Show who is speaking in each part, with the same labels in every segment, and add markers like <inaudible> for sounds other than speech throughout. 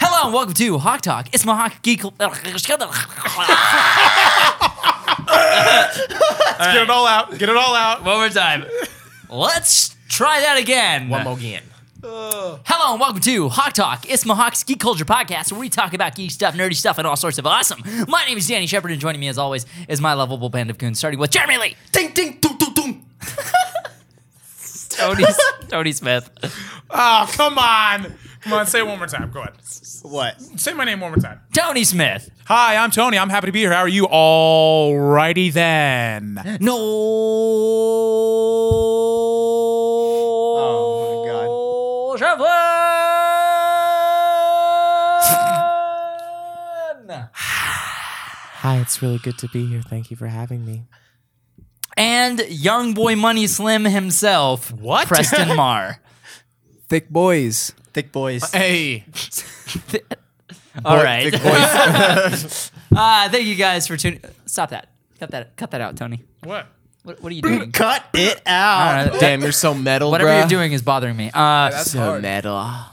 Speaker 1: Hello and welcome to Hawk Talk. It's my Hawk Geek. One
Speaker 2: Get it all out. Get it all out.
Speaker 1: more time. Let's try that again.
Speaker 3: One more again.
Speaker 1: Hello and welcome to Hawk Talk. It's my Hawk's Geek Culture Podcast where we talk about geek stuff, nerdy stuff, and all sorts of awesome. My name is Danny Shepard, and joining me as always is my lovable band of goons, starting with Jeremy Lee,
Speaker 3: Ding ding doom doom doom.
Speaker 1: Tony, Tony Smith,
Speaker 2: Oh, come on. Come on, say it one more time. Go ahead.
Speaker 3: What?
Speaker 2: Say my name one more time.
Speaker 1: Tony Smith,
Speaker 2: Hi, I'm Tony. I'm happy to be here. How are you? All righty then.
Speaker 1: No. Oh my god. Shevlin!
Speaker 4: Hi, it's really good to be here. Thank you for having me.
Speaker 1: and young boy Money Slim himself.
Speaker 2: What?
Speaker 1: Preston <laughs> Marr.
Speaker 5: Thick boys.
Speaker 3: Thick boys.
Speaker 4: Uh,
Speaker 2: Hey.
Speaker 1: All right.
Speaker 4: <laughs>
Speaker 5: Thick boys.
Speaker 1: <laughs> Uh, thank you guys for tuning. Stop that. Cut that. Cut that out, Tony.
Speaker 2: What?
Speaker 1: What, what are you doing?
Speaker 3: Cut it out.
Speaker 1: Uh,
Speaker 4: Damn, you're so metal,
Speaker 1: whatever
Speaker 4: bruh.
Speaker 1: you're doing is bothering me. Uh,
Speaker 4: so metal.
Speaker 2: A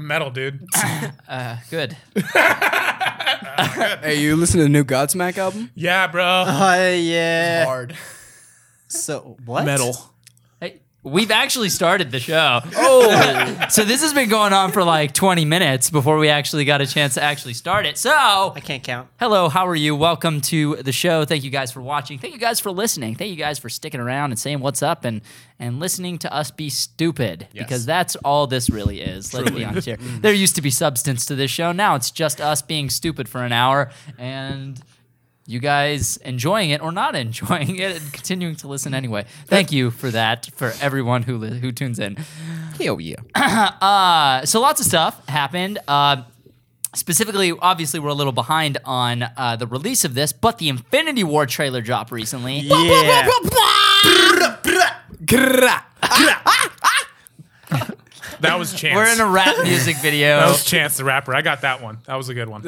Speaker 2: metal dude.
Speaker 1: good.
Speaker 5: hey, you listen to the new Godsmack album?
Speaker 2: yeah, bro.
Speaker 3: <laughs> Uh, yeah.
Speaker 4: Hard.
Speaker 3: So what?
Speaker 1: Hey, We've actually started the show. Oh, <laughs> so this has been going on for like 20 minutes before we actually got a chance to actually start it. So,
Speaker 3: I can't count.
Speaker 1: hello, how are you? Welcome to the show. Thank you guys for watching. Thank you guys for listening. Thank you guys for sticking around and saying what's up and and listening to us be stupid because that's all this really is. Let's be honest here. There used to be substance to this show. Now it's just us being stupid for an hour and you guys enjoying it or not <laughs> enjoying it and continuing to listen anyway. Thank you for that for everyone who li- who tunes in.
Speaker 4: Hell yeah.
Speaker 1: Uh, so lots of stuff happened. Uh, specifically, obviously, we're a little behind on uh, the release of this, but the Infinity War trailer dropped recently.
Speaker 4: <laughs>
Speaker 3: Yeah.
Speaker 2: That was Chance.
Speaker 1: We're in a rap music
Speaker 2: that
Speaker 1: video.
Speaker 2: was Chance the rapper. I got that one. That was a good
Speaker 3: <laughs>
Speaker 2: one.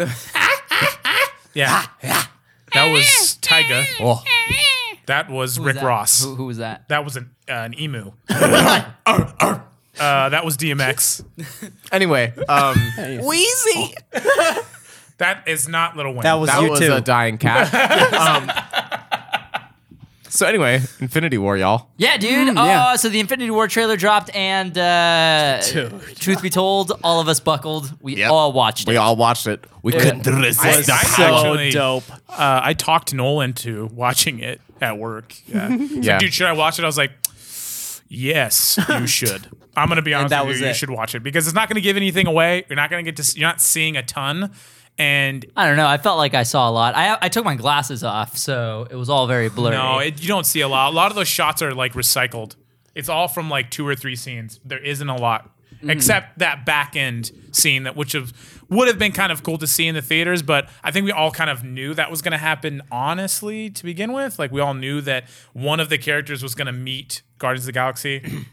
Speaker 2: yeah. That was Tyga.
Speaker 4: Oh.
Speaker 2: That was
Speaker 1: Who was
Speaker 2: Rick
Speaker 1: that?
Speaker 2: Ross.
Speaker 1: Who, who was that?
Speaker 2: That was an, uh, an emu. uh, that was DMX.
Speaker 4: Anyway,
Speaker 3: <laughs>
Speaker 4: um,
Speaker 3: Wheezy.
Speaker 2: That is not Little Wayne.
Speaker 3: That was
Speaker 4: that
Speaker 3: Oh, you
Speaker 4: was
Speaker 3: too.
Speaker 4: a dying
Speaker 3: <laughs>
Speaker 4: cat. um, so anyway, Infinity War, y'all.
Speaker 1: Yeah, dude. oh,
Speaker 5: yeah.
Speaker 1: so the Infinity War trailer dropped, and uh, truth be told, all of us buckled. We
Speaker 4: Yep.
Speaker 1: all watched
Speaker 4: We
Speaker 1: it.
Speaker 4: all watched it. We couldn't resist
Speaker 2: I,
Speaker 4: the
Speaker 2: I
Speaker 4: power.
Speaker 2: actually,
Speaker 3: dope.
Speaker 2: Uh, I talked Noel into watching it at
Speaker 3: <laughs>
Speaker 2: work. Yeah. He's like,
Speaker 4: Yeah.
Speaker 2: Dude, should I watch it? I was like, yes, you should. I'm gonna be honest
Speaker 3: that
Speaker 2: with
Speaker 3: was
Speaker 2: you. You
Speaker 3: it.
Speaker 2: should watch it because it's not gonna give anything away. You're not gonna get to. s- You're not seeing a ton. And
Speaker 1: I don't know. I felt like I saw a lot. I I took my glasses off, so it was all very blurry.
Speaker 2: no, it, you don't see a lot. A lot of those shots are like recycled. It's all from like two or three scenes. There isn't a lot. Except that back end scene that which of would have been kind of cool to see in the theaters, but I think we all kind of knew that was gonna happen honestly to begin with. Like we all knew that one of the characters was gonna meet Guardians of the Galaxy.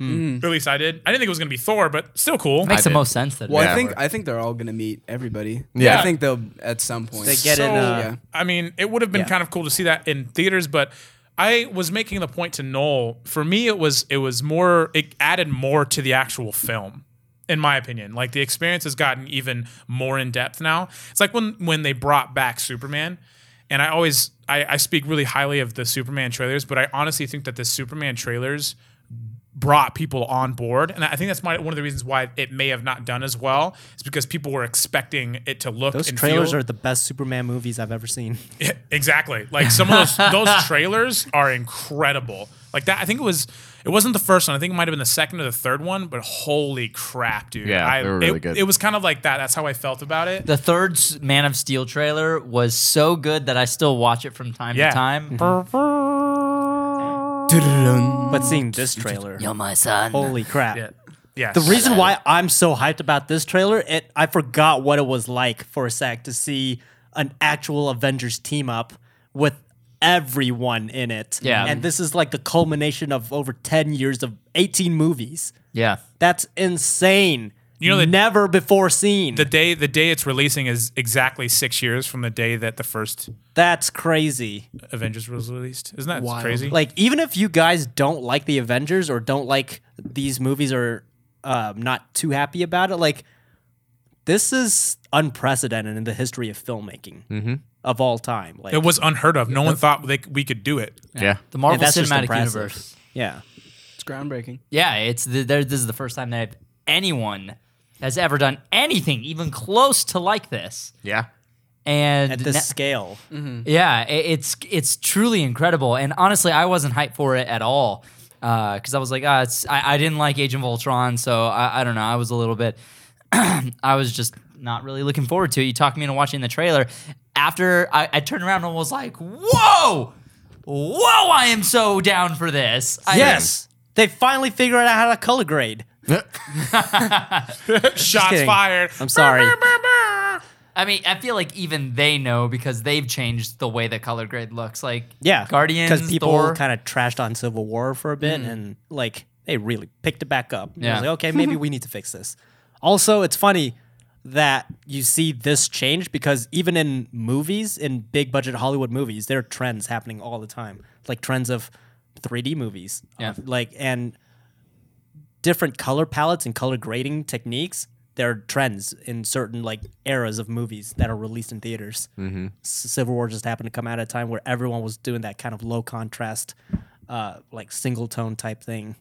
Speaker 2: Or at least I did. I didn't think it was gonna be Thor, but still cool.
Speaker 1: makes the
Speaker 4: did.
Speaker 1: most sense that. it
Speaker 5: Well,
Speaker 4: Yeah.
Speaker 5: I think I think they're all gonna meet everybody.
Speaker 4: Yeah.
Speaker 5: I think they'll at some point.
Speaker 3: They get it.
Speaker 2: So,
Speaker 3: Uh,
Speaker 2: I mean, it would have been kind of cool to see that in theaters, but I was making the point to Noel. For me, it was it was more it added more to the actual film, in my opinion. Like the experience has gotten even more in depth now. It's like when when they brought back Superman, and I always I, I speak really highly of the Superman trailers, but I honestly think that the Superman trailers brought people on board. And I think that's my, one of the reasons why it may have not done as well is because people were expecting it to look
Speaker 3: Those
Speaker 2: and
Speaker 3: trailers
Speaker 2: feel.
Speaker 3: are the best Superman movies I've ever seen.
Speaker 2: Exactly. Like some of those
Speaker 3: <laughs>
Speaker 2: those trailers are incredible. Like that, I think it was. It wasn't the first one. I think it might have been the second or the third one. But holy crap, dude!
Speaker 4: Yeah,
Speaker 2: I,
Speaker 4: they were really
Speaker 2: it,
Speaker 4: good.
Speaker 2: It was kind of like that. That's how I felt about it.
Speaker 1: The third s- Man of Steel trailer was so good that I still watch it from time
Speaker 2: Yeah.
Speaker 1: to time.
Speaker 3: Mm-hmm.
Speaker 5: Dun-dun-dun.
Speaker 3: But seeing this trailer,
Speaker 1: You're my son.
Speaker 3: holy crap.
Speaker 2: yeah. Yes.
Speaker 3: The reason why I'm so hyped about this trailer, it I forgot what it was like for a sec to see an actual Avengers team up with everyone in it.
Speaker 1: Yeah.
Speaker 3: And this is like the culmination of over 10 years of 18 movies.
Speaker 1: Yeah.
Speaker 3: That's insane.
Speaker 2: You know, the-
Speaker 3: never before seen.
Speaker 2: the day the day it's releasing is exactly six years from the day that the first
Speaker 3: That's crazy.
Speaker 2: Avengers was released. Isn't that crazy?
Speaker 3: Like even if you guys don't like the Avengers or don't like these movies or um, not too happy about it, like this is unprecedented in the history of filmmaking of all time. Like,
Speaker 2: It was unheard of. No one thought they, we could do it.
Speaker 6: Yeah.
Speaker 1: The Marvel
Speaker 3: that's just
Speaker 1: Cinematic
Speaker 3: impressive.
Speaker 1: Universe.
Speaker 3: yeah,
Speaker 5: It's groundbreaking.
Speaker 1: Yeah, it's the, there, this is the first time that anyone has ever done anything even close to like this.
Speaker 6: Yeah.
Speaker 1: And
Speaker 3: at this
Speaker 1: na-
Speaker 3: scale.
Speaker 1: Yeah, i- it's it's truly incredible. And honestly, I wasn't hyped for it at all because I was like, ah, it's, I, I didn't like Agent Voltron, so I, I don't know. I was a little bit, <clears throat> I was just not really looking forward to it. You talked me into watching the trailer. After I, I turned around and was like, whoa, whoa, I am so down for this. I-
Speaker 3: Yes, they finally figured out how to color grade.
Speaker 2: Shots
Speaker 3: kidding.
Speaker 2: fired.
Speaker 3: I'm sorry.
Speaker 1: I mean, I feel like even they know because they've changed the way the color grade looks. Like,
Speaker 3: Yeah,
Speaker 1: Guardians,
Speaker 3: because people
Speaker 1: Thor. Mm.
Speaker 3: kind of trashed on Civil War for a bit, and like they really picked it back up. Yeah,
Speaker 1: Yeah.
Speaker 3: like, okay, maybe we need to fix this. <laughs> Also, it's funny that you see this change because even in movies, in big budget Hollywood movies, there are trends happening all the time, like trends of 3D movies,
Speaker 1: Yeah.
Speaker 3: of, like and different color palettes and color grading techniques. There are trends in certain like eras of movies that are released in theaters. Mm-hmm. Civil War just happened to come out at a time where everyone was doing that kind of low contrast, uh, like single tone type thing,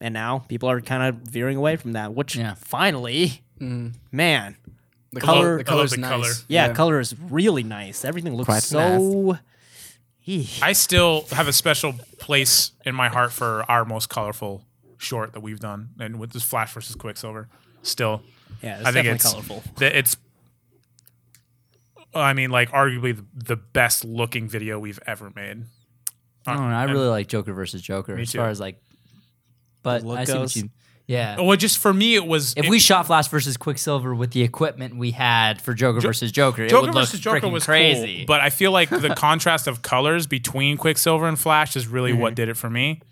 Speaker 3: and now people are kind of veering away from that. Which
Speaker 1: Yeah.
Speaker 3: finally, man,
Speaker 5: The
Speaker 3: Color-
Speaker 5: color,
Speaker 3: I
Speaker 5: the
Speaker 2: love
Speaker 5: color's
Speaker 2: the
Speaker 5: nice.
Speaker 2: color.
Speaker 3: yeah, color is really nice. Everything looks
Speaker 4: Quite
Speaker 3: so. Eesh.
Speaker 2: I still have a special place in my heart for our most colorful short that we've done, and with this Flash versus Quicksilver, still,
Speaker 3: Yeah, it's
Speaker 2: I think
Speaker 3: definitely
Speaker 2: it's
Speaker 3: colorful.
Speaker 2: th- it's, I mean, like arguably the, the best looking video we've ever made.
Speaker 1: I don't know. I really like Joker versus Joker as
Speaker 2: too.
Speaker 1: far as like, but
Speaker 3: look
Speaker 1: I see what
Speaker 3: goes.
Speaker 1: you. Yeah.
Speaker 2: Well, just for me, it was
Speaker 1: If
Speaker 2: Oh, it-
Speaker 1: we shot Flash versus Quicksilver with the equipment we had for Joker versus Joker, it
Speaker 2: Joker
Speaker 1: would look
Speaker 2: versus Joker
Speaker 1: freaking
Speaker 2: was
Speaker 1: crazy.
Speaker 2: cool, but I feel like
Speaker 3: <laughs>
Speaker 2: the contrast of colors between Quicksilver and Flash is really
Speaker 3: Mm-hmm.
Speaker 2: what did it for me.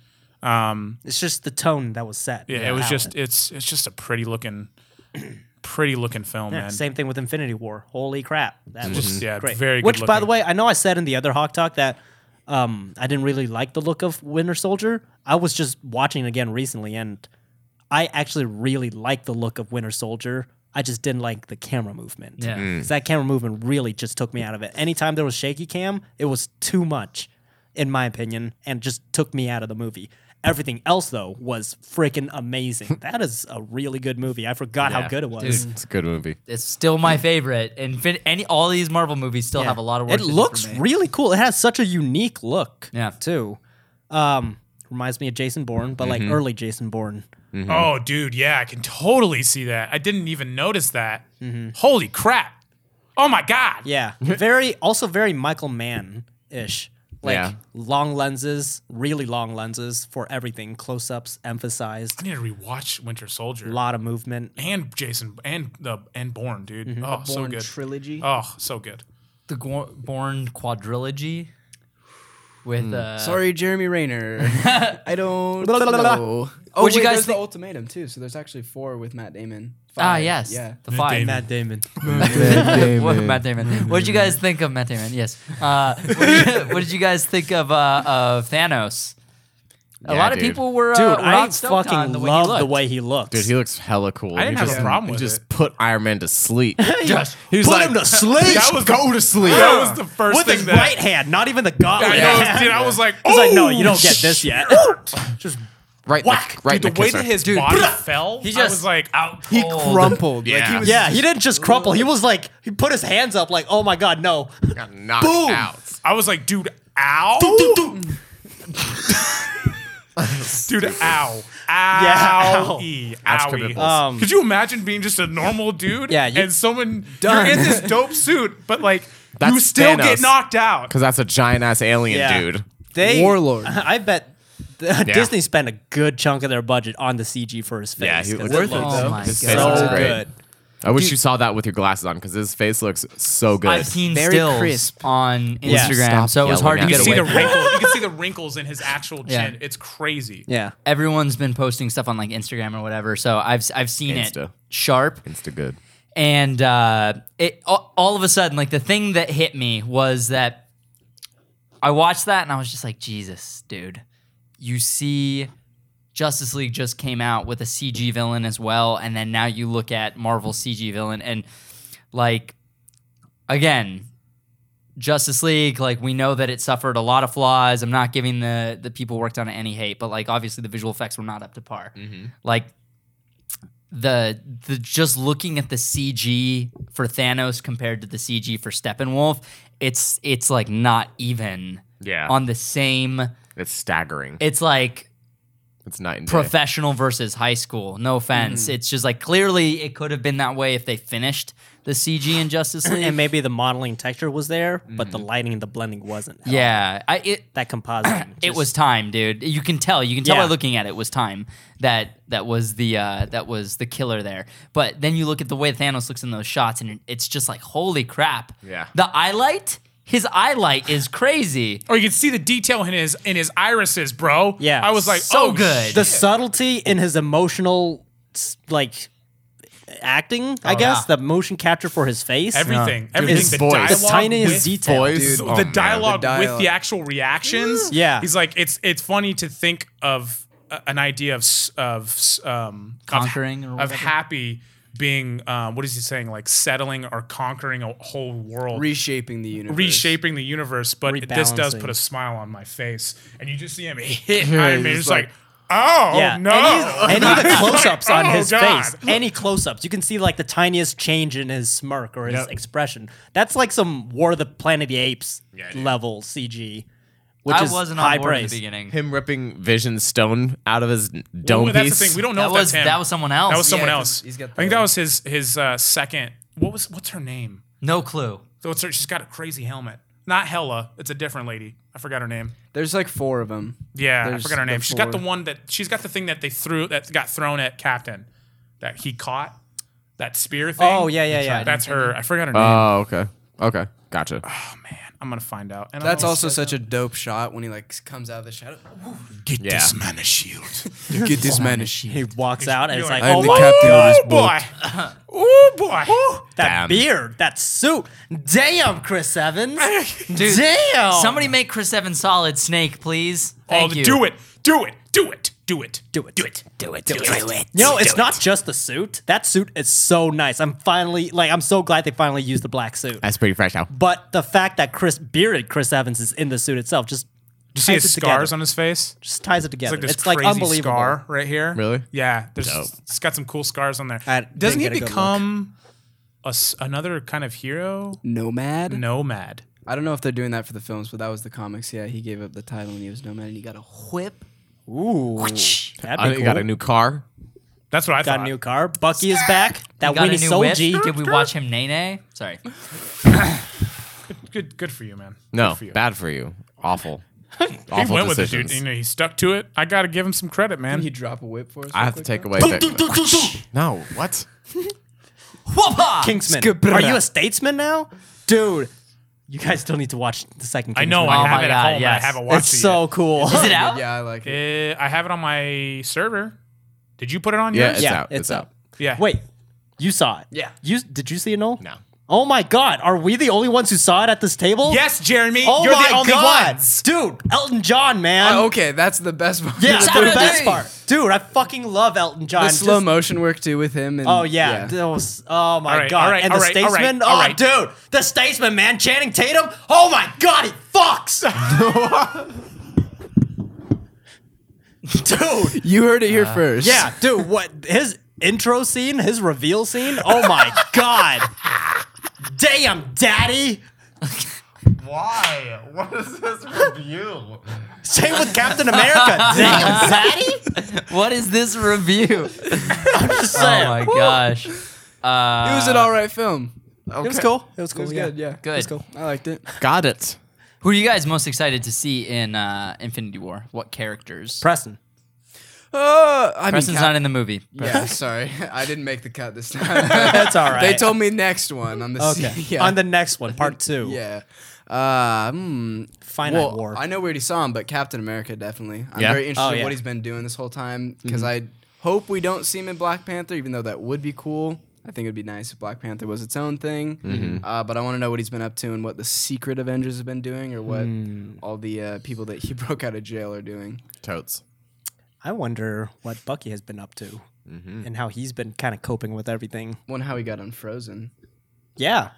Speaker 3: It's just the tone that was set.
Speaker 2: Yeah, it was just it's it's just a pretty looking, pretty looking film,
Speaker 3: Yeah,
Speaker 2: man.
Speaker 3: same thing with Infinity War. Holy crap, that was
Speaker 2: Just- yeah,
Speaker 3: great.
Speaker 2: very good
Speaker 3: Which, by the
Speaker 2: looking.
Speaker 3: way, I know I said in the other Hawk Talk that um, I didn't really like the look of Winter Soldier. I was just watching it again recently, and I actually really liked the look of Winter Soldier. I just didn't like the camera movement.
Speaker 1: Yeah. Mm.
Speaker 3: because that camera movement really just took me out of it. Anytime there was shaky cam, it was too much, in my opinion, and just took me out of the movie. Everything else though was freaking amazing. that is a really good movie. I forgot how
Speaker 1: Yeah.
Speaker 3: good it was.
Speaker 1: Dude,
Speaker 6: It's a good movie.
Speaker 1: it's still my favorite. And fin- any all these Marvel movies still have a lot of work.
Speaker 3: It
Speaker 1: to do
Speaker 3: looks
Speaker 1: for me.
Speaker 3: really cool. It has such a unique look.
Speaker 1: Yeah.
Speaker 3: Too. Um, reminds me of Jason Bourne, but
Speaker 1: Mm-hmm.
Speaker 3: like early Jason Bourne.
Speaker 2: Oh, dude, yeah, I can totally see that. I didn't even notice that. Holy crap! Oh my god!
Speaker 3: Mm-hmm. Yeah. <laughs> very also very Michael Mann ish. Like
Speaker 6: Yeah.
Speaker 3: long lenses, really long lenses for everything. Close ups, emphasized,
Speaker 2: I need to rewatch Winter Soldier
Speaker 3: a lot of movement.
Speaker 2: and Jason and the and Born, dude.
Speaker 3: Mm-hmm.
Speaker 2: Oh, so
Speaker 5: Bourne
Speaker 2: good.
Speaker 5: trilogy.
Speaker 2: oh, so good.
Speaker 1: the Gor- Bourne quadrilogy with uh,
Speaker 5: Sorry, Jeremy Rayner. I don't
Speaker 3: Blah, blah, blah, blah.
Speaker 5: know. Oh,
Speaker 1: What'd
Speaker 5: wait,
Speaker 1: you guys
Speaker 5: there's the
Speaker 1: think-
Speaker 5: ultimatum too. So there's actually four with Matt Damon.
Speaker 1: ah
Speaker 5: Five.
Speaker 1: yes,
Speaker 5: Yeah.
Speaker 1: the five.
Speaker 2: Damon.
Speaker 3: <clears throat> Matt Damon.
Speaker 1: What- Matt Damon. What did you guys think of Matt Damon? Yes. Uh, what, did you, what did you guys think of uh, of Thanos? A
Speaker 6: Yeah,
Speaker 1: lot of
Speaker 6: dude.
Speaker 1: people were uh,
Speaker 3: Dude,
Speaker 1: were
Speaker 3: I
Speaker 1: on Stone Con
Speaker 3: fucking
Speaker 1: the way he
Speaker 3: love the
Speaker 1: looked.
Speaker 3: way he looks.
Speaker 6: Dude, he looks hella cool.
Speaker 2: I didn't
Speaker 6: he
Speaker 2: have a
Speaker 6: just,
Speaker 2: problem with
Speaker 6: He just
Speaker 2: it.
Speaker 6: put Iron Man
Speaker 2: <laughs>
Speaker 6: to sleep.
Speaker 1: Just
Speaker 6: he was
Speaker 3: put
Speaker 6: like, <laughs>
Speaker 3: him to sleep.
Speaker 6: That was go to sleep.
Speaker 2: That was the first
Speaker 3: with
Speaker 2: thing
Speaker 3: his
Speaker 2: that
Speaker 3: right hand, not even the gauntlet.
Speaker 2: I,
Speaker 3: hand.
Speaker 2: know, dude, I was like, oh,
Speaker 3: <laughs> He's like, no, you don't get this yet. <laughs> Just
Speaker 6: right, in the-
Speaker 3: Whack.
Speaker 6: right in
Speaker 2: the way
Speaker 6: kisser.
Speaker 2: that his body fell,
Speaker 1: He
Speaker 2: I
Speaker 1: just-
Speaker 2: was like, out.
Speaker 5: He crumpled. Like
Speaker 6: Yeah.
Speaker 5: he was
Speaker 3: yeah, he didn't just crumple. He was like, he put his hands up, like, oh my god, no.
Speaker 6: got knocked
Speaker 3: Boom.
Speaker 6: out.
Speaker 2: I was like, dude, ow, <laughs> dude, ow, ow, yeah,
Speaker 6: That's
Speaker 2: owie.
Speaker 6: criminal. Um,
Speaker 2: Could you imagine being just a normal dude?
Speaker 3: Yeah, you-
Speaker 2: and someone
Speaker 3: Done.
Speaker 2: you're in this dope suit, but like you
Speaker 6: That's
Speaker 2: still get
Speaker 6: Thanos.
Speaker 2: knocked out.
Speaker 6: Because that's a giant ass alien
Speaker 3: Yeah.
Speaker 6: dude.
Speaker 3: They
Speaker 5: Warlord.
Speaker 3: <laughs> I bet Disney spent a good chunk of their budget on the CG for his face.
Speaker 6: Yeah, he
Speaker 3: 'cause
Speaker 6: looks-
Speaker 5: Worth it
Speaker 1: Oh
Speaker 5: though.
Speaker 1: my
Speaker 6: His face
Speaker 3: so
Speaker 6: looks
Speaker 1: god.
Speaker 6: great.
Speaker 3: good.
Speaker 6: I wish you saw that with your glasses on because his face looks so good.
Speaker 1: I've seen
Speaker 5: Very
Speaker 1: stills
Speaker 5: crisp.
Speaker 1: on
Speaker 3: Yeah.
Speaker 1: Instagram,
Speaker 6: Stop
Speaker 1: so it was hard to
Speaker 2: You
Speaker 6: yelling
Speaker 1: get
Speaker 6: at
Speaker 2: see
Speaker 1: away.
Speaker 2: the
Speaker 1: from.
Speaker 2: wrinkles. You can see <laughs> the wrinkles in his actual
Speaker 1: Yeah.
Speaker 2: chin. It's crazy.
Speaker 3: Yeah.
Speaker 1: Everyone's been posting stuff on like Instagram or whatever, so I've I've seen it
Speaker 6: Insta.
Speaker 1: sharp.
Speaker 6: It's too good.
Speaker 1: and uh, it all, all of a sudden, like the thing that hit me was that I watched that and I was just like, Jesus, dude, you see Justice League just came out with a CG villain as well, and then now you look at Marvel CG villain, and like again, Justice League, like we know that it suffered a lot of flaws. I'm not giving the the people worked on it any hate, but like obviously the visual effects were not up to par. Like the the just looking at the CG for Thanos compared to the CG for Steppenwolf, it's it's like not even
Speaker 6: Yeah.
Speaker 1: on the same.
Speaker 6: It's staggering.
Speaker 1: It's like
Speaker 6: It's night and day.
Speaker 1: professional versus high school. No offense. It's just like clearly it could have been that way if they finished the CG in Justice League.
Speaker 3: <clears throat> <clears throat> and maybe the modeling texture was there, but the
Speaker 6: Mm-hmm.
Speaker 3: lighting and the blending wasn't. at all.
Speaker 1: yeah, I, it
Speaker 3: that
Speaker 1: <clears throat>
Speaker 3: compositing.
Speaker 1: it
Speaker 3: just-
Speaker 1: was time, dude. You can tell. You can tell
Speaker 3: Yeah.
Speaker 1: by looking at it, it was time that that was the uh, that was the killer there. But then you look at the way Thanos looks in those shots, and it- it's just like holy crap.
Speaker 6: Yeah.
Speaker 1: The eye light, his eye light is crazy.
Speaker 2: Or you can see the detail in his in his irises, bro.
Speaker 3: Yeah.
Speaker 2: I was like,
Speaker 1: So
Speaker 2: oh,
Speaker 1: good.
Speaker 2: sh-
Speaker 3: the subtlety in his emotional s- like acting.
Speaker 1: Oh,
Speaker 3: I guess the motion capture for his face.
Speaker 2: everything, everything.
Speaker 6: his
Speaker 2: the
Speaker 6: voice.
Speaker 2: dialogue,
Speaker 6: The
Speaker 3: tiniest
Speaker 2: with-
Speaker 3: detail.
Speaker 6: voice.
Speaker 2: the
Speaker 6: oh, man.
Speaker 2: dialogue
Speaker 5: The
Speaker 2: with
Speaker 5: dialogue.
Speaker 2: the actual reactions.
Speaker 3: Yeah.
Speaker 2: he's like, it's it's funny to think of a- an idea of s- of s- um of-
Speaker 1: Conquering or
Speaker 2: of,
Speaker 1: whatever.
Speaker 2: happy being. Um, what is he saying? Like settling or conquering a whole world.
Speaker 5: Reshaping the universe.
Speaker 2: Reshaping the universe, but this does
Speaker 3: Rebalancing.
Speaker 2: put a smile on my face, and you just see him hit Iron Man. It's like, oh
Speaker 3: Yeah.
Speaker 2: no! <laughs>
Speaker 3: Any, any of the close-ups on
Speaker 2: Oh,
Speaker 3: his
Speaker 2: God.
Speaker 3: face, any close-ups, you can see like the tiniest change in his smirk or his expression. That's like some War of the Planet of the Apes
Speaker 6: dude.
Speaker 3: level CG, which
Speaker 1: I
Speaker 3: is
Speaker 1: wasn't
Speaker 3: high
Speaker 1: on board in
Speaker 3: praise.
Speaker 1: the beginning.
Speaker 6: Him ripping Vision's stone out of his dome
Speaker 2: Well, that's
Speaker 6: piece.
Speaker 2: the thing. We don't know
Speaker 1: That
Speaker 2: if
Speaker 1: was
Speaker 2: that's him.
Speaker 1: that was someone else.
Speaker 2: That was someone
Speaker 5: Yeah, 'cause
Speaker 2: else.
Speaker 5: he's got
Speaker 2: I think
Speaker 5: the-
Speaker 2: that was his his uh, second. What was what's her name?
Speaker 1: No clue.
Speaker 2: What's her, she's got a crazy helmet. Not Hella. It's a different lady. I forgot her name.
Speaker 5: There's like four of them.
Speaker 2: Yeah, I
Speaker 5: There's
Speaker 2: forgot her
Speaker 5: the
Speaker 2: name. She's got the
Speaker 5: four.
Speaker 2: one that she's got the thing that they threw that got thrown at Captain that he caught. That spear thing.
Speaker 3: Oh yeah, yeah, yeah.
Speaker 2: That's her. I forgot her
Speaker 5: Uh,
Speaker 2: name.
Speaker 6: Oh, okay. Okay. Gotcha.
Speaker 2: I'm gonna find out. And
Speaker 5: That's
Speaker 2: I'll-
Speaker 5: also such a dope shot when he like comes out of the shadow.
Speaker 2: get
Speaker 6: Yeah.
Speaker 2: this man a shield.
Speaker 5: Get this man a shield.
Speaker 3: He walks out and it's
Speaker 2: like,
Speaker 3: like,
Speaker 2: I'm
Speaker 3: oh
Speaker 5: the
Speaker 3: my
Speaker 5: captain of
Speaker 3: god,
Speaker 5: this
Speaker 2: Oh boy.
Speaker 3: <laughs>
Speaker 2: oh boy.
Speaker 3: that
Speaker 6: Damn.
Speaker 3: beard, that suit, damn, Chris Evans,
Speaker 1: Dude,
Speaker 3: damn.
Speaker 1: Somebody make Chris Evans solid snake, please. Thank
Speaker 2: oh,
Speaker 1: you.
Speaker 2: do it. Do it. Do it. Do it.
Speaker 3: Do it.
Speaker 2: Do it.
Speaker 1: Do it. Do it.
Speaker 3: You know, it's not just the suit. That suit is so nice. I'm finally like I'm so glad they finally used the black suit.
Speaker 6: That's pretty fresh out.
Speaker 3: But the fact that Chris bearded Chris Evans is in the suit itself just
Speaker 2: You see
Speaker 3: ties
Speaker 2: his
Speaker 3: it together.
Speaker 2: scars on his face?
Speaker 3: just ties it together.
Speaker 2: It's like this
Speaker 3: It's like,
Speaker 2: crazy
Speaker 3: unbelievable.
Speaker 2: scar right here.
Speaker 6: Really?
Speaker 2: Yeah. There's,
Speaker 6: Dope.
Speaker 2: It's got some cool scars on there.
Speaker 3: I didn't
Speaker 2: Doesn't he
Speaker 3: get a good look.
Speaker 2: become a s another kind of hero?
Speaker 5: Nomad?
Speaker 2: Nomad.
Speaker 5: I don't know if they're doing that for the films, but that was the comics. Yeah, he gave up the title when he was Nomad and he got a whip.
Speaker 3: Ooh, that'd
Speaker 6: I
Speaker 3: be
Speaker 6: think
Speaker 3: cool.
Speaker 6: you got a new car.
Speaker 2: That's what I
Speaker 3: Got
Speaker 2: thought.
Speaker 3: a new car. Bucky is back. That
Speaker 1: Got a
Speaker 3: Winnie
Speaker 1: new whip.
Speaker 3: Soji.
Speaker 1: Did we watch him nay nay? Sorry.
Speaker 2: good, good, good for you, man.
Speaker 6: No,
Speaker 2: Good for you.
Speaker 6: bad for you.
Speaker 2: <laughs>
Speaker 6: Awful.
Speaker 2: He
Speaker 6: Awful
Speaker 2: went with it,
Speaker 6: decisions.
Speaker 2: dude. You know, he stuck to it. I gotta give him some credit, man.
Speaker 5: Can you drop a whip for us?
Speaker 6: I
Speaker 5: real
Speaker 6: have to
Speaker 5: quick,
Speaker 6: take
Speaker 5: though?
Speaker 6: away. that- no, what?
Speaker 1: Whoopah!
Speaker 3: Kingsman.
Speaker 5: Skibidi.
Speaker 3: Are you a statesman now, dude? You guys still need to watch the second.
Speaker 2: I know.
Speaker 3: Kingsman.
Speaker 1: Oh
Speaker 2: I have
Speaker 1: my
Speaker 2: it
Speaker 1: God,
Speaker 2: at home.
Speaker 1: yes.
Speaker 2: I haven't watched
Speaker 3: It's
Speaker 2: it
Speaker 3: so cool.
Speaker 1: Is it out?
Speaker 5: Yeah, I like it.
Speaker 2: yet. Uh, I have it on my server. Did you put it on
Speaker 6: Yeah,
Speaker 2: yours?
Speaker 6: it's
Speaker 3: yeah,
Speaker 6: out.
Speaker 3: it's,
Speaker 6: It's
Speaker 3: out.
Speaker 6: out.
Speaker 2: Yeah.
Speaker 3: Wait, you saw it?
Speaker 5: Yeah.
Speaker 3: You did you see it, Noel?
Speaker 6: No.
Speaker 3: Oh my God, are we the only ones who saw it at this table?
Speaker 2: Yes, Jeremy.
Speaker 3: Oh
Speaker 2: you're
Speaker 3: my
Speaker 2: the only
Speaker 3: God, <laughs>
Speaker 2: ones.
Speaker 3: dude. Elton John, man.
Speaker 5: Oh, <laughs> okay, that's the best part.
Speaker 3: Yeah,
Speaker 5: of
Speaker 3: that's
Speaker 5: <laughs> the
Speaker 3: the
Speaker 5: movie.
Speaker 3: best part, dude. I fucking love Elton John.
Speaker 5: The
Speaker 3: Just-
Speaker 5: slow motion work too with him. And,
Speaker 3: Oh yeah, That was- oh my
Speaker 2: All right,
Speaker 3: god!
Speaker 2: all right,
Speaker 3: and the
Speaker 2: all right, all right,
Speaker 3: Statesman,
Speaker 2: all
Speaker 3: oh
Speaker 2: right.
Speaker 3: dude, the Statesman, man, Channing Tatum. Oh my god, he
Speaker 2: <laughs>
Speaker 3: fucks. dude,
Speaker 5: You heard it here
Speaker 3: <laughs>
Speaker 5: first.
Speaker 3: yeah, dude, what his intro scene, his reveal scene. Oh my god, damn, daddy.
Speaker 6: Why? What is this review?
Speaker 3: Same with Captain America. Damn, <laughs> daddy.
Speaker 1: What is this review?
Speaker 3: Just
Speaker 1: oh
Speaker 3: saying.
Speaker 1: my gosh.
Speaker 5: It was an all right film.
Speaker 3: It was cool. It was cool.
Speaker 5: It was
Speaker 3: yeah.
Speaker 5: good, yeah.
Speaker 1: Good.
Speaker 5: I liked it.
Speaker 6: Got it.
Speaker 1: Who are you guys most excited to see in uh, Infinity War? What characters?
Speaker 3: Preston.
Speaker 5: <laughs> Uh, I
Speaker 1: Preston's
Speaker 5: mean,
Speaker 1: not in the movie.
Speaker 5: <laughs> Yeah, sorry. I didn't make the cut
Speaker 3: <laughs>
Speaker 5: this time. <laughs>
Speaker 3: That's all right.
Speaker 5: They told me next one on the
Speaker 3: Okay.
Speaker 5: <laughs> yeah.
Speaker 3: On the next one, part
Speaker 5: <laughs>
Speaker 3: two.
Speaker 5: yeah. Uh, hmm.
Speaker 3: Finite
Speaker 5: Well,
Speaker 3: War.
Speaker 5: I know we already saw him, but Captain America definitely. I'm
Speaker 6: Yeah?
Speaker 5: very interested
Speaker 3: Oh,
Speaker 5: in
Speaker 3: yeah. Mm-hmm.
Speaker 5: what he's been doing this whole time because I hope we don't see him in Black Panther, even though that would be cool. I think it would be nice if Black Panther was its own thing. Uh, but I want to know what he's been up to and what the secret Avengers
Speaker 3: Hmm.
Speaker 5: <laughs> have been doing or what all the uh, people that he broke out of jail are doing.
Speaker 6: Totes.
Speaker 3: I wonder what Bucky has been up to
Speaker 5: Mm-hmm.
Speaker 3: and how he's been kind of coping with everything.
Speaker 5: One, how he got unfrozen.
Speaker 3: Yeah.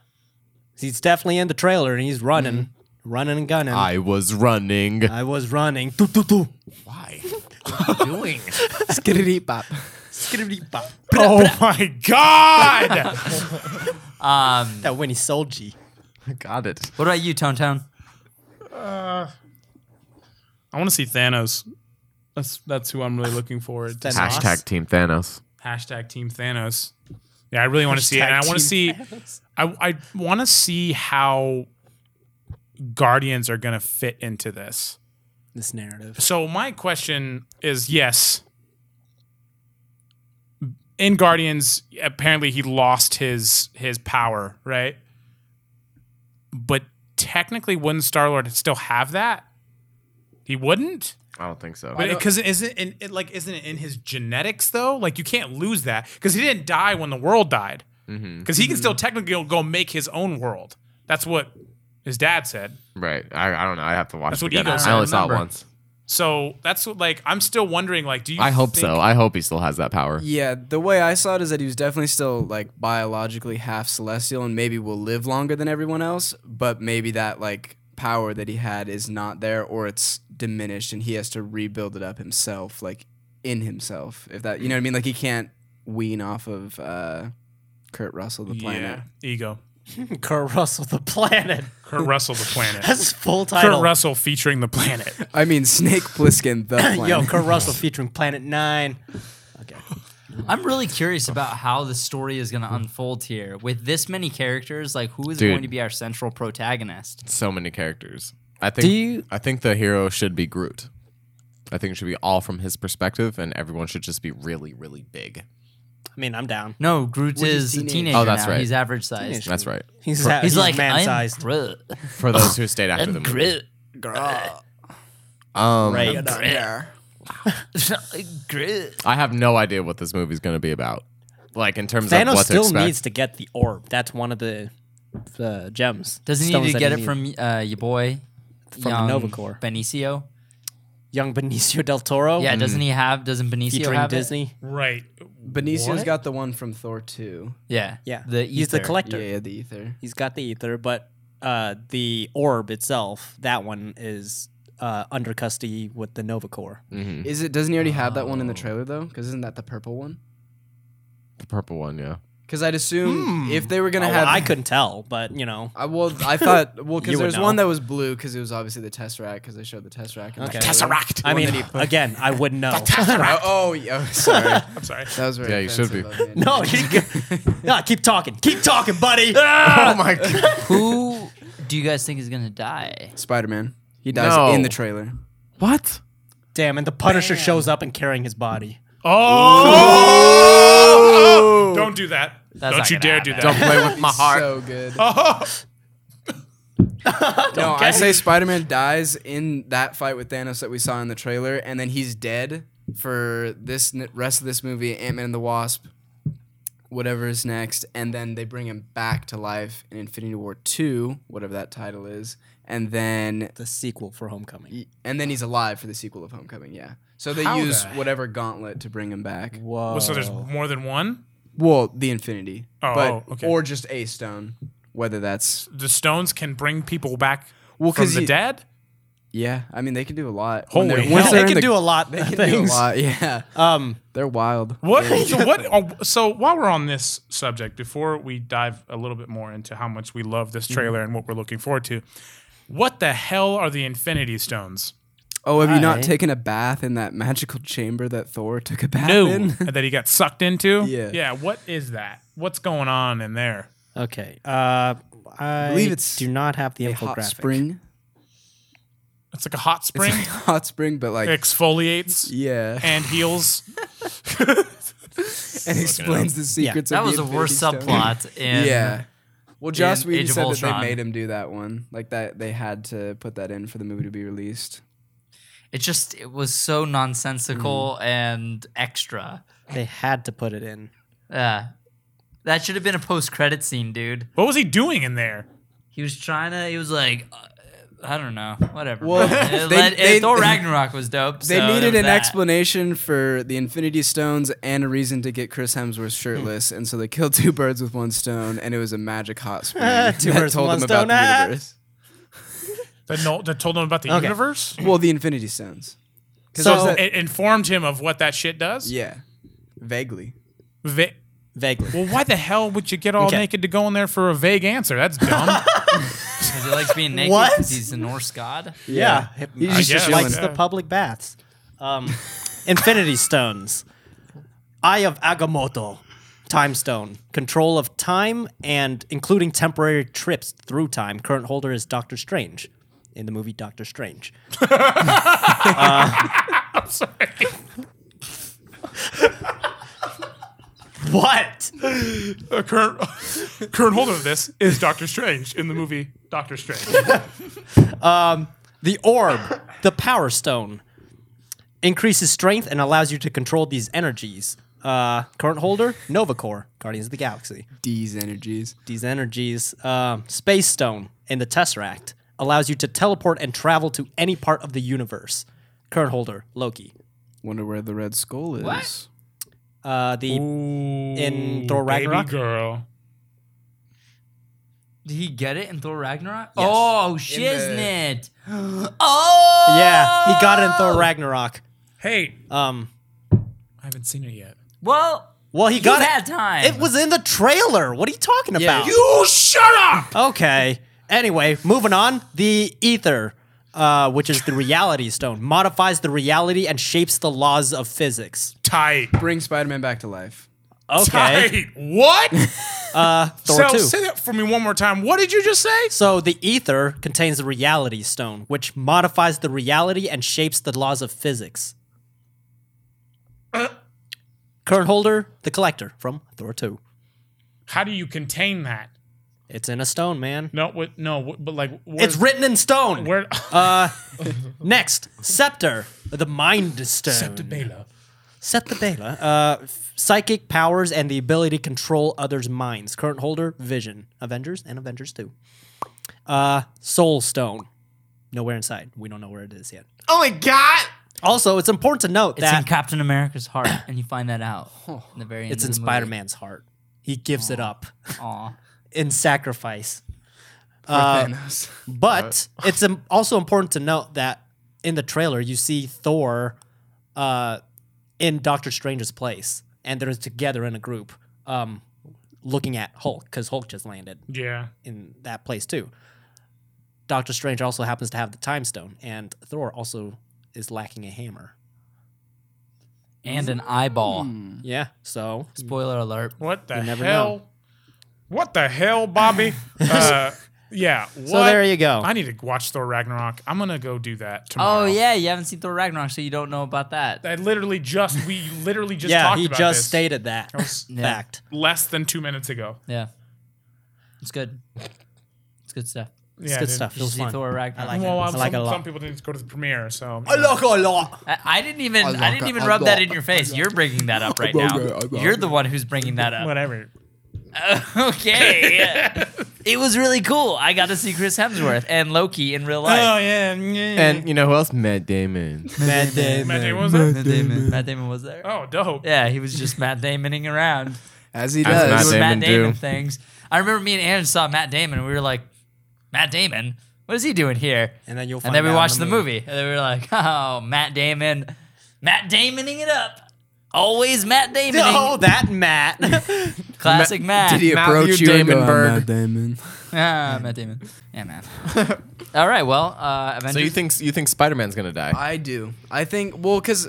Speaker 3: He's definitely in the trailer and he's running,
Speaker 5: Mm-hmm.
Speaker 3: running and gunning. I,
Speaker 6: I was running.
Speaker 3: was running. Doo, doo,
Speaker 5: <laughs>
Speaker 3: doo.
Speaker 6: Why?
Speaker 2: <laughs>
Speaker 6: What are you doing?
Speaker 5: Skiddy bop.
Speaker 3: Skibbidi-bop.
Speaker 2: Oh my god!
Speaker 3: that Winnie Solji.
Speaker 6: Got it.
Speaker 1: What about you, Tone Tone?
Speaker 2: <laughs> I want to see Thanos. That's that's who I'm really looking forward to.
Speaker 3: Thanos.
Speaker 6: Hashtag Team Thanos.
Speaker 2: Hashtag Team Thanos. Yeah, I really want to see it, and I want to see. I I want to see how Guardians are gonna fit into this.
Speaker 3: This narrative. <laughs>
Speaker 2: So my question is yes. In Guardians, apparently he lost his his power, right? But technically, wouldn't Star Lord still have that? He wouldn't,
Speaker 6: I don't think so.
Speaker 2: but because isn't in, it like isn't it in his genetics though? Like you can't lose that because he didn't die when the world died. Because
Speaker 6: Mm-hmm.
Speaker 2: he can still technically go make his own world. That's what his dad said.
Speaker 6: Right. I, I don't know. I have to watch
Speaker 2: That's
Speaker 6: it
Speaker 2: what
Speaker 6: again.
Speaker 2: Ego said,
Speaker 6: I only saw it
Speaker 2: remember.
Speaker 6: once.
Speaker 2: So that's what, like I'm still wondering. Like, do you?
Speaker 6: I hope
Speaker 2: think-
Speaker 6: so. I hope he still has that power.
Speaker 5: Yeah, the way I saw it is that he was definitely still like biologically half celestial and maybe will live longer than everyone else, but maybe that like power that he had is not there or it's diminished and he has to rebuild it up himself, like in himself. If that you know what I mean? Like he can't wean off of uh Kurt Russell the planet.
Speaker 2: Yeah, ego.
Speaker 3: Kurt Russell, the planet.
Speaker 2: Kurt Russell the planet.
Speaker 3: <laughs> That's his full title.
Speaker 2: Kurt Russell featuring the planet.
Speaker 5: I mean Snake Plissken <coughs> the
Speaker 3: <laughs>
Speaker 5: planet.
Speaker 3: Yo, Kurt Russell featuring Planet Nine.
Speaker 1: I'm really curious about how the story is going to unfold here with this many characters. Like, who is
Speaker 6: Dude.
Speaker 1: going to be our central protagonist?
Speaker 6: So many characters. I think
Speaker 3: you-
Speaker 6: I think the hero should be Groot. I think it should be all from his perspective and everyone should just be really, really big.
Speaker 3: I mean, I'm down.
Speaker 1: No, Groot
Speaker 5: he's
Speaker 1: is a
Speaker 5: teenage.
Speaker 1: teenager.
Speaker 6: Oh, that's
Speaker 1: now.
Speaker 6: right.
Speaker 1: He's average sized.
Speaker 6: That's right.
Speaker 3: He's, he's,
Speaker 1: He's, like
Speaker 3: man-sized.
Speaker 1: I'm Groot.
Speaker 6: For <laughs> those who stayed after the
Speaker 1: I'm
Speaker 6: movie.
Speaker 1: Groot.
Speaker 6: Um,
Speaker 3: Right.
Speaker 1: Groot.
Speaker 6: I have no idea what this movie's going to be about. Like in terms of
Speaker 3: Thanos
Speaker 6: what
Speaker 3: still
Speaker 6: to expect.
Speaker 3: needs to get the orb. That's one of the the gems.
Speaker 1: Doesn't he
Speaker 3: Stones
Speaker 1: need
Speaker 3: that
Speaker 1: to get it
Speaker 3: need.
Speaker 1: from uh, your boy
Speaker 3: From
Speaker 1: young
Speaker 3: Nova Corps.
Speaker 1: Benicio?
Speaker 3: young Benicio del Toro?
Speaker 1: Yeah, doesn't he have? Doesn't Benicio
Speaker 3: featuring
Speaker 1: have it?
Speaker 3: Mm. Disney.
Speaker 2: Right.
Speaker 5: Benicio's
Speaker 2: What?
Speaker 5: got the one from Thor 2.
Speaker 1: Yeah,
Speaker 3: Yeah,
Speaker 1: The
Speaker 3: he's
Speaker 1: ether.
Speaker 3: the
Speaker 5: Yeah,
Speaker 3: collector.
Speaker 5: yeah, the ether.
Speaker 3: He's got the ether, but uh, the orb itself, that one is uh, under custody with the Nova Corps.
Speaker 5: Is it doesn't he already have that one in the trailer though? Cuz isn't that the purple one?
Speaker 6: the purple one, yeah.
Speaker 5: Cuz I'd assume if they were going to
Speaker 3: Oh,
Speaker 5: have
Speaker 3: I couldn't tell, but you know,
Speaker 5: I, well,
Speaker 3: <laughs>
Speaker 5: I thought well
Speaker 3: You
Speaker 5: because
Speaker 3: would
Speaker 5: there's
Speaker 3: know.
Speaker 5: one that was blue because it was obviously the Tesseract because they showed the Tesseract. in the
Speaker 3: Okay.
Speaker 5: trailer.
Speaker 3: I mean,
Speaker 5: that
Speaker 1: <laughs>
Speaker 5: he put-
Speaker 3: again, I wouldn't know.
Speaker 5: Oh, oh, yeah, <laughs> oh, sorry, that
Speaker 2: I'm sorry.
Speaker 5: was very.
Speaker 6: Yeah, you should be.
Speaker 5: offensive of me.
Speaker 3: <laughs> no, you no, keep talking, keep talking, buddy.
Speaker 6: <laughs> Oh <laughs> my god.
Speaker 1: Who do you guys think is gonna die?
Speaker 5: Spider-Man. He dies
Speaker 6: No.
Speaker 5: in the trailer.
Speaker 6: what?
Speaker 3: Damn, and the Punisher shows up and carrying his body.
Speaker 2: Oh! Don't do that.
Speaker 1: not
Speaker 2: Don't you
Speaker 1: gonna
Speaker 2: dare do that.
Speaker 6: Play with my heart.
Speaker 3: <laughs>
Speaker 5: So good.
Speaker 3: Oh.
Speaker 5: no, I say Spider-Man dies in that fight with Thanos that we saw in the trailer, and then he's dead for this n- rest of this movie, Ant-Man and the Wasp, whatever is next, and then they bring him back to life in Infinity War Two, whatever that title is, and then
Speaker 3: The sequel for Homecoming.
Speaker 5: and then he's alive for the sequel of Homecoming. Yeah. So they
Speaker 2: How
Speaker 5: use
Speaker 2: the-
Speaker 5: whatever gauntlet to bring him back.
Speaker 3: Whoa.
Speaker 2: Well, so there's more than one?
Speaker 5: Well, the Infinity,
Speaker 2: Oh,
Speaker 5: but
Speaker 2: oh, okay.
Speaker 5: or just a stone, whether that's
Speaker 2: The stones can bring people back
Speaker 5: Well,
Speaker 2: from
Speaker 5: 'cause
Speaker 2: the
Speaker 5: you-
Speaker 2: dead?
Speaker 5: yeah. I mean, they can do a lot.
Speaker 2: Holy
Speaker 5: When they're-
Speaker 2: hell.
Speaker 5: once
Speaker 3: No,
Speaker 5: they're
Speaker 3: <laughs> they
Speaker 5: in
Speaker 3: can
Speaker 5: the-
Speaker 3: do a lot of
Speaker 5: they can do a
Speaker 3: things.
Speaker 5: lot. <laughs> Yeah,
Speaker 3: Um,
Speaker 5: they're wild.
Speaker 2: What? So, what oh, so while we're on this subject, before we dive a little bit more into how much we love this trailer and what we're looking forward to, what the hell are the Infinity Stones?
Speaker 5: Oh, have you not
Speaker 4: Alright.
Speaker 5: taken a bath in that magical chamber that Thor took a bath in?
Speaker 2: <laughs> that he got sucked into?
Speaker 5: Yeah.
Speaker 2: Yeah. What is that? What's going on in there?
Speaker 3: Okay. Uh, I
Speaker 5: believe it's
Speaker 3: do not have the
Speaker 5: A
Speaker 3: infographic.
Speaker 5: hot spring,
Speaker 2: It's like a hot spring.
Speaker 5: <laughs> hot spring, but like
Speaker 2: exfoliates
Speaker 5: <laughs> yeah,
Speaker 2: and heals.
Speaker 5: and explains the secrets.
Speaker 1: That
Speaker 5: of
Speaker 1: was the
Speaker 5: Infinity
Speaker 1: worst
Speaker 5: Stone. <laughs>
Speaker 1: subplot. In,
Speaker 5: Yeah. Well, Joss
Speaker 1: in
Speaker 5: Whedon
Speaker 1: Age of
Speaker 5: said that they
Speaker 1: Ultron.
Speaker 5: made him do that one. Like that, they had to put that in for the movie to be released.
Speaker 1: it just it was so nonsensical
Speaker 3: Mm.
Speaker 1: and extra.
Speaker 3: They had to put it in.
Speaker 1: Yeah, that should have been a post credit scene, dude.
Speaker 2: What was he doing in there?
Speaker 1: He was trying to. He was like, uh, I don't know. Whatever.
Speaker 5: Well,
Speaker 1: It
Speaker 5: <laughs> they-
Speaker 1: led- it-
Speaker 5: they-
Speaker 1: Thor Ragnarok was dope.
Speaker 5: They
Speaker 1: so
Speaker 5: needed
Speaker 1: there was
Speaker 5: an
Speaker 1: that.
Speaker 5: explanation for the Infinity Stones and a reason to get Chris Hemsworth shirtless, and so they killed two birds with one stone, and it was a magic hot spring
Speaker 3: Two
Speaker 5: that
Speaker 3: birds with
Speaker 5: told
Speaker 3: one
Speaker 5: them
Speaker 3: stone,
Speaker 5: about
Speaker 3: ah.
Speaker 5: the universe.
Speaker 2: That, no, that told him about the
Speaker 3: Okay.
Speaker 2: universe.
Speaker 5: Well, the Infinity Stones.
Speaker 3: So-
Speaker 5: there's that-
Speaker 2: It informed him of what that shit does.
Speaker 5: yeah, vaguely.
Speaker 2: Va-
Speaker 3: Vaguely.
Speaker 2: well, why the hell would you get all
Speaker 3: Okay.
Speaker 2: naked to go in there for a vague answer? That's dumb.
Speaker 1: 'Cause he likes
Speaker 5: <laughs>
Speaker 1: being naked.
Speaker 3: What?
Speaker 1: 'cause He's a Norse god.
Speaker 3: Yeah. He
Speaker 5: He's
Speaker 2: just
Speaker 3: just likes
Speaker 2: chilling.
Speaker 3: the public baths. Um, Infinity Stones. Eye of Agamotto. Time Stone. Control of time and including temporary trips through time. Current holder is Doctor Strange in the movie Doctor Strange. Uh, I'm sorry. <laughs> What?
Speaker 2: the current current holder of this is Doctor Strange in the movie Doctor Strange.
Speaker 3: The orb, the power stone, increases strength and allows you to control these energies. Uh, current holder, Novacore, Guardians of the Galaxy.
Speaker 5: D's energies.
Speaker 3: These energies, um, Space Stone and the Tesseract allows you to teleport and travel to any part of the universe. Current holder, Loki.
Speaker 5: Wonder where the Red Skull is.
Speaker 1: What?
Speaker 3: Uh, the in Thor
Speaker 2: Baby
Speaker 3: Ragnarok.
Speaker 2: girl.
Speaker 1: Did he get it in Thor Ragnarok?
Speaker 3: Yes.
Speaker 1: Oh, shiznit. oh.
Speaker 3: Yeah, he got it in Thor Ragnarok.
Speaker 2: Hey,
Speaker 3: Um,
Speaker 2: I haven't seen it yet.
Speaker 1: Well,
Speaker 3: well, he
Speaker 1: you
Speaker 3: got
Speaker 1: had
Speaker 3: it.
Speaker 1: time.
Speaker 3: It was in the trailer. What are you talking about?
Speaker 2: You shut up.
Speaker 3: Okay. Anyway, moving on. The ether, uh, which is the reality stone, modifies the reality and shapes the laws of physics.
Speaker 2: Tight.
Speaker 5: Bring Spider-Man back to life.
Speaker 3: Okay.
Speaker 2: Tight. <laughs> What? so
Speaker 3: Thor two.
Speaker 2: say that for me one more time. What did you just say?
Speaker 3: So the ether contains the reality stone, which modifies the reality and shapes the laws of physics. Current holder, the collector from Thor 2.
Speaker 2: How do you contain that?
Speaker 3: It's in a stone, man.
Speaker 2: No, what, no, what, but like where,
Speaker 3: It's written in stone.
Speaker 2: <laughs>
Speaker 3: Uh,
Speaker 2: where
Speaker 3: <laughs> Next, scepter, the mind stone.
Speaker 2: Septa Bela.
Speaker 3: Set the Bela. Uh, f- psychic powers and the ability to control others' minds. Current holder, Vision. Avengers and Avengers 2. Uh, Soul Stone. Nowhere inside. We don't know where it is yet.
Speaker 6: Oh my god!
Speaker 3: Also, it's important to note
Speaker 1: It's
Speaker 3: that
Speaker 1: in Captain America's heart, and you find that out in the very end.
Speaker 3: it's
Speaker 1: of
Speaker 3: in
Speaker 1: the movie.
Speaker 3: Spider Man's heart. He gives it up
Speaker 1: Mm-hmm. Aw.
Speaker 3: in sacrifice. Uh,
Speaker 5: Thanos.
Speaker 3: But <laughs> it's im- also important to note that in the trailer, you see Thor uh, in Doctor Strange's place, and they're together in a group um, looking at Hulk because Hulk just landed.
Speaker 2: Yeah.
Speaker 3: in that place too. Doctor Strange also happens to have the time stone, and Thor also is lacking a hammer.
Speaker 1: And an eyeball.
Speaker 3: Yeah, so
Speaker 1: Spoiler alert.
Speaker 2: What the
Speaker 3: never
Speaker 2: hell?
Speaker 3: know.
Speaker 2: What the hell,
Speaker 3: <laughs>
Speaker 2: Bobby? uh, yeah. What?
Speaker 3: so there you go.
Speaker 2: I need to watch Thor Ragnarok. I'm gonna go do that tomorrow.
Speaker 1: Oh yeah, you haven't seen Thor Ragnarok, so you don't know about that.
Speaker 2: I literally just we literally just
Speaker 3: yeah,
Speaker 2: talked
Speaker 3: he
Speaker 2: about
Speaker 3: just
Speaker 2: this
Speaker 3: stated that fact.
Speaker 2: less than two minutes ago.
Speaker 1: Yeah, it's good. It's good stuff.
Speaker 3: It's
Speaker 2: yeah,
Speaker 3: good
Speaker 2: dude.
Speaker 3: stuff. It
Speaker 1: You
Speaker 3: was
Speaker 1: should see
Speaker 3: fun.
Speaker 1: Thor Ragnarok.
Speaker 3: I like
Speaker 2: Well,
Speaker 3: it. I
Speaker 2: um,
Speaker 3: like
Speaker 2: some,
Speaker 3: it a lot.
Speaker 2: some people didn't go to the premiere, so
Speaker 3: a lot.
Speaker 1: I, I didn't even. I,
Speaker 5: like
Speaker 1: didn't
Speaker 5: it.
Speaker 1: even
Speaker 5: I
Speaker 1: rub that
Speaker 5: like
Speaker 1: in your face. You're bringing that up right now.
Speaker 5: like it. I like
Speaker 1: You're
Speaker 5: it.
Speaker 1: the one who's bringing that up.
Speaker 2: whatever.
Speaker 1: <laughs> okay. yeah. It was really cool. I got to see Chris Hemsworth and Loki in real
Speaker 2: Oh
Speaker 1: life.
Speaker 2: yeah, yeah.
Speaker 6: <laughs> And you know who else? Matt Damon.
Speaker 3: Matt Damon.
Speaker 2: Matt Damon was there?
Speaker 1: Matt Damon. Matt Damon was there.
Speaker 2: Oh, dope.
Speaker 1: Yeah, he was just Matt Damoning around.
Speaker 5: As he
Speaker 6: As
Speaker 5: does.
Speaker 1: doing Matt
Speaker 6: Damon
Speaker 1: Damon
Speaker 6: do.
Speaker 1: things. I remember me and Aaron saw Matt Damon, and we were like, Matt Damon, what is he doing here?
Speaker 3: And then you'll
Speaker 1: And
Speaker 3: find
Speaker 1: then we
Speaker 3: out in
Speaker 1: watched
Speaker 3: the
Speaker 1: the movie, and then we were like, <laughs> oh, Matt Damon, Matt Damoning it up. Always Matt Damoning.
Speaker 3: <laughs> Oh, that Matt.
Speaker 1: <laughs> Classic Matt.
Speaker 5: Did he
Speaker 6: Matthew
Speaker 5: approach you,
Speaker 6: Damon
Speaker 5: and go, "I'm
Speaker 6: Bird."
Speaker 5: Matt Damon.
Speaker 1: Ah, Matt Damon. Yeah, man. All right, well, uh, Avengers.
Speaker 6: So you think you think Spider Man's gonna die?
Speaker 5: I do. I think well, because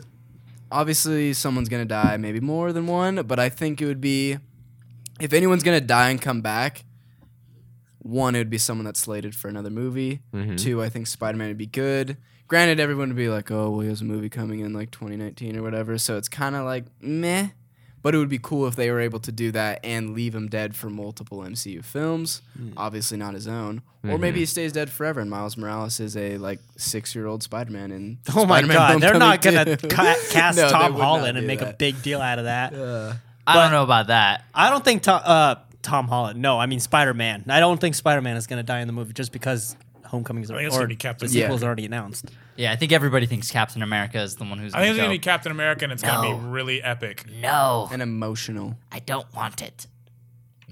Speaker 5: obviously someone's gonna die, maybe more than one, but I think it would be if anyone's gonna die and come back. One, it would be someone that's slated for another movie.
Speaker 3: Mm-hmm.
Speaker 5: Two, I think Spider Man would be good. Granted, everyone would be like, "Oh, well, he has a movie coming in like 2019 or whatever," so it's kind of like meh. But it would be cool if they were able to do that and leave him dead for multiple MCU films.
Speaker 3: Mm.
Speaker 5: Obviously not his own.
Speaker 3: Mm-hmm.
Speaker 5: Or maybe he stays dead forever and Miles Morales is a like six year old Spider Man and
Speaker 3: <laughs> oh my
Speaker 5: Spider-Man
Speaker 3: God, they're
Speaker 5: Homecoming
Speaker 3: not gonna
Speaker 5: 2. <laughs>
Speaker 3: ca- cast
Speaker 5: No, they
Speaker 3: Tom
Speaker 5: would not
Speaker 3: Holland and
Speaker 5: do
Speaker 3: make a
Speaker 5: that.
Speaker 3: big deal out of that.
Speaker 1: I don't know about that.
Speaker 3: I don't think Tom, uh, Tom Holland. No, I mean Spider Man. I don't think Spider Man is gonna die in the movie just because Homecoming is
Speaker 2: think it's
Speaker 3: or
Speaker 2: gonna be Captain
Speaker 3: the
Speaker 2: America.
Speaker 3: sequel's already announced.
Speaker 1: Yeah, I think everybody thinks Captain America is the one who's.
Speaker 2: I think it's
Speaker 1: go,
Speaker 2: gonna be Captain America, and it's gonna be
Speaker 1: No.
Speaker 2: really epic.
Speaker 1: No,
Speaker 5: and emotional.
Speaker 1: I don't want it.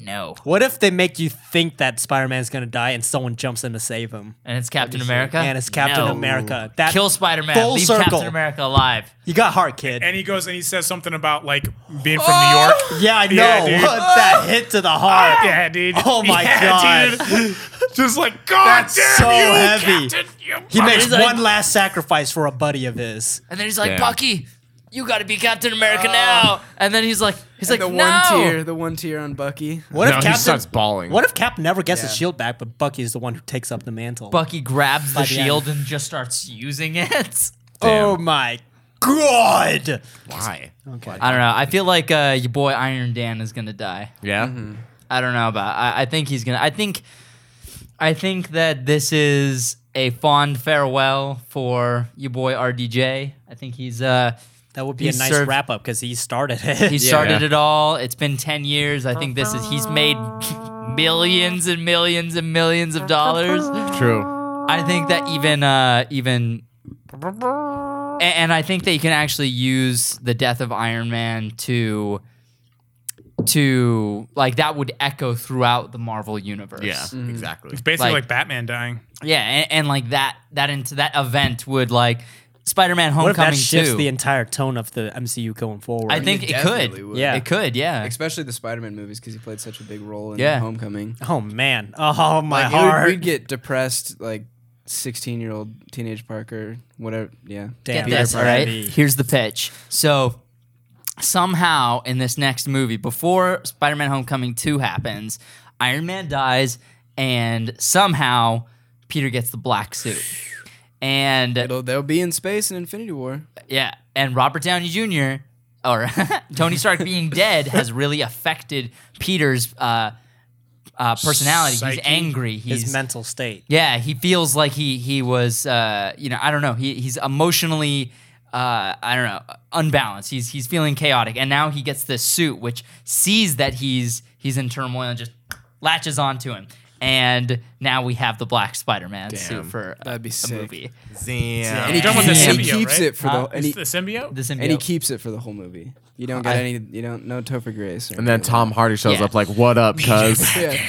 Speaker 1: No,
Speaker 3: What if they make you think that Spider Man's gonna die and someone jumps in to save him?
Speaker 1: and it's Captain America.
Speaker 3: And it's Captain
Speaker 1: No.
Speaker 3: America. That
Speaker 1: Kill Spider Man.
Speaker 3: Full
Speaker 1: Leave
Speaker 3: circle.
Speaker 1: Captain America alive.
Speaker 3: You got heart, kid.
Speaker 2: And he goes and he says something about like being from New York.
Speaker 3: yeah, I know.
Speaker 2: Yeah, dude. <laughs>
Speaker 3: that hit to the heart.
Speaker 2: Yeah, dude.
Speaker 3: Oh my
Speaker 2: Yeah,
Speaker 3: God.
Speaker 2: dude. <laughs> Just like God
Speaker 3: That's
Speaker 2: damn
Speaker 3: so
Speaker 2: you,
Speaker 3: heavy.
Speaker 2: Captain, you
Speaker 3: He makes
Speaker 1: like-
Speaker 3: one last sacrifice for a buddy of his.
Speaker 1: And then he's like,
Speaker 6: Yeah.
Speaker 1: Bucky, you got to be Captain America now. And then he's like, he's like,
Speaker 5: the one
Speaker 1: no.
Speaker 5: tier, the one tier on Bucky.
Speaker 3: What
Speaker 6: No,
Speaker 3: if
Speaker 6: he
Speaker 3: Captain?
Speaker 6: starts bawling.
Speaker 3: What if Cap never gets his
Speaker 5: Yeah.
Speaker 3: shield back, but Bucky is the one who takes up the mantle?
Speaker 1: Bucky grabs the
Speaker 3: By the end.
Speaker 1: shield and just starts using it.
Speaker 3: Oh my god!
Speaker 6: Why?
Speaker 3: Okay.
Speaker 1: I don't know. I feel like uh, your boy Iron Dan is gonna die.
Speaker 6: Yeah.
Speaker 1: I don't know about. I, I think he's gonna. I think. I think that this is a fond farewell for your boy RDJ. I think he's uh
Speaker 3: That would be
Speaker 1: He
Speaker 3: a nice
Speaker 1: served-
Speaker 3: wrap up because he started it.
Speaker 1: he started
Speaker 6: Yeah.
Speaker 1: it all. It's been ten years. I think this is he's made millions and millions and millions of dollars.
Speaker 6: True.
Speaker 1: I think that even uh, even a- and I think that you can actually use the death of Iron Man to to like that would echo throughout the Marvel universe.
Speaker 6: Yeah.
Speaker 3: Mm.
Speaker 6: Exactly.
Speaker 2: It's basically
Speaker 1: Like-
Speaker 2: like Batman dying.
Speaker 1: Yeah, and, and like that that into that event would like Spider-Man
Speaker 3: <laughs> what if
Speaker 1: Homecoming
Speaker 3: that shifts
Speaker 1: too.
Speaker 3: the entire tone of the MCU going forward?
Speaker 1: I think it
Speaker 5: definitely
Speaker 1: could.
Speaker 5: would.
Speaker 3: Yeah.
Speaker 1: It could, yeah.
Speaker 5: Especially the Spider-Man movies because he played such a big role in
Speaker 1: Yeah.
Speaker 5: Homecoming.
Speaker 3: Oh man! Oh my
Speaker 5: Like, it would-
Speaker 3: heart!
Speaker 5: we'd get depressed like 16-year-old teenage Parker, whatever, yeah.
Speaker 3: Damn,
Speaker 1: Get this,
Speaker 3: that's
Speaker 1: all right?
Speaker 3: heavy.
Speaker 1: Here's the pitch. So somehow in this next movie, before Spider-Man Homecoming 2 happens, Iron Man dies, and somehow Peter gets the black suit. And
Speaker 5: It'll, they'll be in space in Infinity War.
Speaker 1: yeah, and Robert Downey Jr. or <laughs> Tony Stark being dead has really affected Peter's uh, uh, personality.
Speaker 2: Psyche.
Speaker 1: He's angry. He's
Speaker 3: His
Speaker 1: <laughs>
Speaker 3: mental state.
Speaker 1: yeah, he feels like he he was uh, you know I don't know he he's emotionally uh, I don't know unbalanced. He's he's feeling chaotic, and now he gets this suit which sees that he's he's in turmoil and just latches onto him. And now we have the Black Spider-Man suit for a,
Speaker 5: That'd be
Speaker 1: a
Speaker 5: sick.
Speaker 1: movie.
Speaker 6: Damn.
Speaker 2: You're talking about the
Speaker 5: and
Speaker 2: symbiote,
Speaker 5: he keeps
Speaker 2: right?
Speaker 5: it for
Speaker 1: Huh?
Speaker 5: the and he,
Speaker 2: It's the symbiote.
Speaker 1: The symbiote.
Speaker 5: and he keeps it for the whole movie. You don't get
Speaker 1: I-
Speaker 5: any. You don't no Topher Grace. Or
Speaker 6: And then
Speaker 5: anything.
Speaker 6: Tom Hardy shows
Speaker 1: <laughs> Yeah.
Speaker 6: up like, "What up, cuz?"
Speaker 5: Yeah.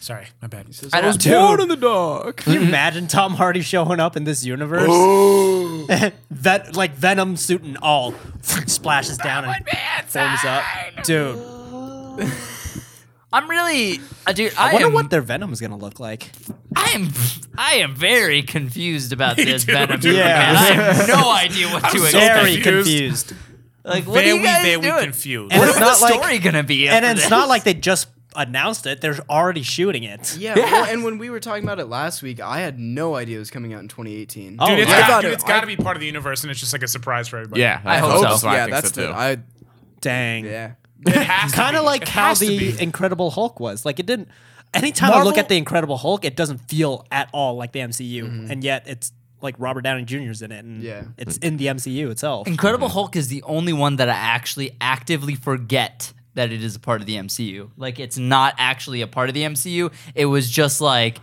Speaker 2: Sorry, my bad.
Speaker 1: I don't-
Speaker 5: Born in the
Speaker 1: <laughs>
Speaker 5: dark.
Speaker 3: Can you imagine Tom Hardy showing up in this universe?
Speaker 1: Oh.
Speaker 3: <laughs> that like Venom suit and all <laughs> splashes down and forms up, dude.
Speaker 1: I'm really, uh, dude. I,
Speaker 3: I wonder
Speaker 1: am,
Speaker 3: what their Venom is gonna look like.
Speaker 1: I am. I am very confused
Speaker 3: <laughs>
Speaker 1: about this
Speaker 2: too,
Speaker 1: Venom.
Speaker 2: dude.
Speaker 1: movie, man.
Speaker 3: Yeah.
Speaker 1: I
Speaker 3: <laughs>
Speaker 1: have no idea what to
Speaker 2: so
Speaker 1: expect.
Speaker 3: Very
Speaker 2: confused.
Speaker 5: <laughs>
Speaker 3: confused.
Speaker 1: Like, what are
Speaker 2: Very,
Speaker 1: you guys
Speaker 2: very
Speaker 1: doing?
Speaker 2: confused.
Speaker 3: And
Speaker 1: What
Speaker 3: it's
Speaker 1: is
Speaker 3: not
Speaker 1: the
Speaker 3: like-
Speaker 1: story gonna be?
Speaker 3: And
Speaker 1: after
Speaker 3: it's not
Speaker 1: this?
Speaker 3: like they just announced it; they're already shooting it.
Speaker 1: <laughs>
Speaker 5: Yeah, well, and when we were talking about it last week, I had no idea it was coming out in 2018.
Speaker 3: Oh,
Speaker 2: Dude, it's
Speaker 3: I
Speaker 2: got,
Speaker 5: thought
Speaker 2: dude,
Speaker 5: it-
Speaker 2: it's got
Speaker 5: I-
Speaker 2: to be part of the universe, and it's just like a surprise for everybody.
Speaker 6: Yeah,
Speaker 1: I hope Oh, so.
Speaker 6: That's why I
Speaker 5: yeah,
Speaker 6: think
Speaker 5: that's
Speaker 6: so too.
Speaker 5: the. I
Speaker 3: Dang.
Speaker 5: yeah.
Speaker 2: it has <laughs> to
Speaker 3: Kind of
Speaker 2: be.
Speaker 3: like
Speaker 2: It
Speaker 3: how
Speaker 2: has to be.
Speaker 3: the Incredible Hulk was. Like it didn't. Anytime I look
Speaker 2: Marvel-
Speaker 3: at the Incredible Hulk, it doesn't feel at all like the MCU, and yet it's like Robert Downey Jr.'s in it, and
Speaker 5: Yeah.
Speaker 3: it's in the MCU itself.
Speaker 1: Incredible Hulk is the only one that I actually actively forget that it is a part of the MCU. Like it's not actually a part of the MCU. It was just like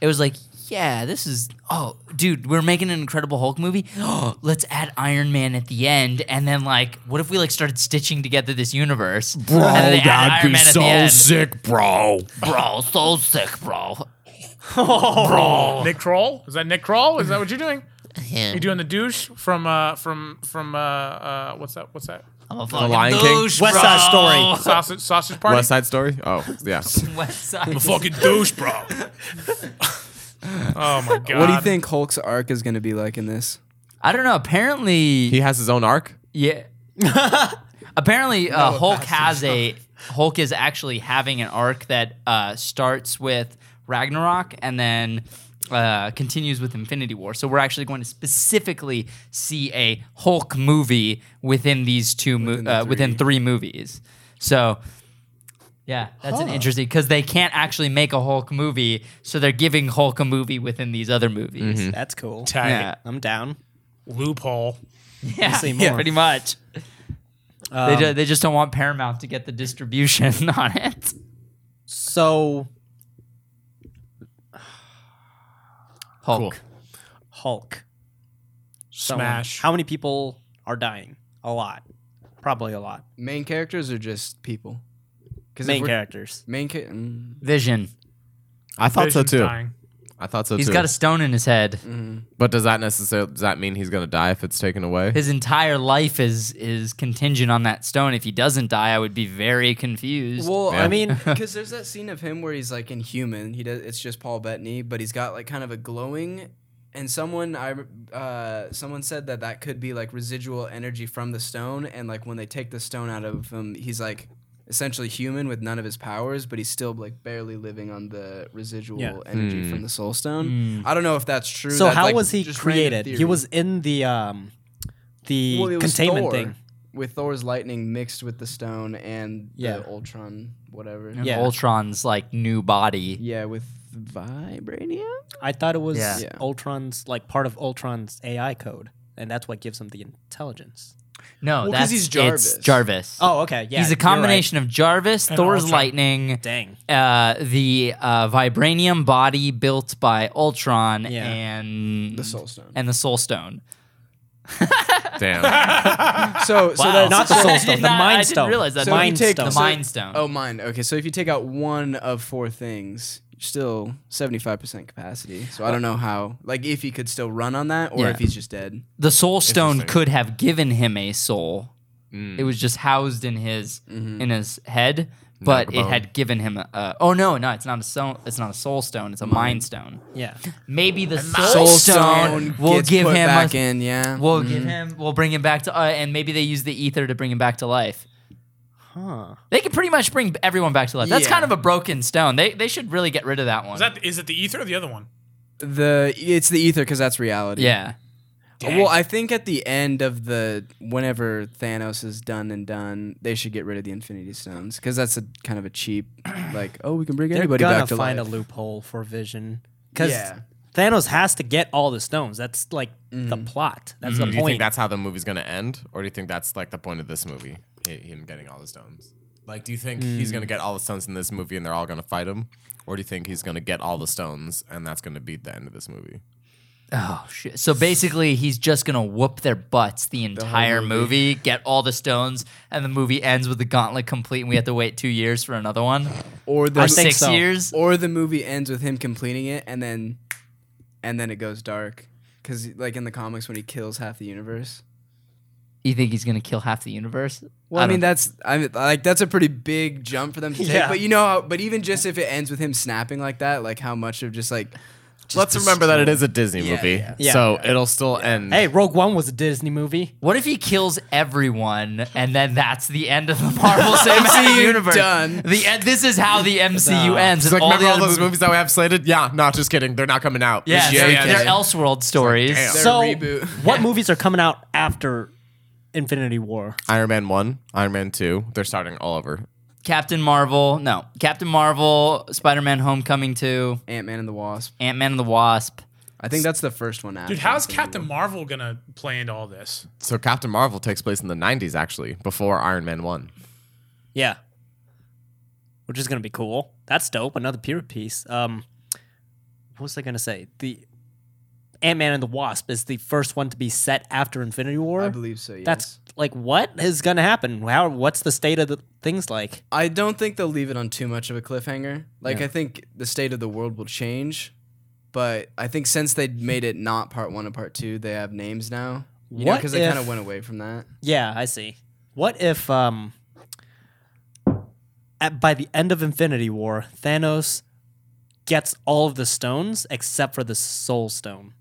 Speaker 1: it was like, yeah, this is oh, dude, we're making an Incredible Hulk movie. <gasps> Oh, let's add Iron Man at the end and then like what if we like started stitching together this universe? Bro,
Speaker 6: Oh, sick, bro.
Speaker 1: Bro, so sick, bro.
Speaker 2: Nick Kroll. Is that Nick Kroll? Is that what you're doing?
Speaker 1: Yeah.
Speaker 2: You doing the douche from uh from from uh, uh what's that? What's that?
Speaker 1: I'm a fucking
Speaker 6: Lion King?
Speaker 1: douche,
Speaker 3: West Side
Speaker 2: Oh.
Speaker 1: bro.
Speaker 5: <laughs>
Speaker 2: Sausage sausage party.
Speaker 6: West Side Story. Oh, yeah.
Speaker 1: West Side.
Speaker 2: <laughs> fucking douche, bro. <laughs> oh my god.
Speaker 5: What do you think Hulk's arc is going to be like in this?
Speaker 1: I don't know. Apparently,
Speaker 6: He has his own arc.
Speaker 1: Yeah. Apparently, uh, Hulk has a <laughs> Hulk is actually having an arc that uh, starts with Ragnarok and then uh, continues with Infinity War. So we're actually going to specifically see a Hulk movie within these two mo-
Speaker 5: the
Speaker 1: uh, within
Speaker 5: three.
Speaker 1: three movies. So. Yeah, that's an interesting because they can't actually make a Hulk movie, so they're giving Hulk a movie within these other movies.
Speaker 3: That's cool.
Speaker 2: Tag
Speaker 1: Yeah.
Speaker 3: I'm down.
Speaker 2: loophole.
Speaker 1: <laughs> Yeah,
Speaker 3: see
Speaker 1: yeah,
Speaker 3: more.
Speaker 1: pretty much.
Speaker 3: Um,
Speaker 1: they, ju- they just don't want Paramount to get the distribution <laughs> on it.
Speaker 3: So
Speaker 1: Hulk.
Speaker 6: Cool.
Speaker 3: Hulk. Someone.
Speaker 2: Smash.
Speaker 3: How many people are dying? A lot. Probably a lot.
Speaker 5: Main characters or just people? Because
Speaker 3: Main characters.
Speaker 5: Main ca-
Speaker 3: <laughs>
Speaker 5: mm,
Speaker 1: Vision.
Speaker 6: I thought
Speaker 2: Vision's
Speaker 6: so too.
Speaker 2: dying.
Speaker 6: I thought so
Speaker 1: He's
Speaker 6: too.
Speaker 1: got a stone in his head.
Speaker 5: Mm.
Speaker 6: but does that necessarily does that mean he's gonna die if it's taken away?
Speaker 1: His entire life is is contingent on that stone. If he doesn't die, I would be very confused.
Speaker 5: Well,
Speaker 6: Yeah. <laughs>
Speaker 5: I mean, because there's that scene of him where he's like inhuman. He does. It's just Paul Bettany, but he's got like kind of a glowing. And someone I uh, someone said that that could be like residual energy from the stone, and like when they take the stone out of him, he's like essentially human with none of his powers, but he's still like barely living on the residual
Speaker 3: Yeah. Hmm.
Speaker 5: energy from the soul stone. I don't know if that's true.
Speaker 3: So
Speaker 5: That's,
Speaker 3: how
Speaker 5: like,
Speaker 3: was he
Speaker 5: just random
Speaker 3: created? He
Speaker 5: theory.
Speaker 3: was in the um the
Speaker 5: Well, it was
Speaker 3: E containment
Speaker 5: Thor,
Speaker 3: thing.
Speaker 5: with Thor's lightning mixed with the stone and
Speaker 3: Yeah.
Speaker 5: the Ultron whatever.
Speaker 1: And
Speaker 3: yeah.
Speaker 1: Ultron's like new body.
Speaker 5: Yeah, with vibranium.
Speaker 3: I thought it was
Speaker 1: Yeah.
Speaker 5: Yeah.
Speaker 3: Ultron's like part of Ultron's AI code, and that's what gives him the intelligence.
Speaker 1: No,
Speaker 5: Well, 'cause
Speaker 1: that's
Speaker 5: he's
Speaker 1: Jarvis.
Speaker 5: Jarvis.
Speaker 1: It's Jarvis.
Speaker 3: Oh, okay. Yeah.
Speaker 1: he's a
Speaker 3: you're right.
Speaker 1: combination of Jarvis, Thor's
Speaker 2: Ultron.
Speaker 1: lightning,
Speaker 3: Dang.
Speaker 1: uh, the uh, vibranium body built by Ultron,
Speaker 3: Yeah.
Speaker 1: and
Speaker 5: The Soul Stone.
Speaker 1: and the Soul Stone. <laughs>
Speaker 6: Damn.
Speaker 5: So, so that's
Speaker 3: Not the
Speaker 1: I
Speaker 3: soul
Speaker 1: did
Speaker 3: stone, the
Speaker 1: not- I
Speaker 3: mind
Speaker 1: didn't
Speaker 3: stone.
Speaker 1: realize that.
Speaker 3: The
Speaker 1: So if
Speaker 3: mind
Speaker 5: you take-
Speaker 3: stone.
Speaker 1: the Mind Stone.
Speaker 5: Oh, mine. Okay, so if you take out one of four things, you're still seventy-five percent capacity. So I don't know how, like, if he could still run on that, or
Speaker 3: Yeah.
Speaker 5: if he's just dead.
Speaker 1: the Soul Stone
Speaker 6: Interesting.
Speaker 1: could have given him a soul.
Speaker 6: Mm.
Speaker 1: It was just housed in his
Speaker 5: Mm-hmm.
Speaker 1: in his head,
Speaker 6: a
Speaker 1: but it
Speaker 6: bone.
Speaker 1: had given him a, a. Oh no, no, it's not a soul. It's not a soul stone. It's a mind stone.
Speaker 3: yeah.
Speaker 1: Maybe the soul, stone, will
Speaker 5: gets
Speaker 1: give
Speaker 5: put
Speaker 1: him.
Speaker 5: back
Speaker 1: a,
Speaker 5: in. Mm-hmm. Yeah.
Speaker 1: We'll give him. We'll bring him back to. Uh, and maybe they use the ether to bring him back to life.
Speaker 3: Huh.
Speaker 1: They could pretty much bring everyone back to life. That's
Speaker 5: Yeah.
Speaker 1: kind of a broken stone. They they should really get rid of that one.
Speaker 2: Is that is it the ether or the other one?
Speaker 5: the it's the ether because that's reality.
Speaker 1: yeah.
Speaker 5: Well, I think at the end of the whenever Thanos is done and done, they should get rid of the Infinity Stones because that's a kind of a cheap, like, oh, we can bring
Speaker 3: They're
Speaker 5: anybody
Speaker 3: gonna
Speaker 5: back to
Speaker 3: find
Speaker 5: life.
Speaker 3: a loophole for Vision because
Speaker 5: Yeah.
Speaker 3: Thanos has to get all the stones. That's like the
Speaker 5: Mm.
Speaker 3: plot. That's
Speaker 6: Do
Speaker 3: the
Speaker 6: Mm-hmm. you think
Speaker 3: point.
Speaker 6: that's how the movie's gonna end, or do you think that's like the point of this movie? hi- Him getting all the stones. Like, do you think he's
Speaker 1: Mm.
Speaker 6: gonna get all the stones in this movie and they're all gonna fight him, or do you think he's gonna get all the stones and that's gonna be the end of this movie?
Speaker 1: Oh shit! So basically, he's just gonna whoop their butts the entire movie. get all the stones, and the movie ends with the gauntlet complete, and we have to wait two years for another one
Speaker 5: or
Speaker 1: or
Speaker 5: the
Speaker 3: think
Speaker 1: six
Speaker 3: so.
Speaker 1: years.
Speaker 5: or the movie ends with him completing it and then and then it goes dark because like in the comics when he kills half the universe
Speaker 1: You think he's gonna kill half the universe?
Speaker 5: well i,
Speaker 1: don't-
Speaker 5: mean that's i mean like that's a pretty big jump for them to take
Speaker 3: Yeah.
Speaker 5: but you know how, but even just if it ends with him snapping like that like how much of just like
Speaker 6: Let's remember <laughs> that it is a Disney movie,
Speaker 3: Yeah.
Speaker 6: so it'll still end.
Speaker 3: hey, Rogue One was a Disney movie.
Speaker 1: what if he kills everyone, and then that's the end of the Marvel
Speaker 6: <laughs>
Speaker 1: Cinematic Universe?
Speaker 5: done.
Speaker 1: The end. This is how the MCU ends.
Speaker 6: It's
Speaker 1: and
Speaker 6: like, remember
Speaker 1: the
Speaker 6: all
Speaker 1: other
Speaker 6: those movies that we have slated? Yeah, no, just kidding. They're not coming out.
Speaker 1: Yeah,
Speaker 6: This year.
Speaker 1: they're,
Speaker 2: yeah,
Speaker 1: they're
Speaker 2: yeah.
Speaker 1: Elseworld stories.
Speaker 6: damn.
Speaker 5: Their
Speaker 3: so, <laughs>
Speaker 5: reboot.
Speaker 3: what movies are coming out after Infinity War?
Speaker 6: Iron Man one, Iron Man two. They're starting all over.
Speaker 1: Captain Marvel, no, Captain Marvel, Spider-Man: Homecoming, two,
Speaker 5: ant-man and the wasp
Speaker 1: Ant-Man and the Wasp.
Speaker 5: i think that's the first one after
Speaker 2: Dude, how's
Speaker 5: Infinity
Speaker 2: Captain Marvel gonna play into all this?
Speaker 6: So Captain Marvel takes place in the '90s, actually, before Iron Man one.
Speaker 3: Yeah. Which is gonna be cool. That's dope. Another period piece. Um what was I gonna say? The Ant Man and the Wasp is the first one to be set after Infinity War.
Speaker 5: War. i believe so yes.
Speaker 3: That's like what is gonna happen? How what's the state of the things like?
Speaker 5: I don't think they'll leave it on too much of a cliffhanger. Like I think the state of the world will change, but I think since they made it not part one and part two, they have names now. You
Speaker 3: What
Speaker 5: Because they kind
Speaker 3: if-
Speaker 5: of went away from that.
Speaker 3: Yeah, I see. What if um at, by the end of Infinity War, Thanos gets all of the stones except for the Soul Stone,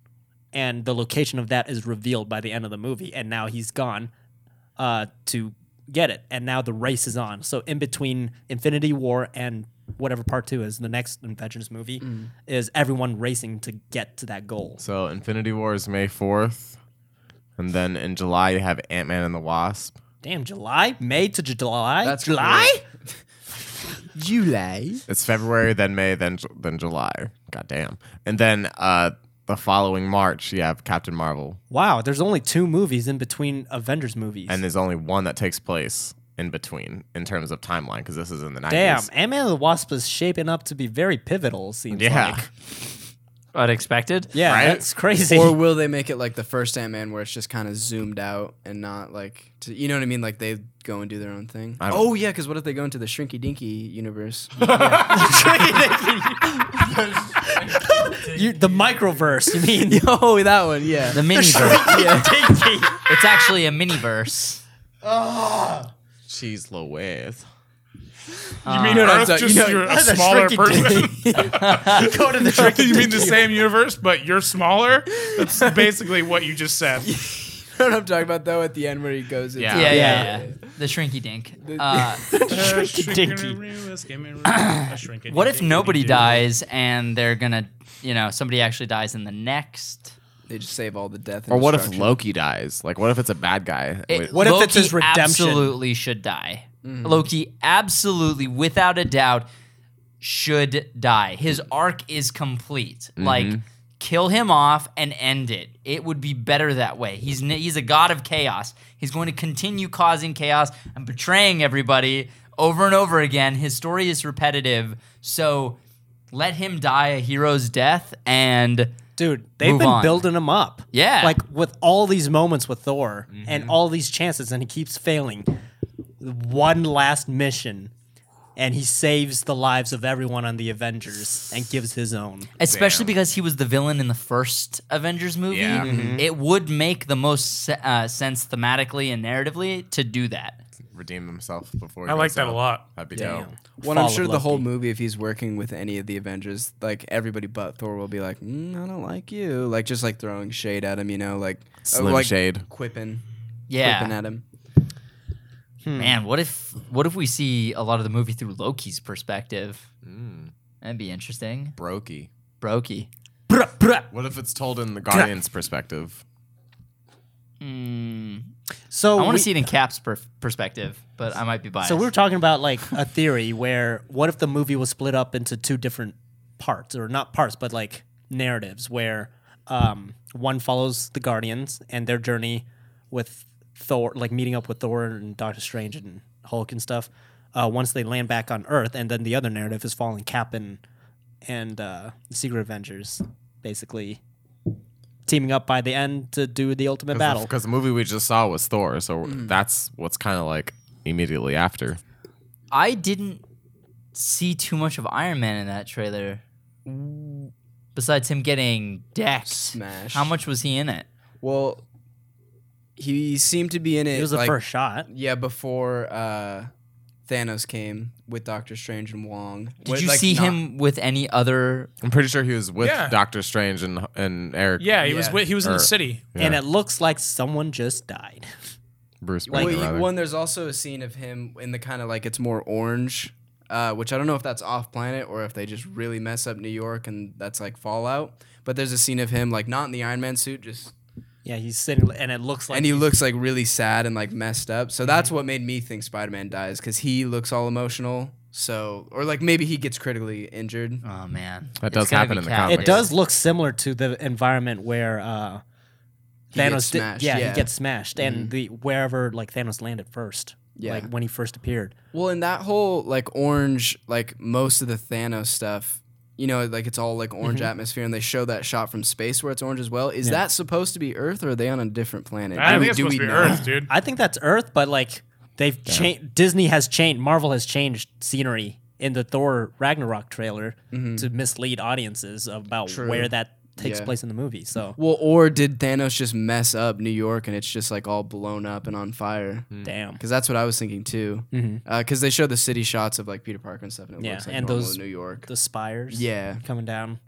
Speaker 3: and the location of that is revealed by the end of the movie, and now he's gone uh, to get it, and now the race is on. So in between Infinity War and whatever part two is the next Avengers movie is everyone racing to get to that goal.
Speaker 6: So Infinity War is May 4th. And then in July, you have Ant Man and the Wasp.
Speaker 3: Damn, July, May to July,
Speaker 5: That's
Speaker 3: July.
Speaker 5: July.
Speaker 6: It's February, then May, then Ju- then July. God damn. And then uh, the following March, you have Captain Marvel.
Speaker 3: Wow, there's only two movies in between Avengers movies.
Speaker 6: And there's only one that takes place in between in terms of timeline because this is in the 90s.
Speaker 3: Damn, Ant Man and the Wasp is shaping up to be very pivotal, it seems
Speaker 6: Yeah.
Speaker 3: like.
Speaker 1: unexpected.
Speaker 3: Yeah,
Speaker 6: Right?
Speaker 3: that's crazy.
Speaker 5: Or will they make it like the first Ant Man, where it's just kind of zoomed out and not like, to, you know what I mean? Like they go and do their own thing.
Speaker 6: don't-
Speaker 5: Oh yeah, because what if they go into the Shrinky
Speaker 3: <laughs>
Speaker 5: Dinky universe?
Speaker 3: <laughs>
Speaker 5: <laughs>
Speaker 3: you, the microverse, you
Speaker 1: <laughs>
Speaker 3: mean? <laughs>
Speaker 5: oh, that one, yeah. <laughs>
Speaker 1: The miniverse. It's actually a miniverse.
Speaker 6: She's Louise.
Speaker 2: You mean
Speaker 5: No, no,
Speaker 2: Uh, Earth,
Speaker 5: so-
Speaker 2: just
Speaker 5: you
Speaker 2: <laughs>
Speaker 5: know-
Speaker 2: you're a
Speaker 3: that's a
Speaker 2: smaller
Speaker 3: shrinky
Speaker 2: person? <laughs>
Speaker 3: Go to the tricky.
Speaker 2: you mean the same universe, but you're smaller? <laughs> That's basically what you just <laughs> said.
Speaker 5: You know what I'm talking about though? At the end where he goes, into-
Speaker 1: Yeah,
Speaker 6: <laughs> Yeah.
Speaker 1: yeah, yeah. The shrinky dink. Uh, what
Speaker 2: <laughs>
Speaker 1: if nobody dies and they're gonna, you know, somebody actually dies in the next?
Speaker 5: they just save all the death. And
Speaker 6: Or what if
Speaker 5: destruction.
Speaker 6: Loki dies? Like, what if it's a bad guy?
Speaker 1: It-
Speaker 6: Wait,
Speaker 3: What if it's his
Speaker 1: Loki
Speaker 3: redemption?
Speaker 1: Absolutely should die. Loki absolutely, without a doubt, should die. His arc is complete.
Speaker 3: Mm-hmm.
Speaker 1: Like, kill him off and end it. It would be better that way. He's n- he's a god of chaos. He's going to continue causing chaos and betraying everybody over and over again. His story is repetitive, so let him die a hero's death and.
Speaker 3: Dude, they've
Speaker 1: Move
Speaker 3: been
Speaker 1: on.
Speaker 3: building him up.
Speaker 1: Yeah.
Speaker 3: Like with all these moments with Thor
Speaker 6: Mm-hmm.
Speaker 3: and all these chances, and he keeps failing. One last mission, and he saves the lives of everyone on the Avengers and gives his own.
Speaker 1: especially because he was the villain in the first Avengers movie.
Speaker 6: Yeah.
Speaker 3: Mm-hmm.
Speaker 1: It would make the most se- uh, sense thematically and narratively to do that.
Speaker 6: redeem himself before. he
Speaker 2: I like
Speaker 6: goes
Speaker 2: that a
Speaker 6: out.
Speaker 2: lot.
Speaker 6: That'd be
Speaker 3: Damn.
Speaker 6: dope.
Speaker 5: Well, I'm
Speaker 3: Fall
Speaker 5: sure
Speaker 3: of
Speaker 5: the whole
Speaker 3: Loki.
Speaker 5: movie, if he's working with any of the Avengers, like everybody but Thor will be like, mm, I don't like you, like just like throwing shade at him, you know, like uh,
Speaker 6: Slim
Speaker 5: like
Speaker 6: shade.
Speaker 5: quipping, quipping
Speaker 1: Yeah,
Speaker 5: at him.
Speaker 1: man. What if what if we see a lot of the movie through Loki's perspective? That'd be interesting.
Speaker 6: Brokey.
Speaker 1: Brokey.
Speaker 3: Bruh, bruh.
Speaker 6: What if it's told in the Guardian's perspective?
Speaker 3: So
Speaker 1: I want
Speaker 3: we-
Speaker 1: to see it in Cap's per- perspective, but I might be biased.
Speaker 3: Oh, So we were talking about like a theory where what if the movie was split up into two different parts, or not parts, but like narratives where um, one follows the Guardians and their journey with Thor, like meeting up with Thor and Doctor Strange and Hulk and stuff. Uh, once they land back on Earth, and then the other narrative is following Cap and and uh, the Secret Avengers, basically teaming up by the end to do the ultimate battle.
Speaker 6: Because the movie we just saw was Thor, so
Speaker 2: Mm.
Speaker 6: that's what's kind of like immediately after.
Speaker 1: I didn't see too much of Iron Man in that trailer. Besides him getting decked,
Speaker 5: Smashed.
Speaker 1: How much was he in it?
Speaker 5: Well, he seemed to be in it.
Speaker 3: It was the
Speaker 5: like,
Speaker 3: first shot.
Speaker 5: Yeah, before uh, Thanos came with Doctor Strange and Wong.
Speaker 1: Did you see him with any other
Speaker 6: I'm pretty sure he was with
Speaker 2: Yeah.
Speaker 6: Doctor Strange and and Eric.
Speaker 2: Yeah, he was
Speaker 5: Yeah.
Speaker 2: with, he was in
Speaker 6: Or-
Speaker 2: the city.
Speaker 3: And it looks like someone just died. <laughs>
Speaker 6: Bruce
Speaker 5: Well,
Speaker 6: Banner.
Speaker 5: you-
Speaker 6: rather.
Speaker 5: one, there's also a scene of him in the kind of like it's more orange, uh, which I don't know if that's off planet or if they just really mess up New York and that's like Fallout. But there's a scene of him like not in the Iron Man suit, just
Speaker 3: Yeah, he's sitting, and it looks like
Speaker 5: and he looks like really sad and like messed up. So that's what made me think Spider Man dies because he looks all emotional. So or like maybe he gets critically injured.
Speaker 1: Oh man,
Speaker 6: Mm-hmm. That does
Speaker 1: gotta
Speaker 6: happen
Speaker 1: be
Speaker 6: in the
Speaker 1: Cap.
Speaker 6: comics.
Speaker 3: It does look similar to the environment where uh, Thanos
Speaker 5: gets
Speaker 3: did-
Speaker 5: smashed,
Speaker 3: yeah,
Speaker 5: yeah. Mm-hmm.
Speaker 3: he gets smashed, and the wherever like Thanos landed first,
Speaker 5: Yeah.
Speaker 3: like when he first appeared.
Speaker 5: Well, in that whole like orange, like most of the Thanos stuff, you know, like it's all like orange
Speaker 3: Mm-hmm.
Speaker 5: atmosphere, and they show that shot from space where it's orange as well. Is that supposed to be Earth, or are they on a different planet?
Speaker 2: I
Speaker 5: Do
Speaker 2: think
Speaker 5: we-
Speaker 2: it's
Speaker 5: do
Speaker 2: supposed to
Speaker 5: we
Speaker 2: be
Speaker 5: know?
Speaker 2: Earth, dude.
Speaker 3: I think that's Earth, but like they've changed. Disney has changed. Marvel has changed scenery in the Thor Ragnarok trailer to mislead audiences about where that takes
Speaker 5: Mm-hmm. Yeah.
Speaker 3: place in the movie. So
Speaker 5: Well, or did Thanos just mess up New York and it's just like all blown up and on fire?
Speaker 3: damn.
Speaker 5: Because that's what I was thinking too. Because they show the city shots of like Peter Parker and stuff, and it
Speaker 3: Mm-hmm. Yeah,
Speaker 5: looks like
Speaker 3: and
Speaker 5: normal
Speaker 3: those-
Speaker 5: New York.
Speaker 3: The spires,
Speaker 5: Yeah.
Speaker 3: coming down.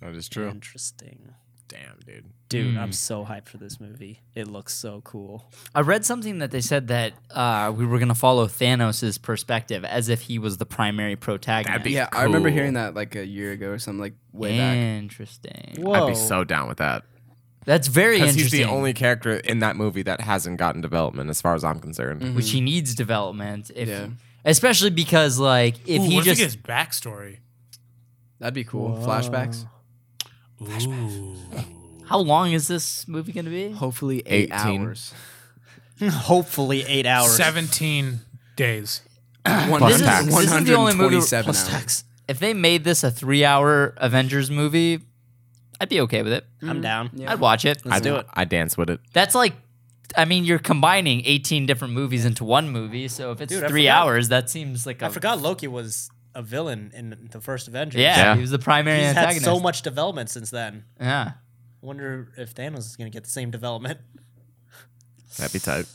Speaker 6: That is true.
Speaker 2: Mm.
Speaker 3: Interesting,
Speaker 6: Damn, dude.
Speaker 3: dude.
Speaker 5: Mm.
Speaker 3: I'm so hyped for this movie. It looks so cool.
Speaker 1: I read something that they said that uh, we were gonna follow Thanos' perspective as if he was the primary protagonist.
Speaker 5: Yeah, I remember
Speaker 6: Cool.
Speaker 5: hearing that like a year ago or something, like way back.
Speaker 1: interesting.
Speaker 6: I'd be so down with that.
Speaker 1: That's very
Speaker 6: Because
Speaker 1: interesting.
Speaker 6: he's the only character in that movie that hasn't gotten development, as far as I'm concerned.
Speaker 1: which he needs development. If
Speaker 5: Yeah.
Speaker 1: especially because like if
Speaker 2: Ooh,
Speaker 1: he
Speaker 2: what if
Speaker 1: just
Speaker 2: he gets backstory?
Speaker 5: That'd be cool. Flashbacks.
Speaker 2: Ooh.
Speaker 1: how long is this movie gonna be?
Speaker 5: Hopefully eight
Speaker 6: 18.
Speaker 5: hours.
Speaker 3: <laughs> Hopefully, eight hours.
Speaker 2: 17 days.
Speaker 5: One,
Speaker 6: Plus tax.
Speaker 1: This is the only movie-
Speaker 5: 127
Speaker 1: plus
Speaker 5: hours.
Speaker 1: If they made this a three-hour Avengers movie, I'd be okay with it.
Speaker 3: I'm down.
Speaker 1: I'd watch it.
Speaker 6: I do it. I dance with it.
Speaker 1: That's like, I mean, you're combining 18 different movies into one movie. So if it's
Speaker 3: Dude, I
Speaker 1: three
Speaker 3: forgot-
Speaker 1: hours, that seems like a
Speaker 3: I forgot Loki was a villain in the first Avengers.
Speaker 1: Yeah,
Speaker 6: Yeah.
Speaker 1: he was the primary
Speaker 3: He's had
Speaker 1: antagonist.
Speaker 3: so much development since then.
Speaker 1: Yeah.
Speaker 3: Wonder if Thanos is going to get the same development.
Speaker 6: That'd be tight.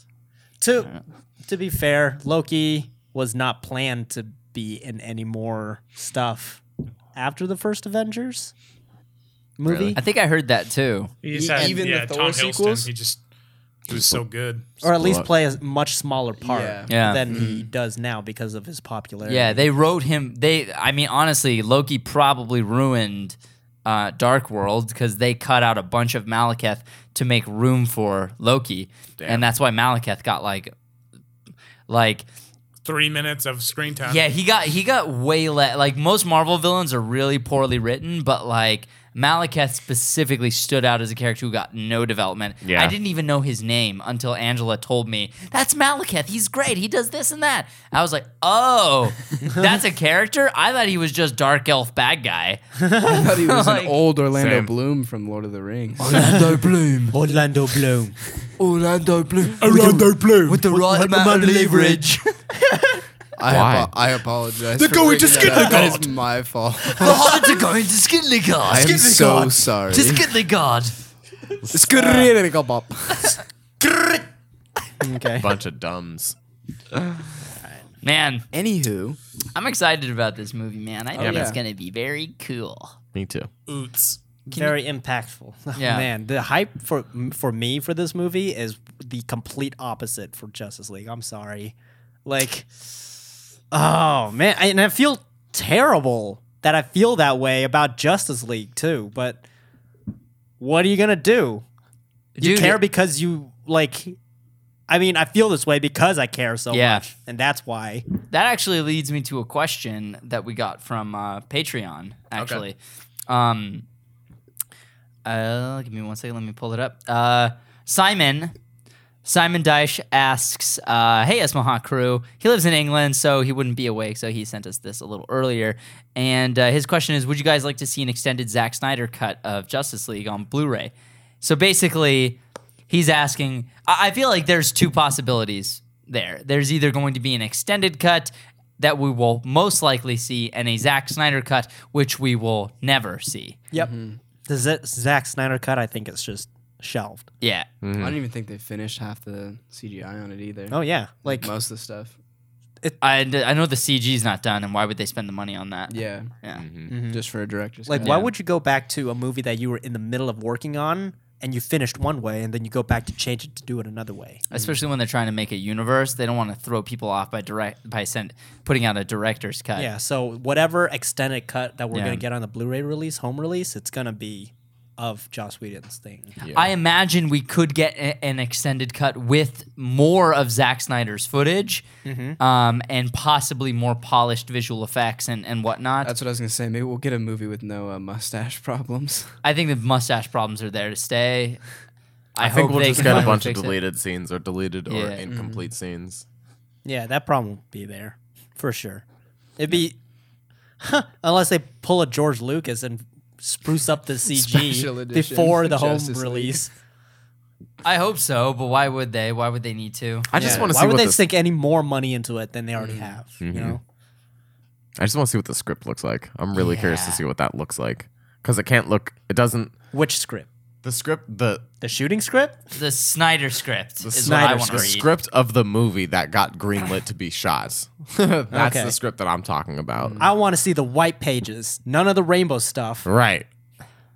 Speaker 3: To to be fair, Loki was not planned to be in any more stuff after the first Avengers movie.
Speaker 1: I think I heard that too.
Speaker 2: He just had,
Speaker 5: Even the
Speaker 2: yeah,
Speaker 5: Thor
Speaker 2: Tom
Speaker 5: sequels?
Speaker 2: Hiddleston. He just he was so good.
Speaker 3: or at least
Speaker 6: Split.
Speaker 3: play a much smaller part
Speaker 5: Yeah.
Speaker 1: Yeah.
Speaker 3: than he does now because of his popularity.
Speaker 1: Yeah, they wrote him. They, I mean, honestly, Loki probably ruined uh, Dark World because they cut out a bunch of Malekith to make room for Loki, and that's why Malekith got like, like,
Speaker 2: Three minutes of screen time.
Speaker 1: yeah, he got he got way less. Like most Marvel villains are really poorly written, but like Malekith specifically stood out as a character who got no development.
Speaker 6: Yeah.
Speaker 1: I didn't even know his name until Angela told me that's Malekith. He's great. He does this and that. I was like, oh, that's a character. I thought he was just dark elf bad guy.
Speaker 5: I thought he was
Speaker 1: Like-
Speaker 5: an old Orlando
Speaker 6: Same.
Speaker 5: Bloom from Lord of the Rings.
Speaker 4: Orlando Bloom.
Speaker 3: Orlando Bloom.
Speaker 4: Orlando Bloom.
Speaker 5: Orlando
Speaker 4: Bloom. With the right
Speaker 5: amount of leverage. I,
Speaker 6: Why?
Speaker 5: apo- I apologize.
Speaker 4: They're
Speaker 5: for
Speaker 4: going to
Speaker 5: bringing that up. That is
Speaker 4: Skidlegard.
Speaker 5: my fault.
Speaker 1: the hobbits are going to
Speaker 5: I am
Speaker 1: Skidligard.
Speaker 5: so sorry. <laughs>
Speaker 1: To Skidligard.
Speaker 5: Skidlegard.
Speaker 3: Okay.
Speaker 6: <laughs> Bunch of dumbs.
Speaker 1: Man,
Speaker 5: <laughs> Anywho,
Speaker 1: I'm excited about this movie, man. I think
Speaker 5: yeah.
Speaker 1: it's gonna be very cool.
Speaker 6: Me too.
Speaker 2: Oots.
Speaker 3: Very impactful. <laughs> Oh,
Speaker 1: Yeah.
Speaker 3: Man, the hype for for me for this movie is the complete opposite for Justice League. I'm sorry. Like oh man, I, and I feel terrible that I feel that way about Justice League too, but what are you going to do? You
Speaker 1: Dude,
Speaker 3: care because you like I mean, I feel this way because I care so
Speaker 1: Yeah.
Speaker 3: much, and that's why.
Speaker 1: That actually leads me to a question that we got from uh, Patreon. Actually, um, uh, give me one second. Let me pull it up. Uh, Simon. Simon Dyche asks, uh, "Hey, Esmaha crew. He lives in England, so he wouldn't be awake. So he sent us this a little earlier. And uh, his question is: Would you guys like to see an extended Zack Snyder cut of Justice League on Blu-ray? So basically, he's asking I, I feel like there's two possibilities there there's either going to be an extended cut that we will most likely see and a Zack Snyder cut which we will never see
Speaker 3: Yep. The Z- Zack Snyder cut, I think it's just shelved.
Speaker 1: yeah
Speaker 5: I don't even think they finished half the CGI on it either.
Speaker 3: Oh yeah, like
Speaker 5: most of the stuff.
Speaker 1: I, I know the CG's not done and why would they spend the money on that
Speaker 5: Yeah,
Speaker 1: yeah
Speaker 5: just for a director's
Speaker 3: Like,
Speaker 5: cut.
Speaker 3: why would you go back to a movie that you were in the middle of working on and you finished one way and then you go back to change it to do it another way?
Speaker 1: especially when they're trying to make a universe they don't want to throw people off by direct by send, putting out a director's cut
Speaker 3: Yeah. So whatever extended cut that we're
Speaker 1: Yeah.
Speaker 3: gonna get on the Blu-ray release, home release, it's gonna be of Joss Whedon's thing.
Speaker 1: I imagine we could get a- an extended cut with more of Zack Snyder's footage,
Speaker 6: Mm-hmm.
Speaker 1: um, and possibly more polished visual effects and and whatnot.
Speaker 5: That's what I was gonna say. Maybe we'll get a movie with no uh, mustache <laughs> problems.
Speaker 1: I think the mustache problems are there to stay. I,
Speaker 6: I think
Speaker 1: hope
Speaker 6: we'll
Speaker 1: they
Speaker 6: just
Speaker 1: can
Speaker 6: get a
Speaker 1: finally
Speaker 6: bunch of
Speaker 1: fix it.
Speaker 6: deleted scenes or deleted or
Speaker 1: Yeah. mm-hmm.
Speaker 6: incomplete scenes.
Speaker 3: Yeah, that problem will be there for sure. It'd be unless they pull a George Lucas and spruce up the
Speaker 5: <laughs> Special
Speaker 3: CG
Speaker 5: edition
Speaker 3: before the home
Speaker 5: <laughs> Justice League.
Speaker 3: release.
Speaker 1: I hope so, but why would they? Why would they need to?
Speaker 6: I just
Speaker 3: Yeah.
Speaker 6: want to
Speaker 3: Why
Speaker 6: see
Speaker 3: would
Speaker 6: what
Speaker 3: they
Speaker 6: the, Mm-hmm.
Speaker 3: stick any more money into it than they
Speaker 5: Mm-hmm.
Speaker 3: already have? You know.
Speaker 6: I just want to see what the script looks like. I'm really curious to
Speaker 1: Yeah.
Speaker 6: see what that looks like because it can't look. It doesn't.
Speaker 3: Which script?
Speaker 6: The script. The
Speaker 3: The shooting script?
Speaker 1: The Snyder script is
Speaker 3: Snyder
Speaker 1: what I want
Speaker 6: the
Speaker 1: to read.
Speaker 6: script of the movie that got greenlit to be shot. <laughs> That's
Speaker 3: Okay.
Speaker 6: the script that I'm talking about.
Speaker 3: I want to see the white pages. None of the rainbow stuff.
Speaker 6: Right.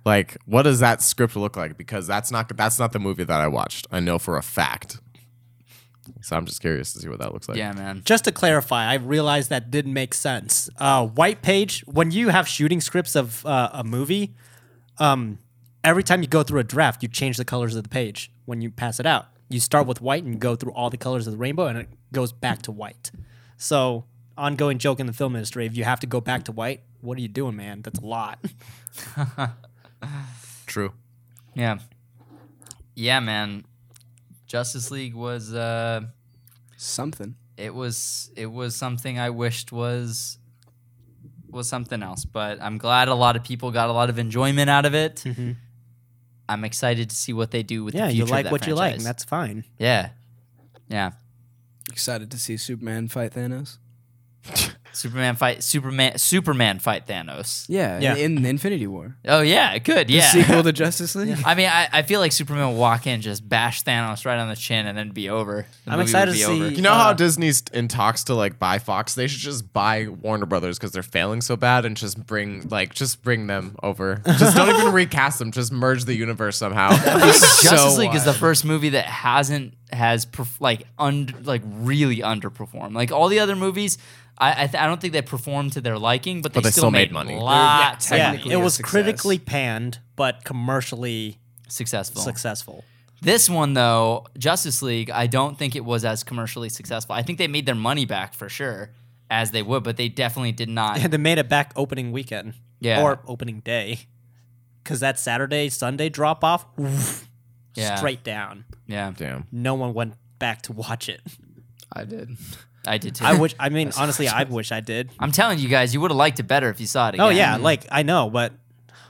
Speaker 6: Like, what does that script look like? Because that's not that's not the movie that I watched. I know for a fact. So I'm just curious to see what that looks like.
Speaker 1: Yeah, man.
Speaker 3: Just to clarify, I realized that didn't make sense. Uh, white page, when you have shooting scripts of uh, a movie, um, every time you go through a draft, you change the colors of the page when you pass it out. You start with white and you go through all the colors of the rainbow and it goes back to white. So, ongoing joke in the film industry if you have to go back to white, what are you doing, man? That's a lot.
Speaker 6: True.
Speaker 1: Yeah, yeah, man. Justice League was. Uh,
Speaker 5: Something.
Speaker 1: it was it was something I wished was was something else, but I'm glad a lot of people got a lot of enjoyment out of it. I'm excited to see what they do with
Speaker 3: Mm-hmm. Yeah,
Speaker 1: the future
Speaker 3: you
Speaker 1: of
Speaker 3: like
Speaker 1: that
Speaker 3: what you like, and
Speaker 1: franchise.
Speaker 3: that's fine.
Speaker 1: yeah, yeah.
Speaker 5: Excited to see Superman fight Thanos.
Speaker 1: Superman fight Superman Superman fight Thanos.
Speaker 5: Yeah,
Speaker 3: Yeah.
Speaker 5: In, in Infinity War.
Speaker 1: Oh yeah, good.
Speaker 5: The
Speaker 1: Yeah.
Speaker 5: sequel to Justice League.
Speaker 1: <laughs> I mean, I, I feel like Superman would walk in, just bash Thanos right on the chin, and then it'd be over. The
Speaker 3: I'm
Speaker 1: movie
Speaker 3: excited
Speaker 1: would be
Speaker 3: to see-
Speaker 1: over.
Speaker 6: You know how
Speaker 3: Uh,
Speaker 6: Disney's in talks to like buy Fox? They should just buy Warner Brothers because they're failing so bad and just bring like just bring them over. Just don't
Speaker 1: <laughs>
Speaker 6: even recast them. Just merge the universe somehow.
Speaker 1: Justice League is the
Speaker 6: wild.
Speaker 1: first movie that hasn't has perf- like under like really underperformed. Like all the other movies, I I, th- I don't think they performed to their liking, but they,
Speaker 6: But they
Speaker 1: still,
Speaker 6: still
Speaker 1: made,
Speaker 6: made money.
Speaker 1: Lots of
Speaker 3: Yeah,
Speaker 1: money.
Speaker 5: technically
Speaker 3: it
Speaker 5: a
Speaker 3: was
Speaker 5: success.
Speaker 3: critically panned, but commercially
Speaker 1: successful.
Speaker 3: successful.
Speaker 1: This one though, Justice League, I don't think it was as commercially successful. I think they made their money back for sure, as they would, but they definitely did not.
Speaker 3: And they made it back opening weekend.
Speaker 1: Yeah.
Speaker 3: Or opening day. Because that Saturday, Sunday drop off, woof,
Speaker 1: Yeah.
Speaker 3: straight down.
Speaker 1: yeah,
Speaker 6: Damn.
Speaker 3: No one went back to watch it.
Speaker 5: I did.
Speaker 1: I did too.
Speaker 3: I wish, I mean, honestly, I wish I did.
Speaker 1: <laughs> I'm telling you guys, you would have liked it better if you saw it again.
Speaker 3: Oh, yeah. Like, I know, but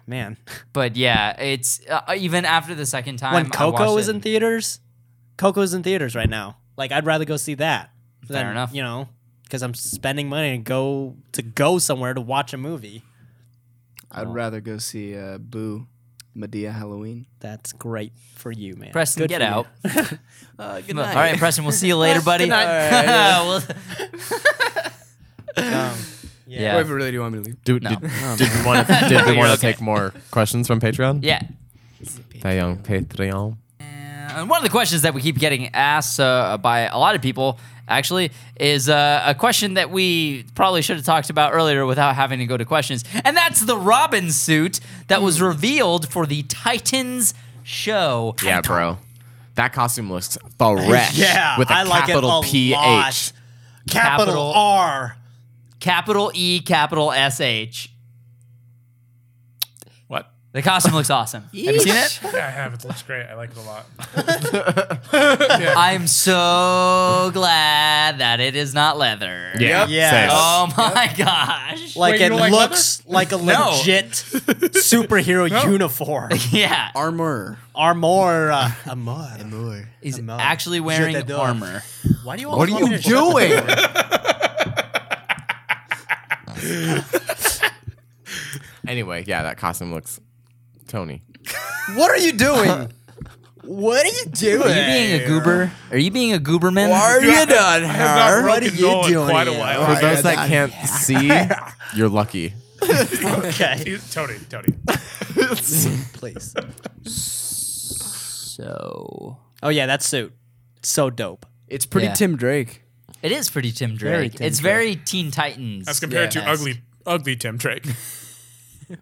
Speaker 3: man.
Speaker 1: but yeah, it's uh, even after the second time
Speaker 3: when
Speaker 1: I
Speaker 3: Coco
Speaker 1: watched
Speaker 3: is
Speaker 1: it-
Speaker 3: in theaters, Coco's in theaters right now. Like, I'd rather go see that. Fair
Speaker 1: enough.
Speaker 3: You know, because I'm spending money to go to go somewhere to watch a movie.
Speaker 5: I'd rather go see uh, Boo, Medea Halloween.
Speaker 3: That's great for you, man.
Speaker 1: Preston,
Speaker 3: Good
Speaker 1: get
Speaker 3: for you.
Speaker 1: out.
Speaker 5: Uh, good
Speaker 1: All right, Preston. We'll see you later, buddy. <laughs> We'll-
Speaker 3: <laughs>
Speaker 1: Um,
Speaker 5: Or
Speaker 1: yeah.
Speaker 5: if you really do want me to leave.
Speaker 6: Do,
Speaker 1: No.
Speaker 6: Did, did we
Speaker 1: <laughs>
Speaker 6: want to did we want to take more questions from Patreon?
Speaker 1: Yeah.
Speaker 6: Patreon. Patreon.
Speaker 1: And Uh, one of the questions that we keep getting asked uh, by a lot of people, actually, is uh, a question that we probably should have talked about earlier without having to go to questions. And that's the Robin suit that was revealed for the Titans show.
Speaker 6: Yeah, bro. That costume looks fresh.
Speaker 3: Yeah,
Speaker 6: with a
Speaker 3: I like it
Speaker 6: capital
Speaker 3: a
Speaker 6: P H.
Speaker 3: lot. Capital,
Speaker 1: Capital-
Speaker 3: R.
Speaker 1: Capital E, capital S H.
Speaker 2: What?
Speaker 1: The costume looks awesome. <laughs> Have you seen it?
Speaker 2: Yeah, I have. It looks great. I like it a lot.
Speaker 1: I'm so glad that it is not leather.
Speaker 6: Yeah. Same.
Speaker 3: Yes.
Speaker 1: Oh my <laughs> gosh.
Speaker 3: Like
Speaker 2: you
Speaker 3: it
Speaker 2: don't like
Speaker 3: looks <laughs> like a legit superhero uniform.
Speaker 1: yeah.
Speaker 5: Armor.
Speaker 3: Armor, uh, armor.
Speaker 1: He's
Speaker 3: Among.
Speaker 1: actually
Speaker 3: Je
Speaker 1: wearing
Speaker 3: t'adore.
Speaker 1: armor.
Speaker 3: Why do you? always
Speaker 5: What are
Speaker 3: want
Speaker 5: you
Speaker 3: me to shut
Speaker 5: doing?
Speaker 6: Anyway, yeah, that costume looks Tony.
Speaker 3: the- <laughs> What are you doing? what are you doing?
Speaker 1: Are you being a goober? Are you being a gooberman?
Speaker 5: you done,
Speaker 2: I have not broken Noel in quite a while.
Speaker 6: For those that can't see, you're lucky.
Speaker 3: okay,
Speaker 2: Tony, Tony.
Speaker 3: <laughs> please.
Speaker 1: So
Speaker 3: Oh yeah, that suit, so dope.
Speaker 5: It's pretty
Speaker 1: Yeah.
Speaker 5: Tim Drake.
Speaker 1: it is pretty Tim Drake.
Speaker 3: Very Tim
Speaker 1: it's
Speaker 3: Drake.
Speaker 1: very Teen Titans.
Speaker 2: As compared to
Speaker 1: esque.
Speaker 2: ugly, ugly Tim Drake.
Speaker 3: Wait,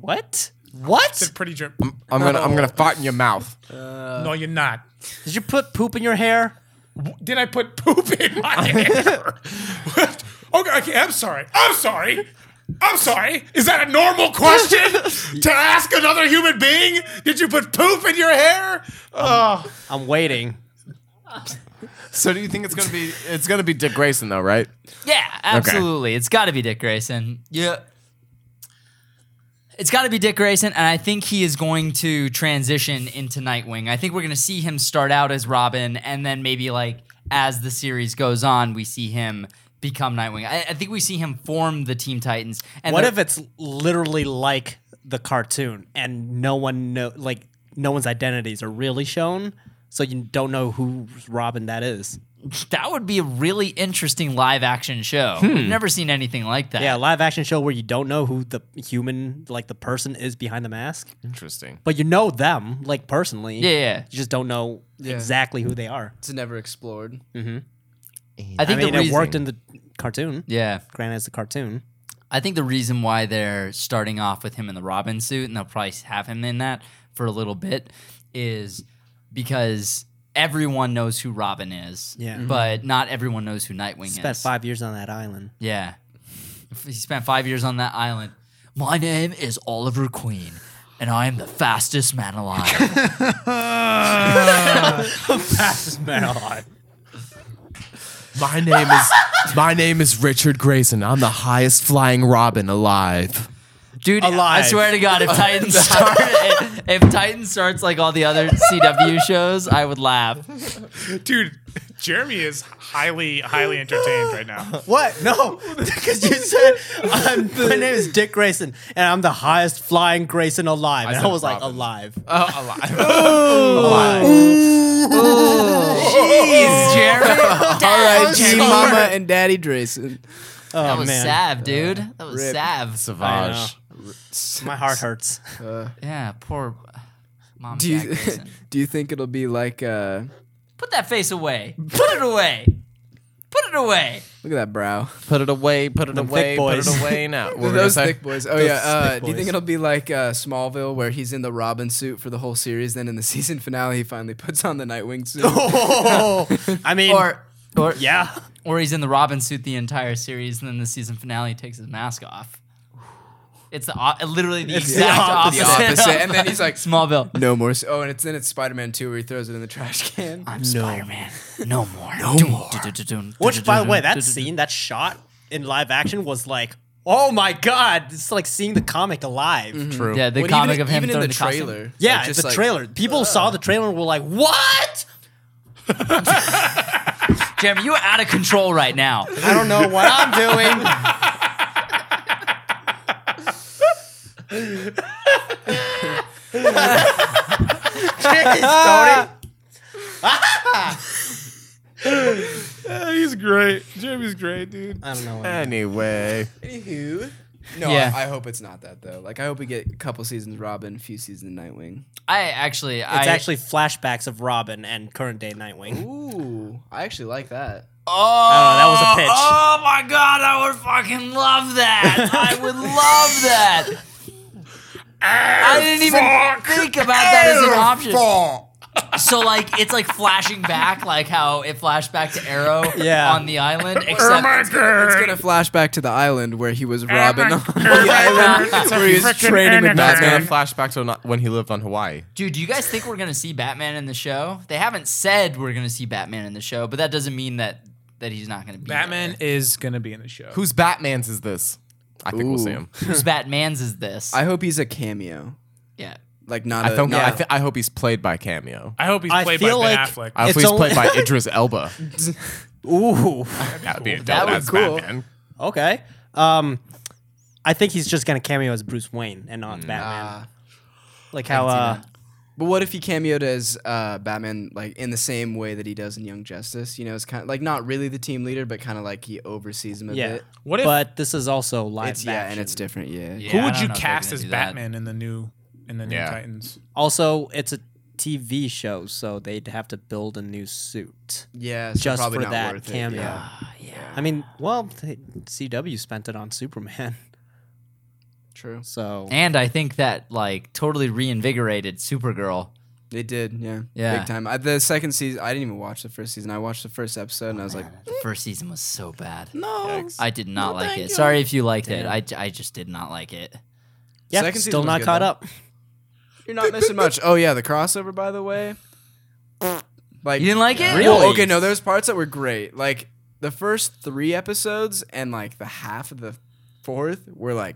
Speaker 3: what?
Speaker 2: It's
Speaker 3: What?
Speaker 2: a pretty drip.
Speaker 6: I'm gonna I'm gonna fart in your mouth.
Speaker 2: no, you're not.
Speaker 3: Did you put poop in your hair?
Speaker 2: Did I put poop in my hair? what? <laughs> Okay, okay, I'm sorry. I'm sorry. I'm sorry. Is that a normal question to ask another human being? Did you put poop in your hair?
Speaker 6: Um,
Speaker 2: Oh,
Speaker 3: I'm waiting.
Speaker 6: So do you think it's gonna be it's gonna be Dick Grayson though, right?
Speaker 1: Yeah, absolutely. It's got to be Dick Grayson. Yeah. It's got to be Dick Grayson, and I think he is going to transition into Nightwing. I think we're going to see him start out as Robin, and then maybe like as the series goes on, we see him become Nightwing. I, I think we see him form the Team Titans. And
Speaker 3: What
Speaker 1: the-
Speaker 3: if it's literally like the cartoon and no one know like no one's identities are really shown, so you don't know whose Robin that is.
Speaker 1: That would be a really interesting live action show. We've never seen anything like that.
Speaker 3: Hmm. Yeah, a live action show where you don't know who the human like the person is behind the mask,
Speaker 6: Interesting.
Speaker 3: but you know them like personally.
Speaker 1: Yeah, yeah.
Speaker 3: You just don't know
Speaker 5: Yeah.
Speaker 3: exactly who they are.
Speaker 5: It's never explored.
Speaker 1: I
Speaker 3: I
Speaker 1: think
Speaker 3: mean,
Speaker 1: the
Speaker 3: it
Speaker 1: reason,
Speaker 3: worked in the cartoon.
Speaker 1: Yeah,
Speaker 3: Granted, it's a cartoon.
Speaker 1: I think the reason why they're starting off with him in the Robin suit and they'll probably have him in that for a little bit is because everyone knows who Robin is.
Speaker 3: Yeah. Mhm.
Speaker 1: but not everyone knows who Nightwing
Speaker 3: Spent
Speaker 1: is.
Speaker 3: five years on that
Speaker 1: <laughs>
Speaker 3: island.
Speaker 1: Yeah, F- he spent five years on that island. My name is Oliver Queen, and I am the fastest man alive.
Speaker 3: Fastest man alive.
Speaker 6: My name is my name is Richard Grayson. I'm the highest flying Robin <laughs> alive.
Speaker 1: Dude,
Speaker 3: Alive.
Speaker 1: I swear to God,
Speaker 5: <laughs>
Speaker 1: if Titans start, if, if Titans starts like all the other CW shows, I would laugh.
Speaker 2: Dude, Jeremy is highly, highly entertained right now.
Speaker 3: What? No, <laughs> because you said <laughs> I'm, my name is Dick Grayson, and I'm the highest flying Grayson alive. and I
Speaker 6: said
Speaker 3: was like,
Speaker 6: Robin.
Speaker 3: alive.
Speaker 1: Uh, Jeez, Jeremy.
Speaker 5: All right,
Speaker 1: Damn,
Speaker 5: G Mama and Daddy Drayson.
Speaker 1: That
Speaker 3: oh
Speaker 1: was
Speaker 3: man, Oh,
Speaker 1: Sav, dude. That was Sav.
Speaker 6: Savage.
Speaker 3: my heart hurts.
Speaker 1: Yeah, poor uh, mom.
Speaker 5: Do you
Speaker 1: Jack Grayson.
Speaker 5: <laughs> do you think it'll be like uh
Speaker 1: Put that face away. Put it away. Put it away.
Speaker 5: look at that brow.
Speaker 6: Put it away, put it away, put
Speaker 3: boys.
Speaker 6: it away <laughs> now. What were we gonna
Speaker 5: <laughs> Those
Speaker 6: say?
Speaker 5: thick boys. Oh yeah. Uh, do you think it'll be like uh, Smallville, where he's in the Robin suit for the whole series, then in the <laughs> season finale he finally puts on the Nightwing <laughs> suit?
Speaker 3: <laughs> Oh, I mean,
Speaker 1: Or or
Speaker 3: yeah,
Speaker 1: or he's in the Robin suit the entire series, and then the season finale takes his mask off. It's the o- literally the
Speaker 3: the
Speaker 1: exact
Speaker 3: op-
Speaker 5: the
Speaker 1: opposite.
Speaker 5: opposite, and then he's
Speaker 1: <laughs>
Speaker 5: like,
Speaker 1: Smallville.
Speaker 5: no more. s- Oh, and it's then it's Spider Man Two where he throws it in the trash can.
Speaker 1: I'm Spider-Man. No more. No more.
Speaker 3: Which, by the way, <laughs> that scene, that shot in live action was like, oh my god, it's like seeing the comic alive.
Speaker 6: True.
Speaker 1: Yeah, the
Speaker 5: Well,
Speaker 1: comic
Speaker 5: even,
Speaker 1: of him
Speaker 5: even in
Speaker 1: throwing
Speaker 5: the,
Speaker 1: the costume.
Speaker 5: trailer. like,
Speaker 3: Yeah,
Speaker 5: just
Speaker 3: the
Speaker 5: like- <laughs>
Speaker 3: trailer. People saw the trailer and were like, what?
Speaker 1: Jeremy, you are out of control right now.
Speaker 3: I don't know what I'm doing. Jeez, Tony.
Speaker 2: he's great. Jeremy's great, dude.
Speaker 3: I don't know. What
Speaker 6: Anyway.
Speaker 5: Anywho. No,
Speaker 1: Yeah.
Speaker 5: I, I hope it's not that though. Like I hope we get a couple seasons Robin, a few seasons Nightwing.
Speaker 1: I actually, I
Speaker 3: It's actually flashbacks of Robin and current day Nightwing.
Speaker 5: Ooh, I actually like that.
Speaker 3: Oh, that was a pitch.
Speaker 1: Oh my god, I would fucking love that. I would love that. I didn't even think about that as an option. So like it's like flashing back, like how it flashed back to Arrow
Speaker 3: Yeah.
Speaker 1: on the
Speaker 3: <laughs>
Speaker 1: island, except
Speaker 5: It's gonna flash back to the island where he was Robin on the
Speaker 2: <laughs>
Speaker 5: island where he was
Speaker 2: frickin'
Speaker 5: training with
Speaker 2: anime.
Speaker 6: That's
Speaker 5: Batman.
Speaker 6: gonna flash back to when he lived on Hawaii.
Speaker 1: dude, do you guys think we're gonna see Batman in the show? They haven't said we're gonna see Batman in the show, but that doesn't mean that that he's not gonna be
Speaker 2: Batman is gonna be in the show.
Speaker 6: Whose Batman's is this? I think we'll see
Speaker 5: Ooh.
Speaker 6: him.
Speaker 1: there. Whose Batman's is this?
Speaker 5: I hope he's a cameo,
Speaker 1: yeah.
Speaker 5: like not.
Speaker 6: I
Speaker 5: a-
Speaker 6: think
Speaker 5: not
Speaker 6: I,
Speaker 5: a-
Speaker 6: thi- I hope he's played by Cameo.
Speaker 2: I hope he's
Speaker 3: I
Speaker 2: played by Ben
Speaker 3: feel like-
Speaker 2: Affleck.
Speaker 6: I hope
Speaker 3: It's
Speaker 6: he's
Speaker 3: only-
Speaker 6: played <laughs> by Idris Elba.
Speaker 1: <laughs>
Speaker 3: Ooh.
Speaker 6: That'd be a dope
Speaker 1: That would
Speaker 6: ass
Speaker 5: be cool.
Speaker 6: Batman.
Speaker 3: Okay. Um, I think he's just gonna cameo as Bruce Wayne and
Speaker 2: Mm.
Speaker 3: not Batman. Like how uh,
Speaker 5: but what if he cameoed as uh, Batman, like in the same way that he does in Young Justice? You know, it's kind of like not really the team leader, but kind of like he oversees him a
Speaker 3: yeah.
Speaker 5: bit.
Speaker 2: What if-
Speaker 3: but this is also live
Speaker 5: It's yeah,
Speaker 3: action.
Speaker 5: and it's different. Yeah.
Speaker 1: Yeah,
Speaker 2: Who
Speaker 1: I
Speaker 2: would
Speaker 1: don't
Speaker 2: you
Speaker 1: know if they're
Speaker 2: cast
Speaker 1: gonna
Speaker 2: as
Speaker 1: do that.
Speaker 2: Batman in the new in the new
Speaker 6: Yeah.
Speaker 2: Titans?
Speaker 3: also it's a TV show, so they'd have to build a new suit
Speaker 5: Yeah, so
Speaker 3: just
Speaker 5: probably
Speaker 3: for
Speaker 5: not
Speaker 3: that
Speaker 5: worth it,
Speaker 3: cameo.
Speaker 5: yeah.
Speaker 1: Ah,
Speaker 3: I mean, well, they- CW spent it on Superman, <laughs>
Speaker 5: True.
Speaker 3: so
Speaker 1: And I think that like totally reinvigorated Supergirl.
Speaker 5: They did, yeah,
Speaker 1: Yeah.
Speaker 5: big time. I, the second season, I didn't even watch the first season. I watched the first episode, and I was like,
Speaker 1: The first season was so bad.
Speaker 5: no.
Speaker 1: I did not like it. Sorry if you liked it. I, j- I just did not like it.
Speaker 3: yeah,
Speaker 5: Second season
Speaker 3: still
Speaker 5: was
Speaker 3: not
Speaker 5: good,
Speaker 3: caught
Speaker 5: though.
Speaker 3: up.
Speaker 5: You're not missing much. Oh yeah, the crossover, by the way. Like
Speaker 1: You didn't like it?
Speaker 5: Well,
Speaker 3: Really?
Speaker 5: okay, no, there's parts that were great. Like the first three episodes and like the half of the fourth were like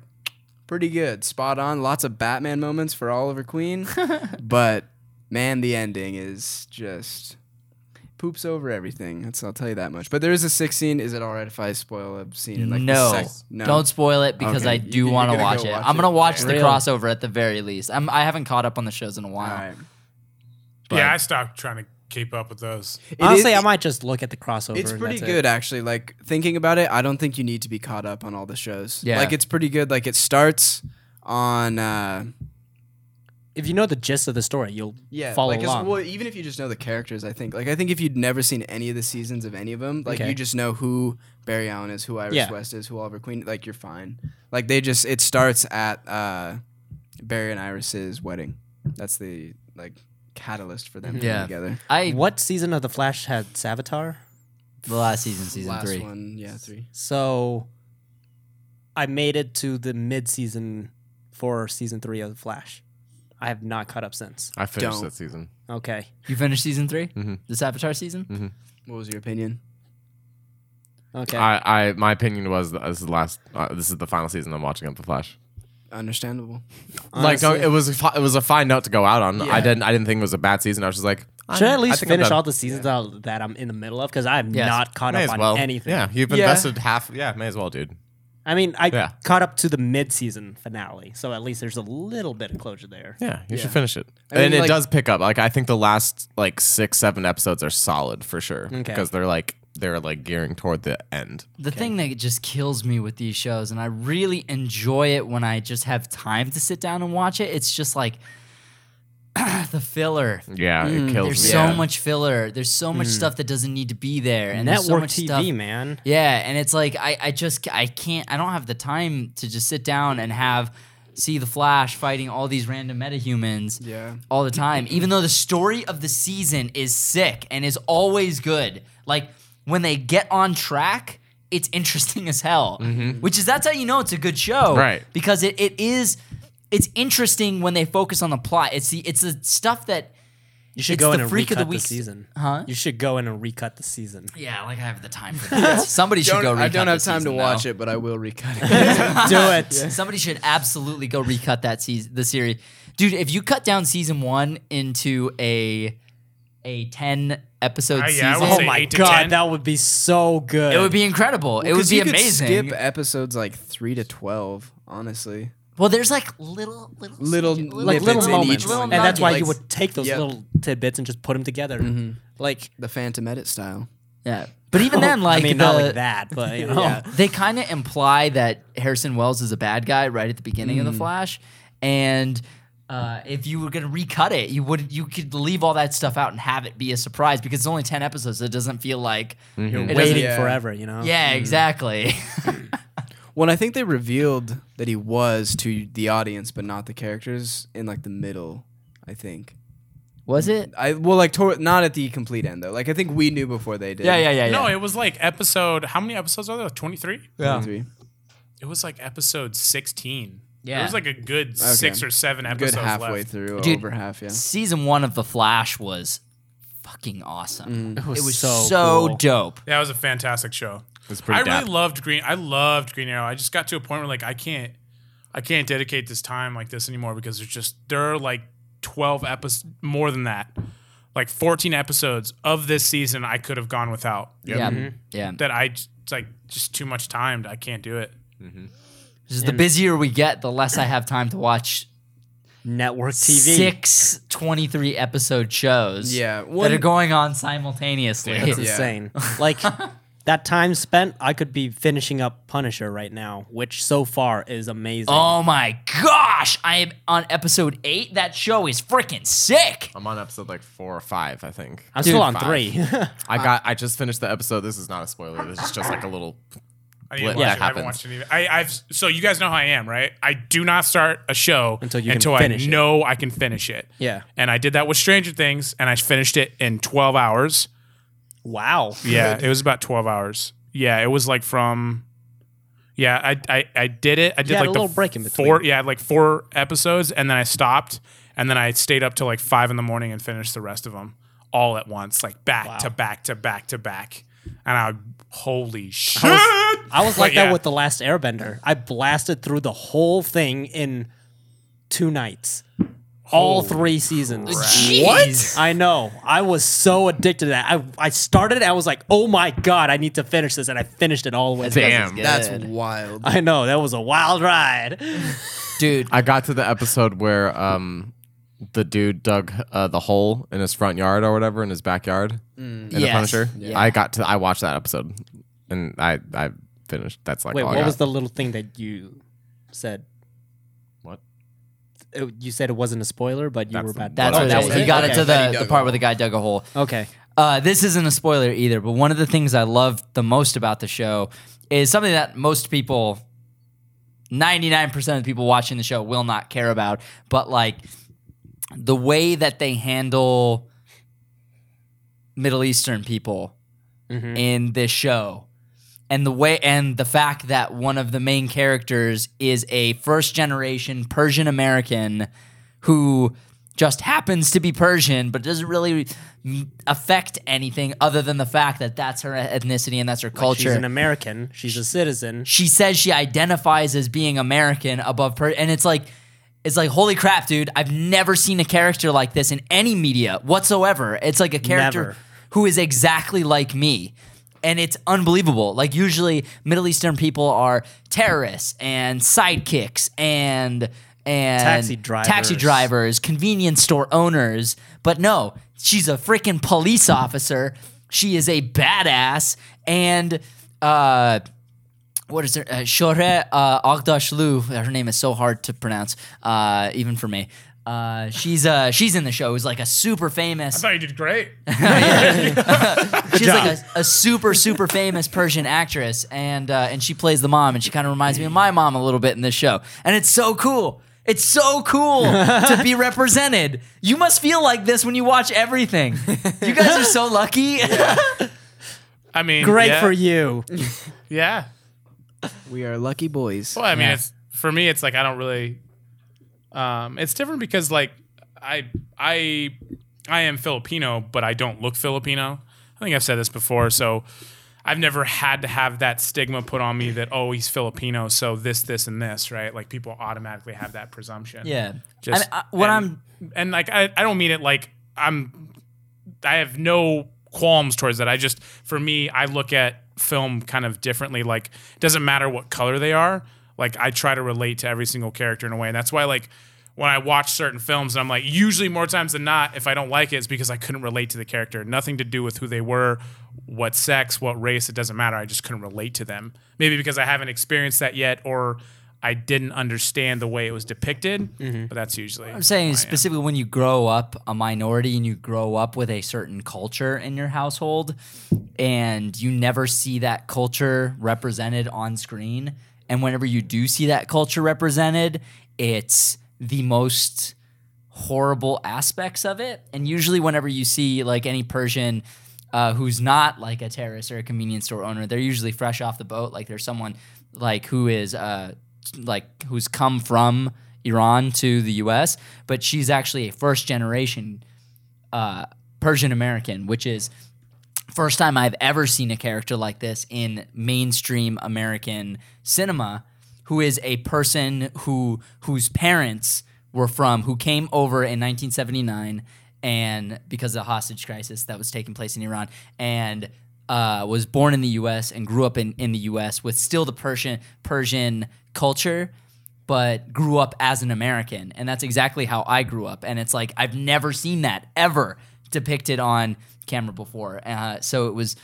Speaker 5: pretty good, spot on. Lots of Batman moments for
Speaker 1: <laughs>
Speaker 5: Oliver Queen, but man, the ending is just poops over everything. That's I'll tell you that much. But there is a sixth scene. Is it all right if I spoil a scene? In, like the
Speaker 1: no.
Speaker 5: sex- no,
Speaker 1: Don't spoil it because
Speaker 5: Okay.
Speaker 1: I
Speaker 5: You-
Speaker 1: do
Speaker 5: you're
Speaker 1: want to
Speaker 5: gonna go
Speaker 1: watch it.
Speaker 5: watch
Speaker 1: I'm
Speaker 5: it?
Speaker 1: going to watch the
Speaker 3: Really?
Speaker 1: crossover at the very least. I'm, I haven't caught up on the shows in a
Speaker 5: All
Speaker 1: while.
Speaker 5: right.
Speaker 1: But-
Speaker 2: yeah, I stopped trying to keep up with those.
Speaker 5: It is-
Speaker 3: Honestly, I might just look at the crossover.
Speaker 5: It's
Speaker 3: and
Speaker 5: pretty
Speaker 3: that's it.
Speaker 5: good actually. Like thinking about it, I don't think you need to be caught up on all the shows.
Speaker 1: Yeah.
Speaker 5: Like it's pretty good. Like it starts on uh
Speaker 3: If you know the gist of the story, you'll
Speaker 5: yeah,
Speaker 3: follow
Speaker 5: like it's-
Speaker 3: along.
Speaker 5: well, even if you just know the characters, I think. Like I think if you'd never seen any of the seasons of any of them, like
Speaker 3: Okay.
Speaker 5: you just know who Barry Allen is, who Iris
Speaker 3: Yeah.
Speaker 5: West is, who Oliver Queen, like you're fine. Like they just it starts at uh Barry and Iris's wedding. That's the like catalyst for them
Speaker 1: Yeah.
Speaker 5: yeah. together.
Speaker 1: I
Speaker 3: What season of The Flash had Savitar?
Speaker 1: the last season, season
Speaker 5: Last
Speaker 1: three.
Speaker 5: one, yeah, three.
Speaker 3: So I made it to the mid season for season three of The Flash. I have not caught up since.
Speaker 6: I finished
Speaker 5: Don't.
Speaker 6: that season.
Speaker 3: Okay.
Speaker 1: You finished season 3
Speaker 6: Mhm.
Speaker 1: This Avatar season?
Speaker 5: What was your opinion?
Speaker 3: Okay.
Speaker 6: I, I my opinion was that this is the last. Uh, this is the final season I'm watching of The Flash.
Speaker 5: Understandable.
Speaker 6: Like no, it was a fi- it was a fine note to go out on.
Speaker 5: Yeah.
Speaker 6: I didn't I didn't think it was a bad season. I was just like, I'm-
Speaker 3: Should I at least
Speaker 6: think I'm
Speaker 3: finish
Speaker 6: done.
Speaker 3: all the seasons that- that I'm in the middle of? Because I'm
Speaker 1: Yes.
Speaker 3: not caught
Speaker 6: May
Speaker 3: up
Speaker 6: as
Speaker 3: on
Speaker 6: well.
Speaker 3: anything.
Speaker 6: Yeah, you've
Speaker 5: Yeah.
Speaker 6: invested half. Yeah, may as well, dude.
Speaker 3: I mean, I
Speaker 6: Yeah.
Speaker 3: caught up to the mid-season finale, so at least there's a little bit of closure there.
Speaker 6: Yeah, you should finish it.
Speaker 5: I mean,
Speaker 6: and
Speaker 5: like-
Speaker 6: it does pick up. Like I think the last like six, seven episodes are solid for sure because they're like they're like gearing toward the end.
Speaker 1: The thing that just kills me with these shows, and I really enjoy it when I just have time to sit down and watch it, it's just like <clears throat> the filler.
Speaker 6: Yeah,
Speaker 3: Hmm.
Speaker 6: it kills
Speaker 1: There's
Speaker 6: me. Mm.
Speaker 1: so
Speaker 6: Yeah.
Speaker 1: much filler. There's so much stuff that doesn't need to be there. And there's so
Speaker 3: Network
Speaker 1: much
Speaker 3: TV,
Speaker 1: stuff.
Speaker 3: man.
Speaker 1: Yeah, and it's like I, I just I can't I don't have the time to just sit down and have see the Flash fighting all these random metahumans
Speaker 5: Yeah.
Speaker 1: all the time. Even though the story of the season is sick and is always good. Like when they get on track, it's interesting <laughs> as hell.
Speaker 5: Mm-hmm.
Speaker 1: Which is that's how you know it's a good show.
Speaker 6: Right.
Speaker 1: Because it, it is it's interesting when they focus on the plot. It's the it's the stuff that
Speaker 3: You should
Speaker 1: It's
Speaker 3: go
Speaker 1: the
Speaker 3: in and
Speaker 1: freak of
Speaker 3: recut
Speaker 1: the
Speaker 3: the,
Speaker 1: week.
Speaker 3: season.
Speaker 1: Huh?
Speaker 3: You should go in and recut
Speaker 1: <laughs>
Speaker 3: the season.
Speaker 1: yeah, like I have the time
Speaker 5: <laughs>
Speaker 1: for that. Somebody should go.
Speaker 5: I
Speaker 1: recut
Speaker 5: don't have
Speaker 1: the
Speaker 5: time
Speaker 1: season,
Speaker 5: to
Speaker 1: though.
Speaker 5: watch it, but I will recut it.
Speaker 3: Do it.
Speaker 1: <laughs> Somebody should absolutely go recut that season, the series, dude. If you cut down season one into a a ten episode
Speaker 2: Uh, yeah, I
Speaker 1: season,
Speaker 2: would
Speaker 3: Oh
Speaker 2: Say
Speaker 3: my
Speaker 2: eight to
Speaker 3: god,
Speaker 2: 10.
Speaker 3: that would be so good.
Speaker 1: it would be incredible. it would
Speaker 5: <laughs> 'Cause
Speaker 1: be
Speaker 5: you could
Speaker 1: amazing.
Speaker 5: skip episodes like three to twelve, honestly.
Speaker 1: Well, there's like little little
Speaker 5: Little
Speaker 1: snippet-
Speaker 3: like little
Speaker 5: in
Speaker 3: moments,
Speaker 5: each
Speaker 1: little
Speaker 5: one.
Speaker 3: and that's why you
Speaker 1: nuggets.
Speaker 3: would take those
Speaker 5: Yep.
Speaker 3: little tidbits and just put them together. Like
Speaker 5: The Phantom Edit style.
Speaker 1: yeah. But even then, like
Speaker 3: Oh, I mean,
Speaker 1: the,
Speaker 3: not like that, but <laughs> you know,
Speaker 1: they kind of imply that Harrison Wells is a bad guy right at the beginning of the Flash, and uh, if you were going to recut it, you would you could leave all that stuff out and have it be a surprise because it's only ten episodes. So it doesn't feel like
Speaker 3: you're
Speaker 1: doesn't-
Speaker 3: waiting
Speaker 5: yeah.
Speaker 3: forever. You know,
Speaker 1: yeah, exactly.
Speaker 5: Well, I think they revealed that he was to the audience, but not the characters in like the middle. I think.
Speaker 1: Was it?
Speaker 5: I well, like toward, not at the complete end though. Like I think we knew before they did.
Speaker 1: Yeah, yeah, yeah, yeah.
Speaker 2: No, it was like episode. How many episodes are there? Twenty three.
Speaker 5: yeah.
Speaker 2: It was like episode sixteen.
Speaker 1: Yeah.
Speaker 2: it was like a good six or seven
Speaker 5: Good
Speaker 2: episodes
Speaker 5: halfway
Speaker 2: left.
Speaker 5: through,
Speaker 1: Dude.
Speaker 5: over half. Yeah.
Speaker 1: Season one of The Flash was fucking awesome. It was, so,
Speaker 3: cool.
Speaker 1: dope.
Speaker 2: That was a fantastic show.
Speaker 6: It's pretty
Speaker 2: I
Speaker 6: dap.
Speaker 2: really loved Green. I loved Green Arrow. I just got to a point where like I can't, I can't dedicate this time like this anymore because there's just there are like twelve episodes more than that, like fourteen episodes of this season I could have gone without.
Speaker 1: Yeah, yeah.
Speaker 2: That I just, it's like just too much time. I can't do it.
Speaker 1: Just the busier we get, the less I have time to watch
Speaker 3: network TV.
Speaker 1: six 23 episode shows.
Speaker 5: Yeah,
Speaker 1: that
Speaker 5: one-
Speaker 1: are going on simultaneously.
Speaker 3: It's insane. Like that time spent, I could be finishing up Punisher right now, which so far is amazing.
Speaker 1: Oh my gosh! I am on episode eight. That show is freaking sick.
Speaker 6: I'm on episode like four or five, I think.
Speaker 3: I'm still on
Speaker 6: five.
Speaker 3: three. <laughs>
Speaker 6: I got. I just finished the episode. This is not a spoiler. This is just like a little.
Speaker 2: I need to
Speaker 6: What
Speaker 2: watch it. I haven't
Speaker 6: happens?
Speaker 2: watched it either. I, I've so you guys know how I am, right? I do not start a show
Speaker 3: Until you can
Speaker 2: until
Speaker 3: finish
Speaker 2: I
Speaker 3: it.
Speaker 2: know I can finish it.
Speaker 3: Yeah.
Speaker 2: and I did that with Stranger Things, and I finished it in twelve hours.
Speaker 3: wow.
Speaker 2: Yeah, it was about twelve hours. Yeah, it was like from. Yeah, I I, I did it. I did
Speaker 3: had
Speaker 2: like
Speaker 3: a
Speaker 2: the
Speaker 3: little break in between.
Speaker 2: Four, yeah, like four episodes, and then I stopped, and then I stayed up till like five in the morning and finished the rest of them all at once, like back to back to back to back. And I, holy shit!
Speaker 3: I was like
Speaker 2: But
Speaker 3: that
Speaker 2: yeah.
Speaker 3: with the last Airbender. I blasted through the whole thing in two nights, all three seasons.
Speaker 1: What?
Speaker 3: I know. I was so addicted to that. I, I started. I was like, oh my god, I need to finish <laughs> this, and I finished it all the way. through.
Speaker 6: Damn.
Speaker 5: That's wild.
Speaker 3: I know that was a wild ride.
Speaker 1: Dude,
Speaker 6: I got to the episode where um, the dude dug uh, the hole in his front yard or whatever in his backyard in the
Speaker 1: Mm. Yes.
Speaker 6: Punisher.
Speaker 1: Yeah.
Speaker 6: I got to. I watched that episode, and I I finished. That's
Speaker 1: Oh,
Speaker 6: like
Speaker 3: Wait,
Speaker 6: all I
Speaker 3: what
Speaker 6: got.
Speaker 3: was the little thing that you said?
Speaker 6: What?
Speaker 3: It- you said it wasn't a spoiler, but you were about.
Speaker 1: that's
Speaker 3: oh,
Speaker 1: what
Speaker 3: that
Speaker 1: it is.
Speaker 3: was
Speaker 1: He
Speaker 3: it?
Speaker 1: got
Speaker 3: okay.
Speaker 1: it to
Speaker 5: Then he
Speaker 1: the, the
Speaker 5: dug
Speaker 1: part
Speaker 5: a
Speaker 1: where the guy dug a hole.
Speaker 3: Okay.
Speaker 1: Uh, this isn't a spoiler either, but one of the things I love the most about the show is something that most people, 99% of the people watching the show, will not care about. But like the way that they handle Middle Eastern people
Speaker 3: Mm-hmm.
Speaker 1: in this show. And the way and the fact that one of the main characters is a first generation Persian American who just happens to be Persian, but doesn't really m- affect anything other than the fact that that's her ethnicity and that's her culture.
Speaker 3: She's an American. She's a citizen.
Speaker 1: she says she identifies as being American above per and it's like it's like holy crap dude I've never seen a character like this in any media whatsoever it's like a character
Speaker 3: Never.
Speaker 1: who is exactly like me and it's unbelievable like usually Middle Eastern people are terrorists and sidekicks and and
Speaker 3: Taxi
Speaker 1: taxi
Speaker 3: drivers.
Speaker 1: drivers convenience store owners but no she's a freaking police officer she is a badass and uh what is her? Uh, Shore uh, Agdashlu. Her name is so hard to pronounce, uh, even for me. Uh, she's uh, she's in the show. Who's like a super
Speaker 2: I
Speaker 1: famous.
Speaker 2: thought you did great.
Speaker 1: She's like a, a super super famous Persian actress, and uh, and she plays the mom, and she kind of reminds me of my mom a little bit in this show, and it's so cool. It's so cool to be represented. You must feel like this when you watch everything. You guys are so lucky.
Speaker 2: I mean,
Speaker 3: Great
Speaker 2: yeah,
Speaker 3: for you.
Speaker 2: Yeah.
Speaker 5: We are lucky boys.
Speaker 2: Well, I mean, it's for me. It's like I don't really. Um, it's different because like I I I am Filipino, but I don't look Filipino. I think I've said this before, so I've never had to have that stigma put on me that oh he's Filipino, so this this and this, right? Like people automatically have that
Speaker 1: <laughs>
Speaker 2: presumption.
Speaker 1: yeah.
Speaker 2: Just
Speaker 1: I, I, what
Speaker 2: and-
Speaker 1: I'm
Speaker 2: and like I, I don't mean it like I'm I have no qualms towards that. I just for me I look at film kind of differently. Like it doesn't matter what color they are. Like I try to relate to every single character in a way. And that's why like when I watch certain films and I'm like usually more times than not if I don't like it it's because I couldn't relate to the character. Nothing to do with who they were, what sex, what race, it doesn't matter. I just couldn't relate to them. Maybe because I haven't experienced that yet or I didn't understand the way it was depicted, but that's usually.
Speaker 1: I'm saying specifically when you grow up a minority and you grow up with a certain culture in your household and you never see that culture represented on screen and whenever you do see that culture represented it's the most horrible aspects of it and usually whenever you see like any Persian uh, who's not like a terrorist or a convenience store owner they're usually fresh off the boat like there's someone like who is uh, like who's come from Iran to the U.S., but she's actually a first generation uh, Persian American, which is first time I've ever seen a character like this in mainstream American cinema, who is a person who whose parents were from who came over in 1979 and because of the hostage crisis that was taking place in Iran and uh, was born in the U.S. and grew up in, in the U.S. with still the Persian Persian culture, but grew up as an American. And that's exactly how I grew up. And it's like, I've never seen that ever depicted on camera before. Uh, so it was,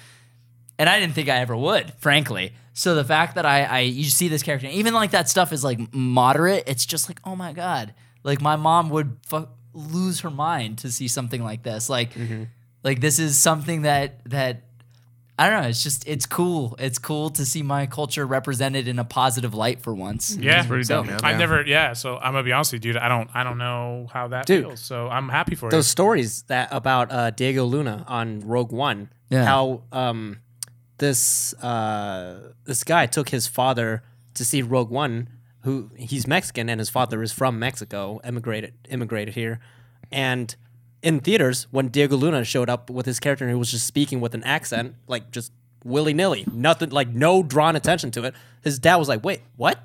Speaker 1: and I didn't think I ever would, frankly. So the fact that I, I you see this character, even like that stuff is like moderate, it's just like, oh my God. Like my mom would fu- lose her mind to see something like this. Like, like this is something that, that, I don't know. It's just it's cool. It's cool to see my culture represented in a positive light for once.
Speaker 2: Yeah,
Speaker 6: dope, man.
Speaker 2: I've
Speaker 6: Yeah.
Speaker 2: never, yeah. So I'm gonna be honest with you, dude. I don't, I don't know how that
Speaker 3: Dude.
Speaker 2: feels. So I'm happy for
Speaker 3: Those stories that about uh, Diego Luna on Rogue One.
Speaker 1: Yeah.
Speaker 3: How um, this uh, this guy took his father to see Rogue One, who he's Mexican and his father is from Mexico, immigrated immigrated here, and in theaters when Diego Luna showed up with his character and he was just speaking with an accent, like just willy nilly, nothing like no drawn attention to it. His dad was like, "Wait, what?"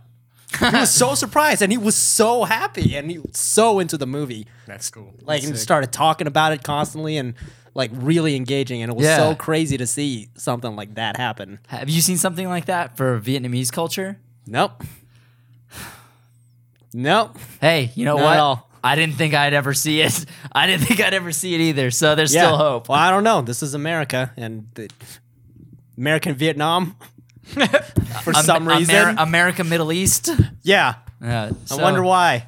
Speaker 3: he was so surprised and he was so happy and he was so into the movie
Speaker 6: That's cool.
Speaker 3: like and started talking about it constantly and like really engaging and it was
Speaker 1: Yeah.
Speaker 3: so crazy to see something like that happen
Speaker 1: Have you seen something like that for Vietnamese culture?
Speaker 3: nope nope
Speaker 1: Hey, you know
Speaker 3: Not
Speaker 1: what?
Speaker 3: at all.
Speaker 1: I didn't think I'd ever see it. <laughs> I didn't think I'd ever see it either. So there's
Speaker 3: yeah
Speaker 1: still hope.
Speaker 3: well i don't know this is america and the
Speaker 1: <laughs>
Speaker 3: american vietnam for
Speaker 1: Am-
Speaker 3: some
Speaker 1: Amer-
Speaker 3: reason
Speaker 1: America, Middle East. <laughs>
Speaker 3: yeah
Speaker 1: Uh,
Speaker 3: i
Speaker 1: so-
Speaker 3: wonder why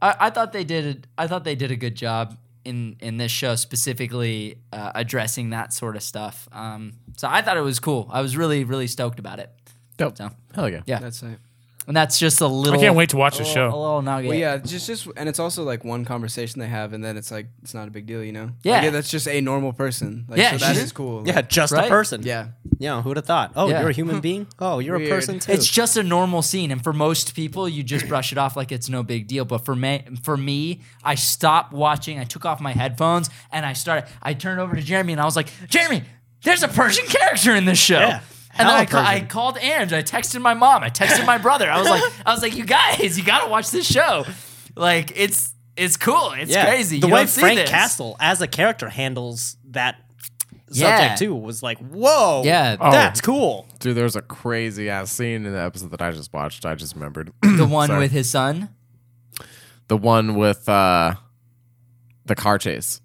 Speaker 1: I, I thought they did. A, I thought they did a good job in in this show specifically uh, addressing that sort of stuff. Um, so I thought it was cool. I was really really stoked about it.
Speaker 6: Dope.
Speaker 1: So,
Speaker 6: Hell yeah.
Speaker 1: yeah.
Speaker 5: That's it.
Speaker 1: And that's just a little.
Speaker 2: can't wait to watch this
Speaker 1: a
Speaker 2: show.
Speaker 1: little- A little nugget.
Speaker 5: Well, yeah, just just and it's also like one conversation they have, and then it's like it's not a big deal, you know? Like,
Speaker 1: Yeah.
Speaker 5: that's just a normal person. Like,
Speaker 1: Yeah,
Speaker 5: so that
Speaker 1: she's-
Speaker 5: is cool.
Speaker 3: Yeah,
Speaker 5: Like,
Speaker 3: just
Speaker 1: Right?
Speaker 3: a person.
Speaker 5: yeah.
Speaker 3: Yeah, who'd have thought? Oh,
Speaker 1: Yeah.
Speaker 3: you're a
Speaker 1: <laughs>
Speaker 3: human being? Oh, you're
Speaker 5: Weird.
Speaker 3: a person too.
Speaker 1: It's just a normal scene, and for most people, you
Speaker 3: <clears throat>
Speaker 1: just brush it off like it's no big deal. But for me, for me, I stopped watching. I took off my headphones and I started. I turned over to Jeremy and I was like, "Jeremy, there's a Persian character in this show."
Speaker 3: Yeah.
Speaker 1: And then
Speaker 3: Hella
Speaker 1: I, ca- I
Speaker 3: Persian.
Speaker 1: called Ange. I texted my mom. I texted my brother. I was
Speaker 3: <laughs>
Speaker 1: like, I was like, "You guys, you gotta watch this show. Like, it's it's cool. It's
Speaker 3: Yeah.
Speaker 1: crazy.
Speaker 3: The
Speaker 1: You
Speaker 3: way
Speaker 1: don't see
Speaker 3: Frank
Speaker 1: this.
Speaker 3: Castle as a character handles that
Speaker 1: Yeah.
Speaker 3: subject too was like, whoa,
Speaker 1: Yeah. Oh.
Speaker 3: that's cool.
Speaker 6: Dude, there's a crazy ass scene in the episode that I just watched. I just remembered
Speaker 1: <clears throat> the one
Speaker 6: Sorry.
Speaker 1: with his son.
Speaker 6: the one with uh, the car chase.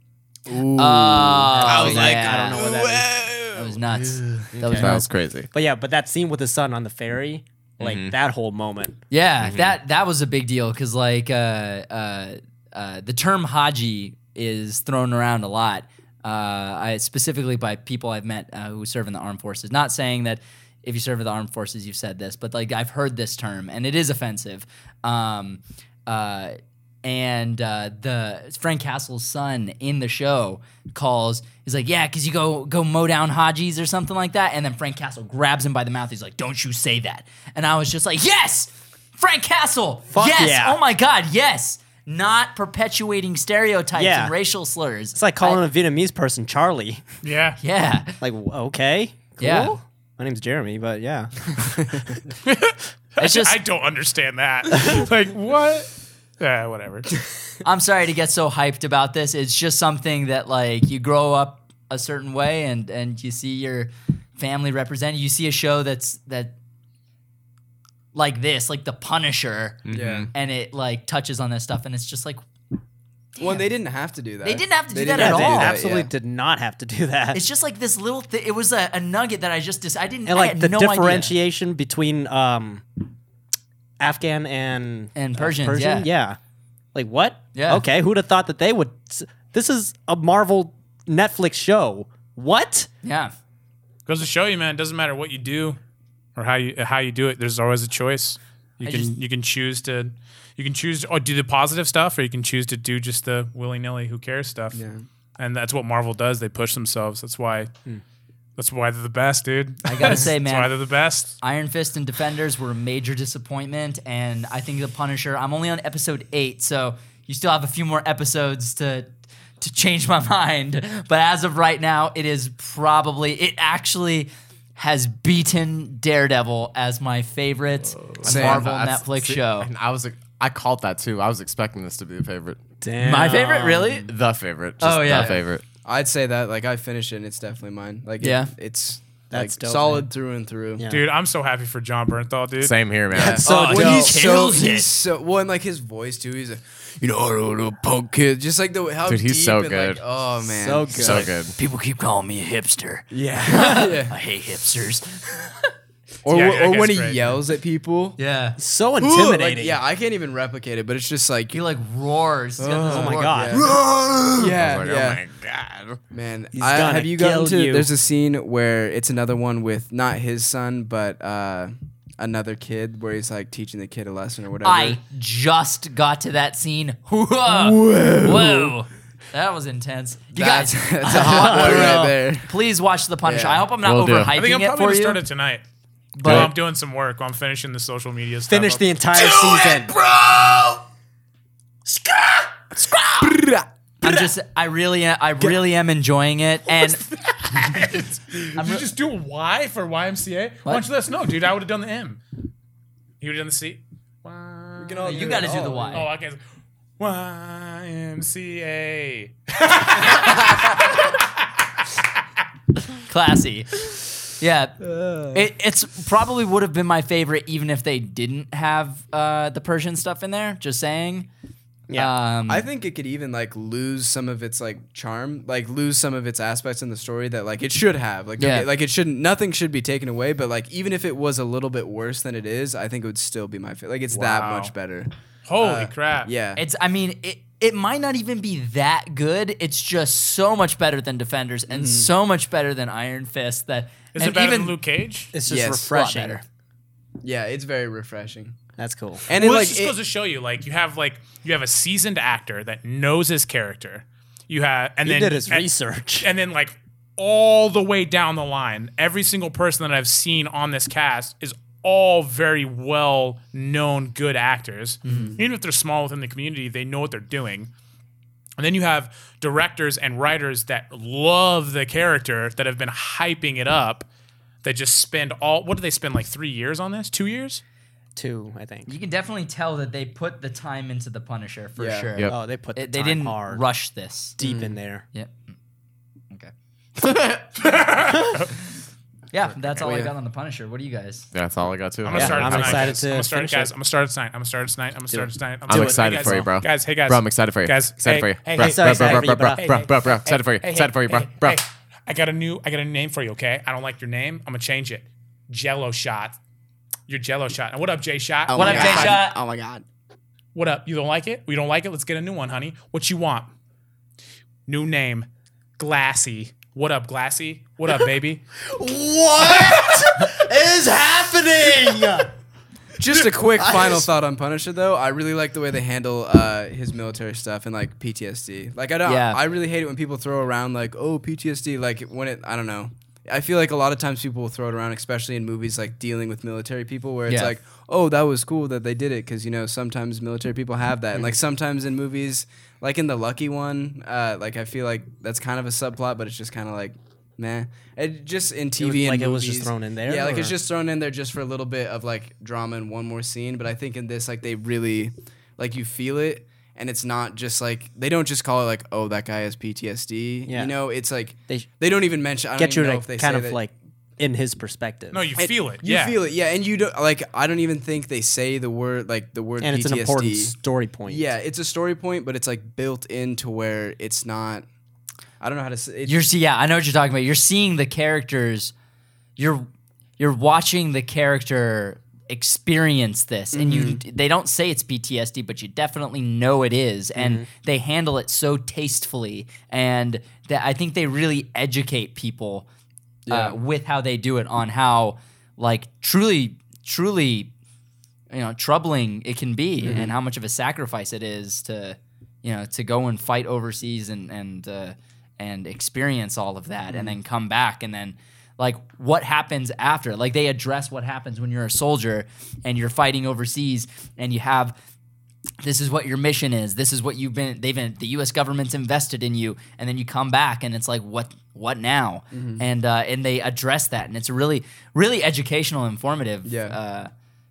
Speaker 1: Oh, I
Speaker 6: was like,
Speaker 1: yeah.
Speaker 3: I don't know what that is.
Speaker 1: That was nuts. That was
Speaker 6: That
Speaker 1: nuts.
Speaker 6: was crazy.
Speaker 3: But yeah, but that scene with his son on the ferry, like
Speaker 1: Mm-hmm.
Speaker 3: that whole moment.
Speaker 1: Yeah, that that was a big deal because like uh, uh, uh, the term Haji is thrown around a lot, uh, I, specifically by people I've met uh, who serve in the armed forces. Not saying that if you serve in the armed forces, you've said this, but like I've heard this term and it is offensive. Um, uh, and uh, the Frank Castle's son in the show calls. He's like, "Yeah, because you go go mow down Hajis or something like that." And then Frank Castle grabs him by the mouth. He's like, "Don't you say that!" And I was just like, "Yes, Frank Castle. yes.
Speaker 3: yeah."
Speaker 1: Oh my God. Yes. Not perpetuating stereotypes
Speaker 3: Yeah.
Speaker 1: and racial slurs.
Speaker 3: It's like calling a Vietnamese person Charlie. <laughs>
Speaker 2: Yeah.
Speaker 1: yeah.
Speaker 3: Like, w- okay, cool.
Speaker 1: Yeah.
Speaker 3: My name's Jeremy, but yeah,
Speaker 1: It's just
Speaker 2: I don't
Speaker 1: <laughs>
Speaker 2: understand that. <laughs> like what? Yeah, whatever.
Speaker 1: I'm sorry to get so hyped about this. It's just something that like you grow up a certain way and and you see your family represented. You see a show that's that like this, like The Punisher,
Speaker 5: Yeah.
Speaker 1: and it like touches on this stuff, and it's just like
Speaker 5: Well, they didn't have to do that.
Speaker 1: They didn't have to do that
Speaker 5: didn't
Speaker 1: at
Speaker 5: have to do
Speaker 1: all.
Speaker 5: that,
Speaker 3: absolutely
Speaker 5: yeah.
Speaker 3: did not have to do that.
Speaker 1: it's just like this little. Th- it was a, a nugget that I just dis- I didn't
Speaker 3: and
Speaker 1: I
Speaker 3: like
Speaker 1: had
Speaker 3: the
Speaker 1: no idea.
Speaker 3: differentiation between um, Afghan and
Speaker 1: And
Speaker 3: uh,
Speaker 1: Persians, yeah.
Speaker 3: Persian, Like what?
Speaker 1: Yeah.
Speaker 3: Okay, who'd have thought that they would? s- This is a Marvel Netflix show. What?
Speaker 1: Yeah,
Speaker 2: Goes to show you, man. It doesn't matter what you do or how you how you do it. There's always a choice. You
Speaker 1: I
Speaker 2: can
Speaker 1: just-
Speaker 2: you can choose to you can choose to or do the positive stuff, or you can choose to do just the willy nilly who cares stuff. Yeah. And that's what Marvel does. They push themselves. That's why. That's why they're the best, dude. I
Speaker 1: Hmm. gotta say,
Speaker 2: <laughs> That's why
Speaker 1: man.
Speaker 2: they're the best.
Speaker 1: Iron Fist and Defenders were a major disappointment, and I think The Punisher. I'm only on episode eight, so you still have a few more episodes to to change my <laughs> mind. But as of right now, it is probably it actually has beaten Daredevil as my favorite Marvel
Speaker 6: That's-
Speaker 1: Netflix
Speaker 6: see,
Speaker 1: show.
Speaker 6: And I was like, I called that too. I was expecting this to be the favorite.
Speaker 3: Damn.
Speaker 1: My favorite, really?
Speaker 6: The favorite. Just
Speaker 1: Oh, yeah.
Speaker 6: The favorite.
Speaker 5: I'd say that like I finish it and it's definitely mine. Like it-
Speaker 1: Yeah.
Speaker 5: it's
Speaker 3: That's
Speaker 5: like
Speaker 3: dope,
Speaker 5: solid through and through.
Speaker 3: Yeah.
Speaker 2: Dude, I'm so happy for John Bernthal, <laughs> dude.
Speaker 6: Same here, man.
Speaker 3: That's so
Speaker 2: Oh,
Speaker 3: dope.
Speaker 5: Well, he's
Speaker 1: He
Speaker 5: so,
Speaker 1: kills it.
Speaker 5: he's so well, and like his voice too. He's a you know a little
Speaker 1: Oh,
Speaker 5: punk kid, just like the how
Speaker 6: Dude, he's
Speaker 5: deep
Speaker 6: so
Speaker 5: and,
Speaker 6: good.
Speaker 5: Like, oh man,
Speaker 3: So
Speaker 5: <laughs>
Speaker 3: good.
Speaker 6: so good.
Speaker 1: People keep calling me a hipster. I hate hipsters.
Speaker 5: Or,
Speaker 2: Yeah,
Speaker 5: wh-
Speaker 2: that
Speaker 5: or
Speaker 2: guy's
Speaker 5: when he
Speaker 2: great.
Speaker 5: yells at people,
Speaker 1: Yeah.
Speaker 3: so
Speaker 5: Ooh, like,
Speaker 3: intimidating.
Speaker 5: yeah, I can't even replicate it, but it's just like
Speaker 1: He
Speaker 5: yeah,
Speaker 1: like roars.
Speaker 3: Oh my god.
Speaker 5: yeah.
Speaker 6: Like, Oh my god.
Speaker 5: Man,
Speaker 3: He's
Speaker 5: I,
Speaker 3: gonna
Speaker 5: have you gotten
Speaker 3: kill
Speaker 5: to?
Speaker 3: you.
Speaker 5: There's a scene where it's another one with not his son, but uh, another kid, where he's like teaching the kid a lesson or whatever.
Speaker 1: I just got to that scene. <laughs> Whoa. Whoa. That was intense. You
Speaker 5: that's,
Speaker 1: guys,
Speaker 5: that's a hot boy right there.
Speaker 1: please watch The Punisher.
Speaker 5: Yeah.
Speaker 1: I hope I'm not
Speaker 6: Will do.
Speaker 1: overhyping
Speaker 2: I think I'm
Speaker 1: it
Speaker 2: probably
Speaker 1: for
Speaker 2: gonna
Speaker 1: you.
Speaker 2: start it tonight.
Speaker 1: but
Speaker 2: While I'm doing some work, while I'm finishing the social media stuff.
Speaker 3: Finish
Speaker 2: up.
Speaker 3: the entire season.
Speaker 1: I'm just, I really, I really am enjoying it. And
Speaker 2: Did you just do a Y for YMCA? Why
Speaker 1: What?
Speaker 2: don't you let us know, dude? I would have done the M. He would have done the C.
Speaker 1: you got to do the
Speaker 2: Oh,
Speaker 1: Y.
Speaker 2: I guess. YMCA.
Speaker 1: Classy. Yeah. It, it's probably would have been my favorite even if they didn't have uh, the Persian stuff in there. Just saying.
Speaker 3: Yeah.
Speaker 1: Um,
Speaker 5: I think it could even like lose some of its like charm, like lose some of its aspects in the story that like it should have. Like
Speaker 1: Yeah.
Speaker 5: okay, like it shouldn't nothing should be taken away, but like even if it was a little bit worse than it is, I think it would still be my favorite. Like it's that
Speaker 2: Wow.
Speaker 5: much better.
Speaker 2: Holy crap.
Speaker 5: Yeah.
Speaker 1: It's I mean it it might not even be that good. It's just so much better than Defenders and so much better than Iron Fist that
Speaker 2: Is
Speaker 1: and
Speaker 2: it better
Speaker 1: even
Speaker 2: than Luke Cage?
Speaker 3: It's just
Speaker 5: Yes.
Speaker 1: a lot
Speaker 3: refreshing.
Speaker 1: better.
Speaker 5: yeah, it's very refreshing.
Speaker 3: That's cool.
Speaker 5: And
Speaker 2: well,
Speaker 5: it,
Speaker 2: this
Speaker 5: like
Speaker 2: just goes
Speaker 5: it,
Speaker 2: to show you, like you have like you have a seasoned actor that knows his character. You have, and
Speaker 3: He
Speaker 2: then
Speaker 3: did his
Speaker 2: and-
Speaker 3: research.
Speaker 2: and then like all the way down the line, every single person that I've seen on this cast is all very well known good actors. Even if they're small within the community, they know what they're doing. And then you have directors and writers that love the character that have been hyping it up. That just spend all what do they spend like three years on this? Two years?
Speaker 3: Two, I think.
Speaker 1: You can definitely tell that they put the time into the Punisher for
Speaker 5: Yeah.
Speaker 1: sure.
Speaker 6: Yep.
Speaker 3: Oh, they put the
Speaker 1: It- they
Speaker 3: time
Speaker 1: didn't mm.
Speaker 3: hard
Speaker 1: rush this.
Speaker 3: deep in there.
Speaker 1: Yep. Okay. <laughs> yeah, that's all I got on the Punisher. What do you guys?
Speaker 6: That's all I got to.
Speaker 2: I'm gonna start it
Speaker 3: I'm
Speaker 2: tonight,
Speaker 3: excited
Speaker 2: guys.
Speaker 3: to
Speaker 2: I'm gonna start it,
Speaker 3: finish
Speaker 2: guys.
Speaker 3: it.
Speaker 2: I'm gonna start it tonight. I'm gonna start it tonight. I'm gonna start it tonight. I'm
Speaker 6: I'm
Speaker 2: gonna
Speaker 6: excited
Speaker 2: guys,
Speaker 6: for you, bro.
Speaker 2: Guys, hey guys,
Speaker 6: Bro, I'm excited for you.
Speaker 2: guys.
Speaker 6: excited
Speaker 2: hey,
Speaker 6: for you.
Speaker 2: Hey,
Speaker 6: bro,
Speaker 2: hey,
Speaker 6: bro,
Speaker 3: sorry,
Speaker 6: bro,
Speaker 3: sorry
Speaker 6: bro,
Speaker 3: for you,
Speaker 6: bro,
Speaker 3: bro.
Speaker 6: bro, bro, bro, excited for you.
Speaker 2: hey,
Speaker 6: Excited for you, bro,
Speaker 2: hey,
Speaker 6: bro.
Speaker 2: hey. I got a new. I got a name for you. Okay, I don't like your name. I'm gonna change it. Jello shot. Your Jello shot. And what up, Jay Shot?
Speaker 1: What
Speaker 5: my
Speaker 1: up, Jay
Speaker 5: God.
Speaker 1: Shot?
Speaker 5: Oh my god.
Speaker 2: What up? You don't like it? We don't like it. Let's get a new one, honey. What you want? New name, Glassy. What up, Glassy? What up,
Speaker 6: <laughs>
Speaker 2: baby?
Speaker 3: Is happening.
Speaker 5: Just a quick final thought on Punisher, though. I really like the way they handle uh, his military stuff and like PTSD. Like I don't,
Speaker 1: Yeah.
Speaker 5: I really hate it when people throw around like, oh PTSD. Like when it, I don't know. I feel like a lot of times people will throw it around, especially in movies like dealing with military people, where it's
Speaker 1: Yeah.
Speaker 5: like, oh, that was cool that they did it, because you know sometimes military people have that, and
Speaker 3: Mm-hmm.
Speaker 5: like sometimes in movies, like in the Lucky one, uh, like I feel like that's kind of a subplot, but it's just kind of like, meh. It just in TV and
Speaker 3: like it was
Speaker 5: movies,
Speaker 3: just thrown in there,
Speaker 5: Yeah, like it's
Speaker 3: or-
Speaker 5: just just thrown in there just for a little bit of like drama and one more scene. But I think in this, like they really, like you feel it, and it's not just like they don't just call it like, oh, that guy has PTSD.
Speaker 3: Yeah.
Speaker 5: You know, it's like
Speaker 3: They
Speaker 5: they,
Speaker 3: sh-
Speaker 5: don't even mention. I don't
Speaker 3: Get
Speaker 5: even
Speaker 3: you
Speaker 5: know if they
Speaker 3: like, kind
Speaker 5: say
Speaker 3: of
Speaker 5: that-
Speaker 3: like in his perspective.
Speaker 2: No, you
Speaker 5: It-
Speaker 2: feel it.
Speaker 5: You
Speaker 2: yeah.
Speaker 5: feel it, yeah, and you don't like. I don't even think they say the word like the word
Speaker 3: and it's
Speaker 5: PTSD.
Speaker 3: an important story point.
Speaker 5: Yeah, it's a story point, but it's like built into where it's not. I don't know how to say. It,
Speaker 1: You're see, yeah, I know what you're talking about. You're seeing the characters. You're you're watching the character experience this, and you they don't say it's PTSD, but you definitely know it is, and they handle it so tastefully, and that I think they really educate people uh, with how they do it on how like truly truly you know troubling it can be and how much of a sacrifice it is to you know to go and fight overseas and and uh, and experience all of that and then come back and then like what happens after like they address what happens when you're a soldier and you're fighting overseas and you have this is what your mission is this is what you've been they've been the us government's invested in you and then you come back and it's like what what now and uh, and they address that and it's really really educational and informative
Speaker 5: Yeah.
Speaker 1: uh,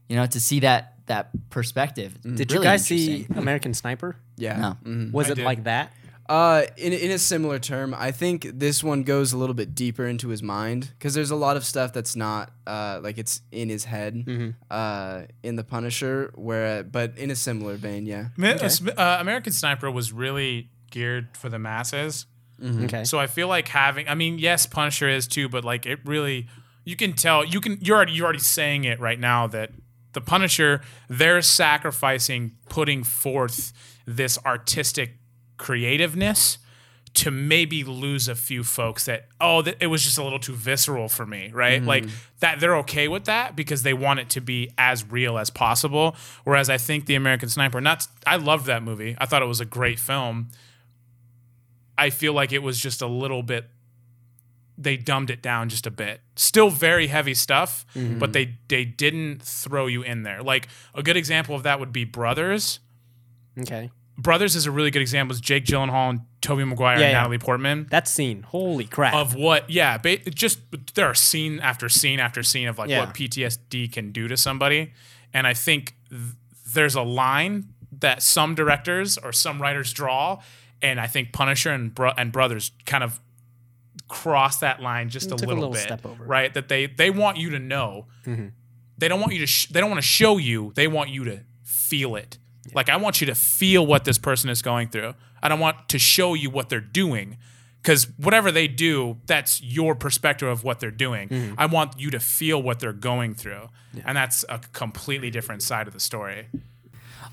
Speaker 1: you know to see that that perspective
Speaker 3: Did you guys see American Sniper?
Speaker 5: yeah.
Speaker 1: no
Speaker 3: Was
Speaker 2: I
Speaker 3: it
Speaker 2: did.
Speaker 3: like that?
Speaker 5: Uh, in in a similar term, I think this one goes a little bit deeper into his mind because there's a lot of stuff that's not uh like it's in his head uh in the Punisher where but in a similar vein, yeah.
Speaker 2: Mi- uh, Sm- uh, American Sniper was really geared for the masses.
Speaker 3: Okay.
Speaker 2: So I feel like having, I mean, yes, Punisher is too, but like it really, you can tell, you can, you're already, you're already saying it right now that the Punisher, they're sacrificing putting forth this artistic creativeness to maybe lose a few folks that, oh, that it was just a little too visceral for me, right? Like that they're okay with that because they want it to be as real as possible. Whereas I think The American Sniper, not, I loved that movie. I thought it was a great film. I feel like it was just a little bit they dumbed it down just a bit. Still very heavy stuff,
Speaker 3: Mm-hmm.
Speaker 2: but they they didn't throw you in there. Like a good example of that would be Brothers.
Speaker 3: Okay.
Speaker 2: Brothers is a really good example. It's Jake Gyllenhaal and Tobey Maguire
Speaker 3: Yeah,
Speaker 2: and
Speaker 3: yeah.
Speaker 2: Natalie Portman
Speaker 3: That scene. Holy crap.
Speaker 2: of what yeah ba- just there are scene after scene after scene of like
Speaker 3: Yeah.
Speaker 2: what ptsd can do to somebody and i think th- there's a line that some directors or some writers draw and i think punisher and, Bro- and brothers kind of cross that line just a
Speaker 3: Mm, Took a
Speaker 2: little,
Speaker 3: little
Speaker 2: bit
Speaker 3: step over.
Speaker 2: right that they they want you to know they don't want you to sh- they don't want to show you they want you to feel it like i want you to feel what this person is going through i don't want to show you what they're doing because whatever they do that's your perspective of what they're doing i want you to feel what they're going through and that's a completely different side of the story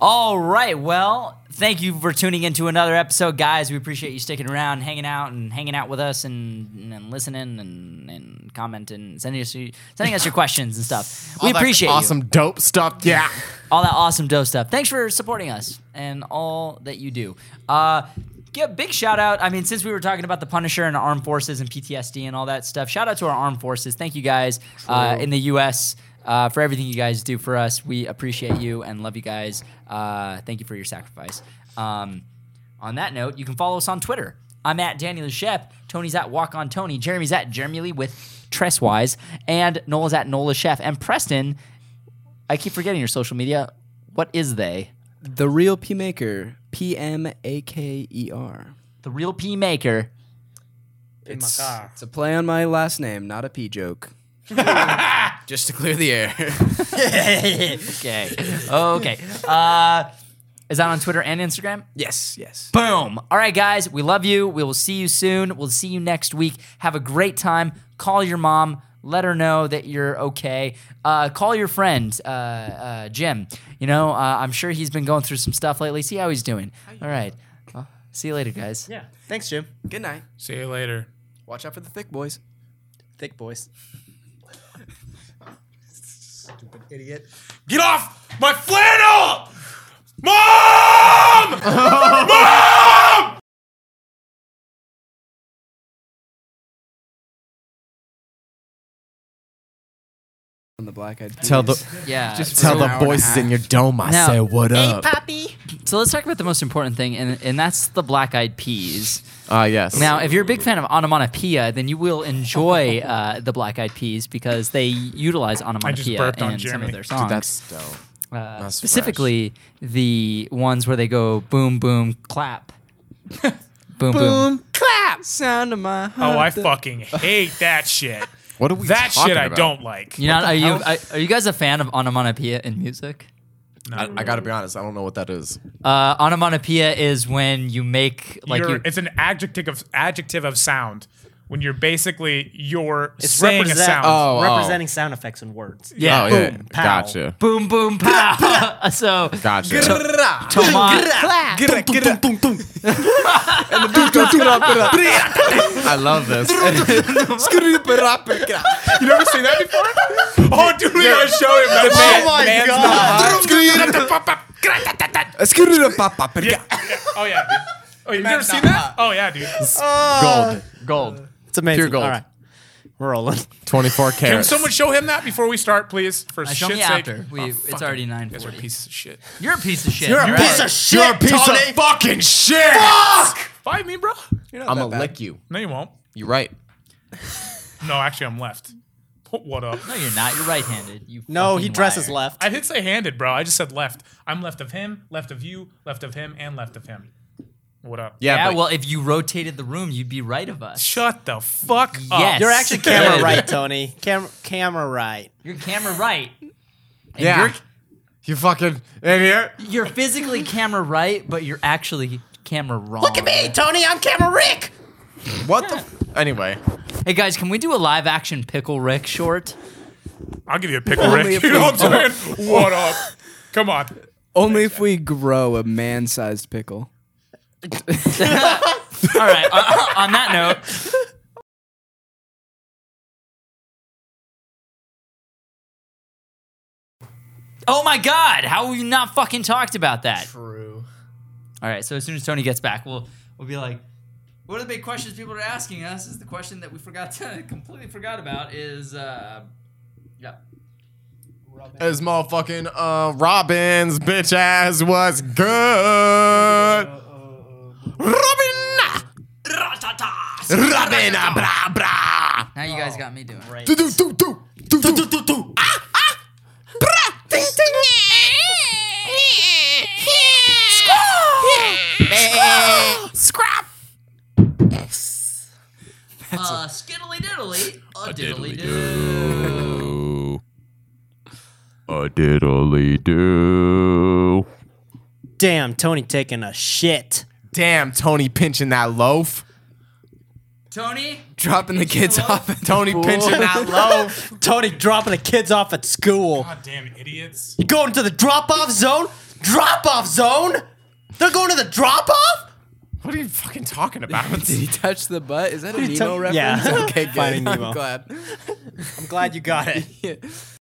Speaker 1: All right. Well, thank you for tuning into another episode, guys. We appreciate you sticking around, hanging out, and hanging out with us, and and listening, and and commenting, sending us your- sending us your questions and stuff. we
Speaker 6: All that
Speaker 1: appreciate you.
Speaker 6: awesome dope stuff. Yeah.
Speaker 1: all that awesome dope stuff. Thanks for supporting us and all that you do. Uh, Give big shout out. I mean, since we were talking about the Punisher and armed forces and PTSD and all that stuff, shout out to our armed forces. Thank you guys uh, in the U.S. Uh, for everything you guys do for us. We appreciate you and love you guys. Uh, thank you for your sacrifice. Um, on that note, you can follow us on Twitter. I'm at Daniel Shep. Tony's at Walk on Tony. Jeremy's at Jeremy Lee with Tresswise, and Nola's at Nola Chef. And Preston I keep forgetting your social media. What is they?
Speaker 5: The real P Maker. P M A K E R.
Speaker 1: The real P Maker.
Speaker 5: It's,
Speaker 3: Ah.
Speaker 5: it's a play on my last name, not a pee joke. Just to clear the air.
Speaker 1: Okay. okay. Uh, is that on Twitter and Instagram?
Speaker 5: yes, yes.
Speaker 1: Boom. All right, guys. We love you. We will see you soon. We'll see you next week. Have a great time. Call your mom. Let her know that you're okay. Uh, call your friend, uh, uh, Jim. You know, uh, I'm sure he's been going through some stuff lately. See how he's doing. All right. Well, see you later, guys.
Speaker 3: Yeah. Thanks, Jim.
Speaker 5: Good night.
Speaker 2: See you later.
Speaker 5: Watch out for the thick boys.
Speaker 3: Thick voice.
Speaker 2: Get off my flannel, mom! mom!
Speaker 5: On the black eyed
Speaker 6: Tell the
Speaker 1: Yeah.
Speaker 6: tell
Speaker 5: an
Speaker 6: the
Speaker 5: hour and a
Speaker 6: voices in
Speaker 5: half.
Speaker 6: your dome I
Speaker 1: Now-
Speaker 6: say what up.
Speaker 1: So let's talk about the most important thing, and, and that's the black eyed peas.
Speaker 6: Ah yes.
Speaker 1: Now, if you're a big fan of onomatopoeia, then you will enjoy uh, the Black Eyed Peas because they utilize onomatopoeia
Speaker 2: burped
Speaker 1: in
Speaker 2: on
Speaker 1: some of
Speaker 2: Jeremy.
Speaker 1: their
Speaker 6: Dude,
Speaker 1: songs.
Speaker 6: that's dope.
Speaker 1: Uh,
Speaker 6: that's
Speaker 1: specifically the ones where they go boom, boom, clap, boom, boom,
Speaker 5: clap sound of my heart.
Speaker 2: Oh, I
Speaker 6: <laughs>
Speaker 2: fucking hate that shit.
Speaker 6: What are we
Speaker 2: that
Speaker 6: talking
Speaker 2: shit I
Speaker 6: about?
Speaker 2: don't like.
Speaker 1: You know, are you are, are you guys a fan of onomatopoeia in music?
Speaker 6: I, I gotta be honest. I don't know what that is.
Speaker 1: Uh, onomatopoeia is when you make like
Speaker 2: You're-
Speaker 1: you.
Speaker 2: it's an adjective of adjective of sound. When you're basically you're saying a
Speaker 3: represent-
Speaker 2: sound.
Speaker 6: Oh,
Speaker 3: Representing sound effects and words.
Speaker 1: yeah,
Speaker 6: Oh, yeah.
Speaker 3: Boom, pow.
Speaker 6: Gotcha.
Speaker 1: boom, boom, pow. <laughs> so,
Speaker 2: <laughs>
Speaker 6: Gotcha.
Speaker 1: Tomas,
Speaker 6: I love
Speaker 5: <laughs>
Speaker 6: this.
Speaker 2: You never seen that before? oh, dude, we gotta show him
Speaker 6: Oh
Speaker 2: that. man- man's not- <laughs> yeah. Oh yeah. Oh, you've never seen that? Oh yeah, dude.
Speaker 6: gold. Gold.
Speaker 3: It's amazing.
Speaker 6: Pure gold.
Speaker 3: All right. We're rolling.
Speaker 6: 24
Speaker 2: Can
Speaker 6: carats.
Speaker 2: someone show him that before we start, please? For
Speaker 1: Uh, show
Speaker 2: shit's
Speaker 1: me
Speaker 2: sake. Oh,
Speaker 1: after. We, it's
Speaker 2: fucking-
Speaker 1: already nine
Speaker 2: You guys are a
Speaker 1: forty.
Speaker 2: piece of shit.
Speaker 1: You're a piece of shit.
Speaker 3: You're
Speaker 1: right?
Speaker 3: piece of shit. You're a piece
Speaker 6: Tony. fucking shit.
Speaker 2: Fight me, bro.
Speaker 6: I'm gonna lick you.
Speaker 2: No, you won't.
Speaker 6: You're right.
Speaker 2: No, actually, I'm left. What
Speaker 6: <laughs>
Speaker 2: up?
Speaker 1: No, you're not. You're right-handed. You
Speaker 3: No,
Speaker 1: fucking
Speaker 3: he dresses
Speaker 1: liar.
Speaker 3: left.
Speaker 2: I didn't say handed, bro. I just said left. I'm left of him, left of you, left of him, and left of him. What up?
Speaker 1: Yeah,
Speaker 6: but
Speaker 1: well, if you rotated the room, you'd be right of us.
Speaker 2: Shut the fuck up.
Speaker 1: Yes.
Speaker 3: You're actually
Speaker 1: Good.
Speaker 3: camera right, Tony. Cam- camera right.
Speaker 1: You're camera right. And
Speaker 6: yeah. You're, you fucking idiot.
Speaker 1: You're, you're physically camera right, but you're actually camera wrong. Look at me.
Speaker 3: Tony, I'm camera Rick.
Speaker 6: What the? <laughs> F- anyway.
Speaker 1: Hey guys, can we do a live action pickle Rick short?
Speaker 2: I'll give you a pickle, Rick. <laughs> You know what I'm saying? What up? Come on.
Speaker 5: Only if we grow a man sized pickle.
Speaker 1: All right. uh, <laughs> on that note. Oh my God! How have we not fucking talked about that?
Speaker 5: True.
Speaker 1: All right. So as soon as Tony gets back, we'll we'll be like, what are the big questions people are asking us? Is the question that we forgot to <laughs> completely forgot about is, uh, yeah.
Speaker 6: As motherfucking uh, Robin's bitch ass was good. Robin. Robin. ah, Bra bra.
Speaker 1: Now you guys got me doing. Right.
Speaker 6: Do do do do do do do do. Ah ah. Bra. Ding ding. Squaw. Scrap.
Speaker 1: Uh, skiddly diddly, a diddly doo.
Speaker 6: do. A diddly do.
Speaker 3: Damn, Tony taking a shit.
Speaker 6: Damn, Tony pinching that loaf.
Speaker 1: Tony,
Speaker 5: Dropping the kids off. at the
Speaker 6: Tony
Speaker 5: pool.
Speaker 6: pinching that
Speaker 5: <laughs>
Speaker 6: loaf.
Speaker 3: Tony dropping the kids off at school.
Speaker 2: Goddamn idiots.
Speaker 3: You going to the drop off zone? drop off zone. They're going to the drop off.
Speaker 6: What are you fucking talking about?
Speaker 5: Did he touch the butt? Is that a Nemo
Speaker 3: touch-
Speaker 5: reference?
Speaker 3: Yeah.
Speaker 5: Okay, good. <laughs>
Speaker 3: Finding
Speaker 5: I'm
Speaker 3: Nemo.
Speaker 5: glad.
Speaker 3: I'm glad you got it.